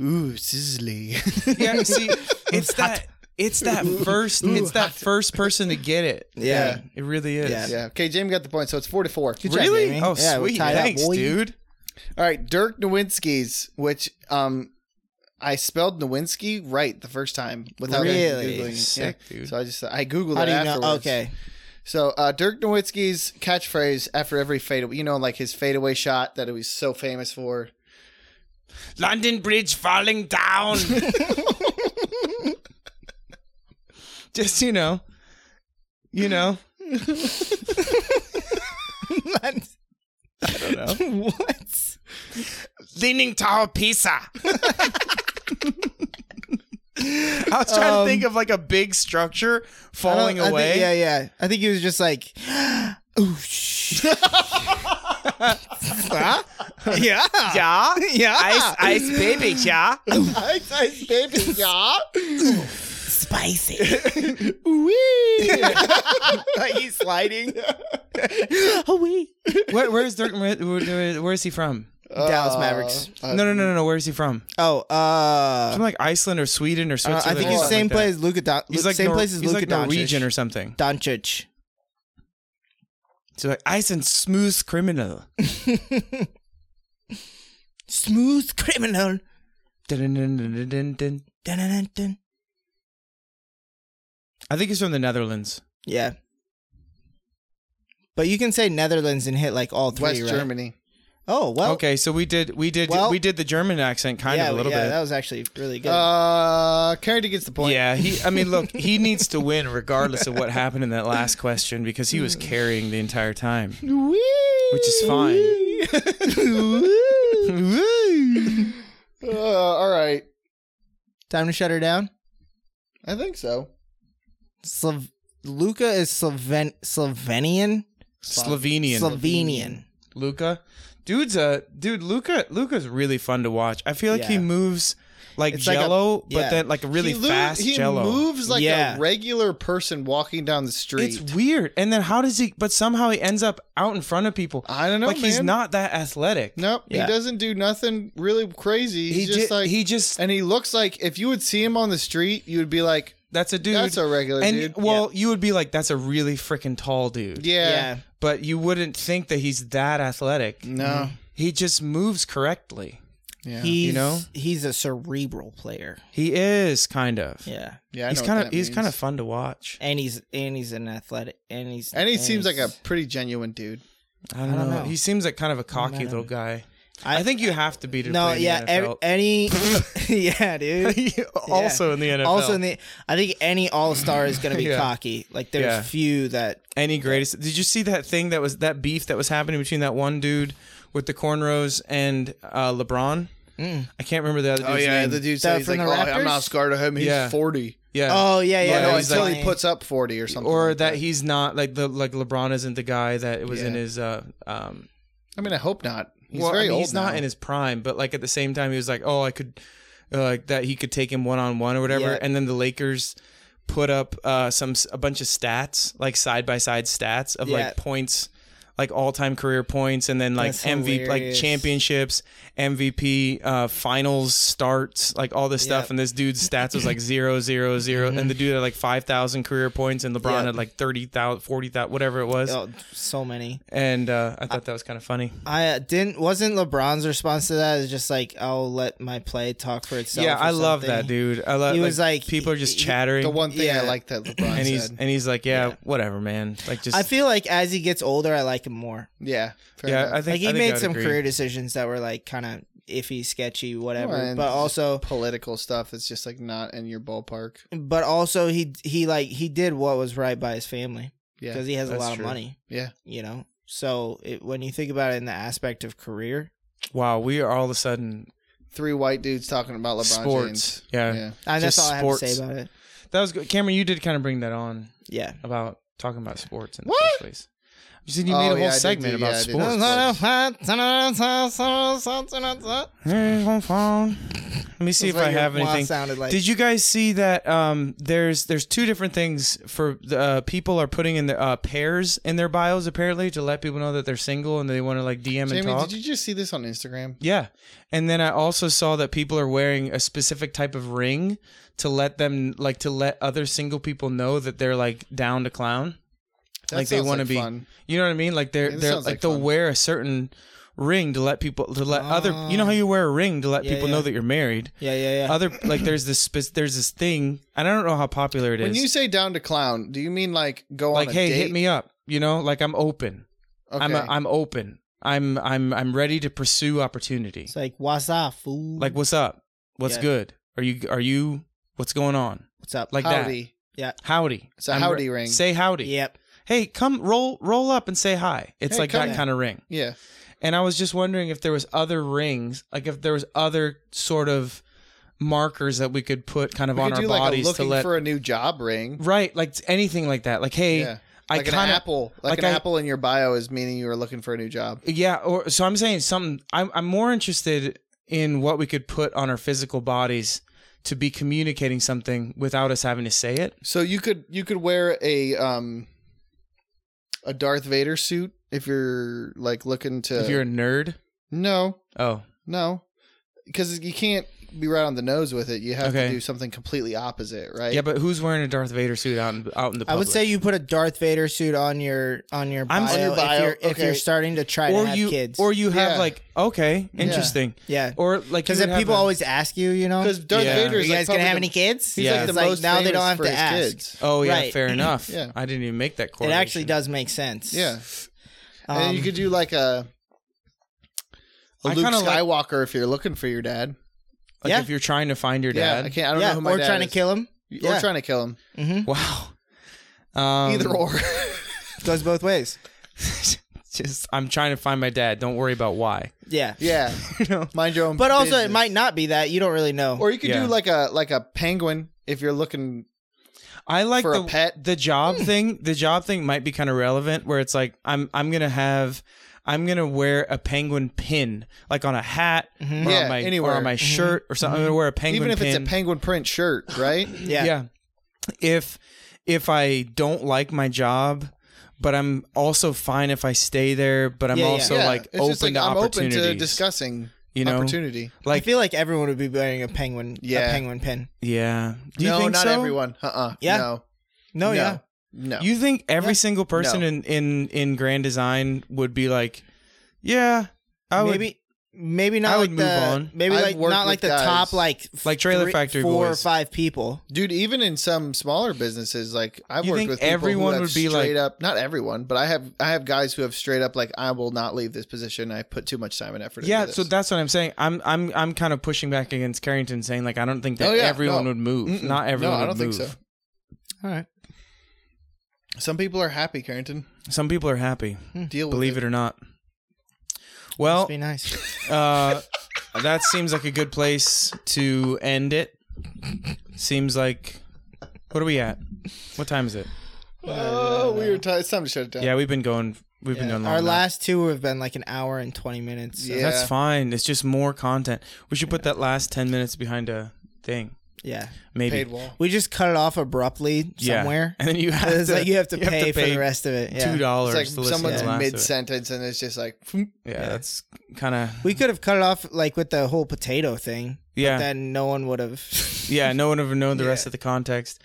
[SPEAKER 2] ooh, sizzly.
[SPEAKER 1] yeah, see, it's that. It's that first.
[SPEAKER 2] Ooh,
[SPEAKER 1] it's that
[SPEAKER 2] hot.
[SPEAKER 1] first person to get it.
[SPEAKER 3] Yeah.
[SPEAKER 1] It really is.
[SPEAKER 3] Yeah.
[SPEAKER 2] yeah. Okay, Jamie got the point, so it's four to four.
[SPEAKER 3] Good job,
[SPEAKER 1] Really?
[SPEAKER 3] Jamie.
[SPEAKER 1] Oh,
[SPEAKER 3] Yeah, we're
[SPEAKER 1] sweet.
[SPEAKER 3] tied up,
[SPEAKER 1] Thanks,
[SPEAKER 3] boy.
[SPEAKER 1] dude.
[SPEAKER 2] All right, Dirk Nowinski's, which um, I spelled Nowinski right the first time without
[SPEAKER 3] Really?
[SPEAKER 2] googling.
[SPEAKER 1] Sick,
[SPEAKER 2] yeah.
[SPEAKER 1] dude.
[SPEAKER 2] So I just I googled
[SPEAKER 3] How
[SPEAKER 2] it
[SPEAKER 3] do you know?
[SPEAKER 2] afterwards.
[SPEAKER 3] Okay.
[SPEAKER 2] So uh, Dirk Nowitzki's catchphrase after every fadeaway, you know, like his fadeaway shot that he was so famous for.
[SPEAKER 1] London Bridge falling down. Just you know, you know.
[SPEAKER 3] what?
[SPEAKER 1] Leaning Tower Pisa. I was trying
[SPEAKER 3] Um,
[SPEAKER 1] to think of like a big structure falling
[SPEAKER 3] I don't- I
[SPEAKER 1] away.
[SPEAKER 3] think- yeah, yeah. I think he was just like, ooh, sh- huh? Yeah.
[SPEAKER 1] yeah.
[SPEAKER 3] Yeah.
[SPEAKER 1] Ice, ice baby, yeah.
[SPEAKER 2] Ice, ice, baby, yeah.
[SPEAKER 3] Spicy.
[SPEAKER 2] Wee.
[SPEAKER 3] like he's sliding. oh, wee.
[SPEAKER 1] Where, where is Dirk? Where, where- where is he from?
[SPEAKER 3] Dallas Mavericks.
[SPEAKER 1] No, no, no, no, no. Where is he from?
[SPEAKER 3] Oh, uh,
[SPEAKER 1] From like Iceland or Sweden or
[SPEAKER 3] uh,
[SPEAKER 1] Switzerland.
[SPEAKER 3] I think
[SPEAKER 1] or
[SPEAKER 3] he's the
[SPEAKER 1] something
[SPEAKER 3] same
[SPEAKER 1] like that.
[SPEAKER 3] place. Luka. Don-
[SPEAKER 1] He's like
[SPEAKER 3] same
[SPEAKER 1] Nor-
[SPEAKER 3] place as
[SPEAKER 1] he's
[SPEAKER 3] Luka
[SPEAKER 1] like
[SPEAKER 3] Doncic.
[SPEAKER 1] Norwegian or something.
[SPEAKER 3] Doncic.
[SPEAKER 1] So like Iceland smooth criminal.
[SPEAKER 3] Smooth criminal.
[SPEAKER 1] Dun-dun-dun-dun-dun-dun.
[SPEAKER 3] Dun-dun-dun-dun.
[SPEAKER 1] I think he's from the Netherlands.
[SPEAKER 3] Yeah. But you can say Netherlands and hit like all three,
[SPEAKER 2] West
[SPEAKER 3] right?
[SPEAKER 2] Germany.
[SPEAKER 3] Oh well.
[SPEAKER 1] okay, so we did we did
[SPEAKER 3] Well-
[SPEAKER 1] we did the German accent kind
[SPEAKER 3] yeah,
[SPEAKER 1] of a little
[SPEAKER 3] yeah,
[SPEAKER 1] bit.
[SPEAKER 3] that was actually really good.
[SPEAKER 2] Uh, Carrington gets the point.
[SPEAKER 1] Yeah, he. I mean, look, he needs to win regardless of what happened in that last question because he
[SPEAKER 2] Hmm.
[SPEAKER 1] was carrying the entire time, which is fine.
[SPEAKER 2] Uh, all right.
[SPEAKER 3] Time to shut her down.
[SPEAKER 2] I think so.
[SPEAKER 3] Slav- Luca is Sloven- Slovenian.
[SPEAKER 1] Slovenian,
[SPEAKER 3] Slovenian.
[SPEAKER 1] Luca, dude's a dude. Luca, Luca's really fun to watch. I feel like he
[SPEAKER 3] Yeah.
[SPEAKER 1] moves like
[SPEAKER 3] It's like a-
[SPEAKER 1] Jello,
[SPEAKER 3] yeah.
[SPEAKER 1] but then like really
[SPEAKER 2] he lo-
[SPEAKER 1] fast
[SPEAKER 2] He
[SPEAKER 1] Jello.
[SPEAKER 2] moves like
[SPEAKER 3] Yeah.
[SPEAKER 2] a regular person walking down the street.
[SPEAKER 1] it's weird. And then how does he? But somehow he ends up out in front of people.
[SPEAKER 2] I don't know,
[SPEAKER 1] like he's
[SPEAKER 2] man.
[SPEAKER 1] not that athletic.
[SPEAKER 2] Nope,
[SPEAKER 3] Yeah.
[SPEAKER 2] he doesn't do nothing really crazy.
[SPEAKER 1] he
[SPEAKER 2] He's
[SPEAKER 1] just
[SPEAKER 2] just like
[SPEAKER 1] he just
[SPEAKER 2] and he looks like if you would see him on the street, you would be like,
[SPEAKER 1] that's a dude.
[SPEAKER 2] "That's a regular
[SPEAKER 1] and
[SPEAKER 2] dude."
[SPEAKER 1] well, you would be like, that's a really freaking tall dude.
[SPEAKER 2] yeah,
[SPEAKER 1] but you wouldn't think that he's that athletic.
[SPEAKER 2] no,
[SPEAKER 1] He just moves correctly.
[SPEAKER 2] yeah,
[SPEAKER 3] He's,
[SPEAKER 1] You know?
[SPEAKER 3] he's a cerebral player.
[SPEAKER 1] He is kind of.
[SPEAKER 3] Yeah.
[SPEAKER 2] yeah. I
[SPEAKER 1] he's
[SPEAKER 2] know what
[SPEAKER 1] kind of
[SPEAKER 2] that
[SPEAKER 1] he's
[SPEAKER 2] means.
[SPEAKER 1] kind of fun to watch.
[SPEAKER 3] And he's and he's an athletic and he's
[SPEAKER 2] and he seems like
[SPEAKER 3] he's-
[SPEAKER 2] a pretty genuine dude.
[SPEAKER 1] I don't, know. He seems like kind of a cocky little guy. I, think you have to be to
[SPEAKER 3] No,
[SPEAKER 1] play in
[SPEAKER 3] yeah,
[SPEAKER 1] the
[SPEAKER 3] ev-
[SPEAKER 1] NFL.
[SPEAKER 3] any yeah, dude.
[SPEAKER 1] also in the NFL.
[SPEAKER 3] Also, in the, I think any all star is going to be
[SPEAKER 1] Yeah.
[SPEAKER 3] cocky. Like there's
[SPEAKER 1] Yeah.
[SPEAKER 3] few that
[SPEAKER 1] any greatest. Did you see that thing that was that beef that was happening between that one dude with the cornrows and uh, LeBron? I can't remember the other dude's name.
[SPEAKER 2] Oh, the dude
[SPEAKER 3] That
[SPEAKER 2] said he's
[SPEAKER 3] from
[SPEAKER 2] like,
[SPEAKER 3] the
[SPEAKER 2] "Oh, I'm
[SPEAKER 3] Raptors?
[SPEAKER 2] not scared of him. He's
[SPEAKER 1] Yeah.
[SPEAKER 2] 40."
[SPEAKER 1] yeah.
[SPEAKER 3] Oh yeah,
[SPEAKER 2] Yeah,
[SPEAKER 3] yeah.
[SPEAKER 2] no,
[SPEAKER 1] he's
[SPEAKER 2] until
[SPEAKER 1] like-
[SPEAKER 2] he puts up 40 or something.
[SPEAKER 1] or
[SPEAKER 2] like
[SPEAKER 1] that he's not like the like LeBron isn't the guy that it was in
[SPEAKER 2] Yeah.
[SPEAKER 1] his uh um
[SPEAKER 2] I mean, I hope not. He's
[SPEAKER 1] well, I
[SPEAKER 2] very
[SPEAKER 1] mean,
[SPEAKER 2] old.
[SPEAKER 1] he's not
[SPEAKER 2] now.
[SPEAKER 1] in his prime, but like at the same time he was like, "Oh, I could uh, like that he could take him one on one or whatever."
[SPEAKER 3] Yeah.
[SPEAKER 1] And then the Lakers put up uh some a bunch of stats, like side by side stats of
[SPEAKER 3] Yeah.
[SPEAKER 1] like points like all-time career points and then like
[SPEAKER 3] That's
[SPEAKER 1] MVP like
[SPEAKER 3] hilarious.
[SPEAKER 1] championships, MVP, uh finals starts, like all this stuff
[SPEAKER 3] Yep.
[SPEAKER 1] and this dude's stats was like zero, zero, zero, and the dude had like 5,000 career points and LeBron
[SPEAKER 3] Yep.
[SPEAKER 1] had like 30,000 40,000 whatever it was.
[SPEAKER 3] Oh, so many.
[SPEAKER 1] And uh I thought that was kind of funny.
[SPEAKER 3] I uh, didn't. Wasn't LeBron's response to that is just like, "I'll let my play talk for itself."
[SPEAKER 1] yeah,
[SPEAKER 3] or
[SPEAKER 1] I love that
[SPEAKER 3] something.
[SPEAKER 1] dude. I love
[SPEAKER 3] He
[SPEAKER 1] like,
[SPEAKER 3] was like-
[SPEAKER 1] people are just
[SPEAKER 3] he-
[SPEAKER 1] chattering
[SPEAKER 2] The one thing
[SPEAKER 3] Yeah.
[SPEAKER 2] I like that LeBron
[SPEAKER 1] and he's
[SPEAKER 2] said.
[SPEAKER 1] and he's like, yeah, whatever, man. Like just
[SPEAKER 3] I feel like as he gets older, I like him more.
[SPEAKER 2] yeah. fair
[SPEAKER 1] yeah,
[SPEAKER 2] enough.
[SPEAKER 1] I think
[SPEAKER 3] like he
[SPEAKER 1] I think I
[SPEAKER 3] made
[SPEAKER 1] would
[SPEAKER 3] some
[SPEAKER 1] agree.
[SPEAKER 3] career decisions that were like kind of iffy, sketchy, whatever.
[SPEAKER 2] Well, and-
[SPEAKER 3] but also,
[SPEAKER 2] political stuff is just like not in your ballpark.
[SPEAKER 3] but also he he like he did what was right by his family
[SPEAKER 2] Yeah.
[SPEAKER 3] because he has a
[SPEAKER 1] that's
[SPEAKER 3] lot
[SPEAKER 1] true.
[SPEAKER 3] of money.
[SPEAKER 2] Yeah.
[SPEAKER 3] you know. So it, when you think about it in the aspect of career,
[SPEAKER 1] Wow, we are all of a sudden
[SPEAKER 2] Three white dudes talking about LeBron
[SPEAKER 1] sports.
[SPEAKER 2] James.
[SPEAKER 1] Yeah.
[SPEAKER 2] Yeah.
[SPEAKER 3] I, that's
[SPEAKER 1] Just
[SPEAKER 3] all I have
[SPEAKER 1] sports.
[SPEAKER 3] to say about it.
[SPEAKER 1] that was good. Cameron. You did kind of bring that on
[SPEAKER 3] Yeah.
[SPEAKER 1] about talking about sports in the
[SPEAKER 2] What?
[SPEAKER 1] first place. You said you
[SPEAKER 2] Oh,
[SPEAKER 1] made a
[SPEAKER 2] yeah,
[SPEAKER 1] whole
[SPEAKER 2] I did
[SPEAKER 1] segment
[SPEAKER 2] do-
[SPEAKER 1] about
[SPEAKER 2] yeah, I did.
[SPEAKER 1] sports. Here's my phone. Let me see if
[SPEAKER 3] That's what
[SPEAKER 1] I
[SPEAKER 3] your
[SPEAKER 1] have
[SPEAKER 3] ma
[SPEAKER 1] anything.
[SPEAKER 3] Sounded like.
[SPEAKER 1] Did you guys see that? Um, there's there's two different things for the, uh, people are putting in the uh, pairs in their bios apparently to let people know that they're single and they want to like DM and
[SPEAKER 2] Jamie,
[SPEAKER 1] talk.
[SPEAKER 2] did you just see this on Instagram?
[SPEAKER 1] Yeah. And then I also saw that people are wearing a specific type of ring to let them like to let other single people know that they're like down to clown.
[SPEAKER 2] That
[SPEAKER 1] Like, they
[SPEAKER 2] sounds
[SPEAKER 1] wanna be-
[SPEAKER 2] fun.
[SPEAKER 1] You know what I mean? Like they're
[SPEAKER 2] Yeah, this
[SPEAKER 1] they're like,
[SPEAKER 2] sounds like
[SPEAKER 1] they'll
[SPEAKER 2] fun.
[SPEAKER 1] wear a certain ring to let people to let other you know how
[SPEAKER 2] Ah.
[SPEAKER 1] you wear a ring to let
[SPEAKER 3] Yeah,
[SPEAKER 1] people
[SPEAKER 3] yeah.
[SPEAKER 1] know that you're married.
[SPEAKER 3] Yeah, yeah, yeah.
[SPEAKER 1] Other like there's this spe- there's this thing and I don't know how popular it is.
[SPEAKER 2] When you say down to clown, do you mean like go
[SPEAKER 1] like
[SPEAKER 2] on a
[SPEAKER 1] hey,
[SPEAKER 2] date?
[SPEAKER 1] hit me up, you know? Like I'm open.
[SPEAKER 2] Okay.
[SPEAKER 1] I'm a, I'm open. I'm I'm I'm ready to pursue opportunity.
[SPEAKER 3] It's like what's up, fool?
[SPEAKER 1] Like what's up? What's
[SPEAKER 3] Yeah.
[SPEAKER 1] good? Are you are you what's going on?
[SPEAKER 3] what's up?
[SPEAKER 1] Like that.
[SPEAKER 2] howdy.
[SPEAKER 1] Howdy.
[SPEAKER 2] It's a
[SPEAKER 1] I'm-
[SPEAKER 2] howdy ring.
[SPEAKER 1] Say howdy.
[SPEAKER 3] Yep.
[SPEAKER 1] Hey, come roll roll up and say hi. It's
[SPEAKER 2] Hey,
[SPEAKER 1] like
[SPEAKER 2] come
[SPEAKER 1] that
[SPEAKER 2] in.
[SPEAKER 1] kind of ring.
[SPEAKER 2] Yeah.
[SPEAKER 1] And I was just wondering if there was other rings, like if there was other sort of markers that we could put kind of
[SPEAKER 2] We
[SPEAKER 1] on
[SPEAKER 2] could
[SPEAKER 1] our
[SPEAKER 2] do like a
[SPEAKER 1] bodies to
[SPEAKER 2] looking
[SPEAKER 1] let
[SPEAKER 2] for a new job ring.
[SPEAKER 1] right, like anything like that. Like hey,
[SPEAKER 2] Yeah.
[SPEAKER 1] I
[SPEAKER 2] like
[SPEAKER 1] kind
[SPEAKER 2] an
[SPEAKER 1] of
[SPEAKER 2] apple. Like,
[SPEAKER 1] like
[SPEAKER 2] an
[SPEAKER 1] I-
[SPEAKER 2] apple in your bio is meaning you are looking for a new job.
[SPEAKER 1] yeah. Or so I'm saying something. I'm I'm more interested in what we could put on our physical bodies to be communicating something without us having to say it.
[SPEAKER 2] So you could you could wear a um a Darth Vader suit if you're like looking to
[SPEAKER 3] Uh,
[SPEAKER 1] if you're a nerd,
[SPEAKER 2] No,
[SPEAKER 1] oh
[SPEAKER 2] no. Cuz you can't be right on the nose with it. You have
[SPEAKER 1] Okay.
[SPEAKER 2] to do something completely opposite, right?
[SPEAKER 1] yeah, but who's wearing a Darth Vader suit out in, out in the public?
[SPEAKER 3] I would say you put a Darth Vader suit on your on your bio,
[SPEAKER 1] I'm- On
[SPEAKER 2] your bio,
[SPEAKER 3] if you're if
[SPEAKER 2] okay.
[SPEAKER 3] you're starting to try
[SPEAKER 1] or
[SPEAKER 3] to have
[SPEAKER 1] you
[SPEAKER 3] kids.
[SPEAKER 1] or you have
[SPEAKER 2] Yeah.
[SPEAKER 1] like okay
[SPEAKER 2] Yeah.
[SPEAKER 1] interesting
[SPEAKER 3] yeah,
[SPEAKER 1] or like
[SPEAKER 3] because
[SPEAKER 1] you would
[SPEAKER 3] then
[SPEAKER 1] have
[SPEAKER 3] people
[SPEAKER 1] a-
[SPEAKER 3] always ask you, you know,
[SPEAKER 2] Cuz Darth
[SPEAKER 1] Yeah.
[SPEAKER 2] Vader
[SPEAKER 3] are
[SPEAKER 2] is
[SPEAKER 3] you
[SPEAKER 2] like
[SPEAKER 3] guys gonna
[SPEAKER 2] probably
[SPEAKER 3] have
[SPEAKER 2] the-
[SPEAKER 3] any kids?
[SPEAKER 2] He's
[SPEAKER 1] Yeah.
[SPEAKER 2] like the
[SPEAKER 3] It's like,
[SPEAKER 2] most
[SPEAKER 3] now they
[SPEAKER 2] famous
[SPEAKER 3] don't have
[SPEAKER 2] for
[SPEAKER 3] to
[SPEAKER 2] his
[SPEAKER 3] ask.
[SPEAKER 2] kids.
[SPEAKER 1] oh yeah
[SPEAKER 3] Right.
[SPEAKER 1] fair enough
[SPEAKER 2] Yeah.
[SPEAKER 1] I didn't even make that
[SPEAKER 3] It
[SPEAKER 1] correlation
[SPEAKER 3] actually does make sense.
[SPEAKER 2] Yeah.
[SPEAKER 3] um,
[SPEAKER 2] and you could do like a a
[SPEAKER 1] I
[SPEAKER 2] Luke
[SPEAKER 1] kinda like-
[SPEAKER 2] Skywalker if you're looking for your dad.
[SPEAKER 1] like
[SPEAKER 3] yeah.
[SPEAKER 1] if you're trying to find your
[SPEAKER 2] Yeah,
[SPEAKER 1] dad
[SPEAKER 2] I can't. I don't know
[SPEAKER 3] yeah,
[SPEAKER 2] who my
[SPEAKER 3] or
[SPEAKER 2] dad
[SPEAKER 3] trying
[SPEAKER 2] is.
[SPEAKER 3] to kill him.
[SPEAKER 2] Or
[SPEAKER 3] Yeah.
[SPEAKER 2] trying to kill him.
[SPEAKER 3] hmm
[SPEAKER 1] wow um,
[SPEAKER 2] Either or.
[SPEAKER 3] Goes both ways.
[SPEAKER 1] just I'm trying to find my dad don't worry about why
[SPEAKER 3] Yeah,
[SPEAKER 2] yeah.
[SPEAKER 1] you know
[SPEAKER 2] Mind your own.
[SPEAKER 3] but also it
[SPEAKER 2] business.
[SPEAKER 3] might not be that. You don't really know.
[SPEAKER 2] Or you could
[SPEAKER 1] Yeah.
[SPEAKER 2] do like a like a penguin if you're looking.
[SPEAKER 1] I like
[SPEAKER 2] For a
[SPEAKER 1] the
[SPEAKER 2] pet? Hmm.
[SPEAKER 1] the job thing. The job thing might be kind of relevant where it's like I'm I'm gonna have I'm gonna wear a penguin pin like on a hat or,
[SPEAKER 2] Mm-hmm. Yeah,
[SPEAKER 1] on my,
[SPEAKER 2] anywhere.
[SPEAKER 1] or on my
[SPEAKER 2] Mhm.
[SPEAKER 1] shirt or something. I'm gonna wear a penguin
[SPEAKER 2] Even if
[SPEAKER 1] pin.
[SPEAKER 2] it's a penguin print shirt, right?
[SPEAKER 3] yeah.
[SPEAKER 1] yeah. If if I don't like my job, but I'm also fine if I stay there, but I'm
[SPEAKER 3] Yeah, yeah.
[SPEAKER 1] also
[SPEAKER 2] Yeah,
[SPEAKER 1] like
[SPEAKER 2] it's
[SPEAKER 1] open
[SPEAKER 2] just like
[SPEAKER 1] to
[SPEAKER 2] I'm open
[SPEAKER 1] opportunities.
[SPEAKER 2] to discussing
[SPEAKER 1] you know,
[SPEAKER 2] opportunity.
[SPEAKER 1] like
[SPEAKER 3] I feel like everyone would be wearing a penguin,
[SPEAKER 2] Yeah.
[SPEAKER 3] a penguin pin.
[SPEAKER 1] yeah. Do you
[SPEAKER 2] no,
[SPEAKER 1] think
[SPEAKER 2] not
[SPEAKER 1] so?
[SPEAKER 2] everyone. Uh. uh
[SPEAKER 3] Yeah.
[SPEAKER 2] No.
[SPEAKER 3] No,
[SPEAKER 2] no.
[SPEAKER 3] yeah,
[SPEAKER 2] No.
[SPEAKER 1] You think every
[SPEAKER 3] Yeah.
[SPEAKER 1] single person
[SPEAKER 2] No.
[SPEAKER 1] in in in Grand Design would be like, yeah, I would.
[SPEAKER 3] maybe maybe not.
[SPEAKER 1] I would
[SPEAKER 3] like
[SPEAKER 1] move
[SPEAKER 3] the,
[SPEAKER 1] on.
[SPEAKER 3] Maybe
[SPEAKER 2] I've
[SPEAKER 3] like
[SPEAKER 2] worked
[SPEAKER 3] not like the
[SPEAKER 2] with guys-
[SPEAKER 3] top like f-
[SPEAKER 1] Like Trailer
[SPEAKER 3] three-
[SPEAKER 1] Factory
[SPEAKER 3] four or
[SPEAKER 1] Boys.
[SPEAKER 3] five people.
[SPEAKER 2] Dude, even in some smaller businesses, like I've
[SPEAKER 1] You
[SPEAKER 2] worked
[SPEAKER 1] think
[SPEAKER 2] with people
[SPEAKER 1] everyone
[SPEAKER 2] who have
[SPEAKER 1] would be like-
[SPEAKER 2] straight up, not everyone, but I have I have guys who have straight up like I will not leave this position. I put too much time and effort.
[SPEAKER 1] Yeah,
[SPEAKER 2] into this.
[SPEAKER 1] so that's what I'm saying. I'm I'm I'm kind of pushing back against Carrington, saying like I don't think that
[SPEAKER 2] Oh, yeah,
[SPEAKER 1] everyone
[SPEAKER 2] no.
[SPEAKER 1] would move.
[SPEAKER 2] Mm-mm.
[SPEAKER 1] Not everyone.
[SPEAKER 2] No, I
[SPEAKER 1] would
[SPEAKER 2] don't think
[SPEAKER 1] move.
[SPEAKER 2] so.
[SPEAKER 3] All right.
[SPEAKER 2] Some people are happy, Carrington.
[SPEAKER 1] Some people are happy,
[SPEAKER 2] Deal with
[SPEAKER 1] believe
[SPEAKER 2] it.
[SPEAKER 1] it or not. Well,
[SPEAKER 3] Must be nice.
[SPEAKER 1] uh, that seems like a good place to end it. Seems like. What are we at? What time is it?
[SPEAKER 2] Oh, we were. T- it's time to shut it down.
[SPEAKER 1] Yeah, we've been going. We've been going long.
[SPEAKER 3] Our
[SPEAKER 1] now.
[SPEAKER 3] last two have been like an hour and twenty minutes. so-
[SPEAKER 2] Yeah.
[SPEAKER 1] That's fine. It's just more content. We should put that last ten minutes behind a thing.
[SPEAKER 3] Yeah.
[SPEAKER 1] maybe.
[SPEAKER 2] Paid wall.
[SPEAKER 3] We just cut it off abruptly
[SPEAKER 1] Yeah.
[SPEAKER 3] somewhere.
[SPEAKER 1] and then you have
[SPEAKER 3] It's
[SPEAKER 1] to,
[SPEAKER 3] like you have to pay for the rest of it.
[SPEAKER 1] Two
[SPEAKER 3] Yeah.
[SPEAKER 1] dollars
[SPEAKER 2] It's like
[SPEAKER 1] to listen to
[SPEAKER 2] someone's
[SPEAKER 1] the last of it.
[SPEAKER 2] mid sentence and it's just like
[SPEAKER 1] Yeah, that's kind of
[SPEAKER 3] We could have cut it off like with the whole potato thing.
[SPEAKER 1] yeah,
[SPEAKER 3] Then no one would have.
[SPEAKER 1] yeah. No one ever known the rest
[SPEAKER 3] Yeah.
[SPEAKER 1] of the context.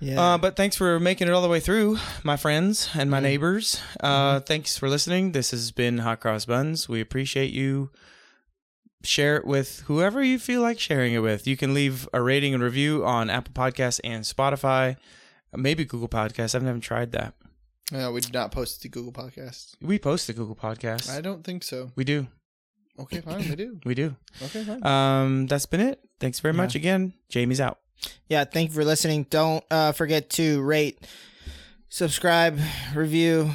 [SPEAKER 3] yeah.
[SPEAKER 1] Uh, but thanks for making it all the way through, my friends and my neighbors. Uh, Thanks for listening. This has been Hot Cross Buns. We appreciate you. Share it with whoever you feel like sharing it with. You can leave a rating and review on Apple Podcasts and Spotify, maybe Google Podcasts. I've never tried that.
[SPEAKER 2] No, we did not post it to Google Podcasts.
[SPEAKER 1] We post the Google Podcasts.
[SPEAKER 2] I don't think so.
[SPEAKER 1] we do.
[SPEAKER 2] Okay, fine, we do.
[SPEAKER 1] We do.
[SPEAKER 2] Okay, fine.
[SPEAKER 1] Um, that's been it. Thanks very much again. Jamie's out.
[SPEAKER 3] yeah thank you for listening don't uh, forget to rate subscribe review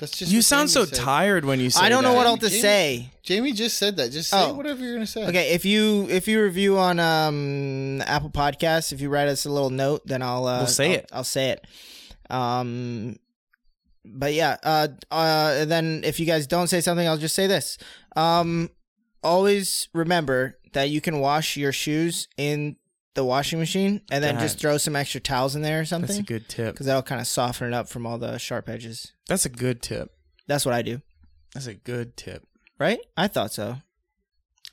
[SPEAKER 2] That's just
[SPEAKER 1] You
[SPEAKER 2] what
[SPEAKER 1] sound so
[SPEAKER 2] Jamie said.
[SPEAKER 1] tired when you say
[SPEAKER 3] i don't know
[SPEAKER 1] that.
[SPEAKER 3] what else to
[SPEAKER 2] Jamie-
[SPEAKER 3] say
[SPEAKER 2] Jamie just said that. Just say
[SPEAKER 3] Oh.
[SPEAKER 2] whatever you're gonna say.
[SPEAKER 3] okay if you if you review on um apple Podcasts, if you write us a little note then i'll uh,
[SPEAKER 1] We'll say
[SPEAKER 3] I'll-
[SPEAKER 1] it.
[SPEAKER 3] i'll say it um but yeah uh uh then if you guys don't say something i'll just say this um always remember that you can wash your shoes in the washing machine and then
[SPEAKER 1] God.
[SPEAKER 3] just throw some extra towels in there or something
[SPEAKER 1] That's a good tip.
[SPEAKER 3] because that'll kind of soften it up from all the sharp edges.
[SPEAKER 1] That's a good tip.
[SPEAKER 3] That's what I do,
[SPEAKER 1] That's a good tip.
[SPEAKER 3] right? I thought so.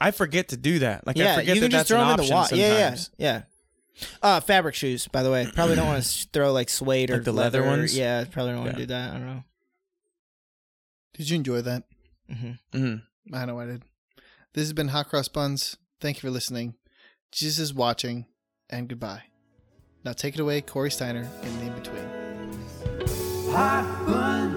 [SPEAKER 1] I forget to do that. Like I
[SPEAKER 3] yeah,
[SPEAKER 1] forget
[SPEAKER 3] you
[SPEAKER 1] that
[SPEAKER 3] can
[SPEAKER 1] that's
[SPEAKER 3] just throw
[SPEAKER 1] an
[SPEAKER 3] them in
[SPEAKER 1] option
[SPEAKER 3] the water. Yeah, yeah,
[SPEAKER 1] sometimes.
[SPEAKER 3] yeah. Uh, fabric shoes, by the way. Probably don't want to throw like suede or
[SPEAKER 1] Like the leather ones?
[SPEAKER 3] Yeah, probably don't want
[SPEAKER 1] Yeah.
[SPEAKER 3] to do that. I don't know.
[SPEAKER 2] Did you enjoy that?
[SPEAKER 3] hmm
[SPEAKER 1] Mhm.
[SPEAKER 2] I know I did. This has been Hot Cross Buns. Thank you for listening. Jesus is watching, and goodbye. Now take it away, Corey Steiner, in the in between.
[SPEAKER 4] Hot bun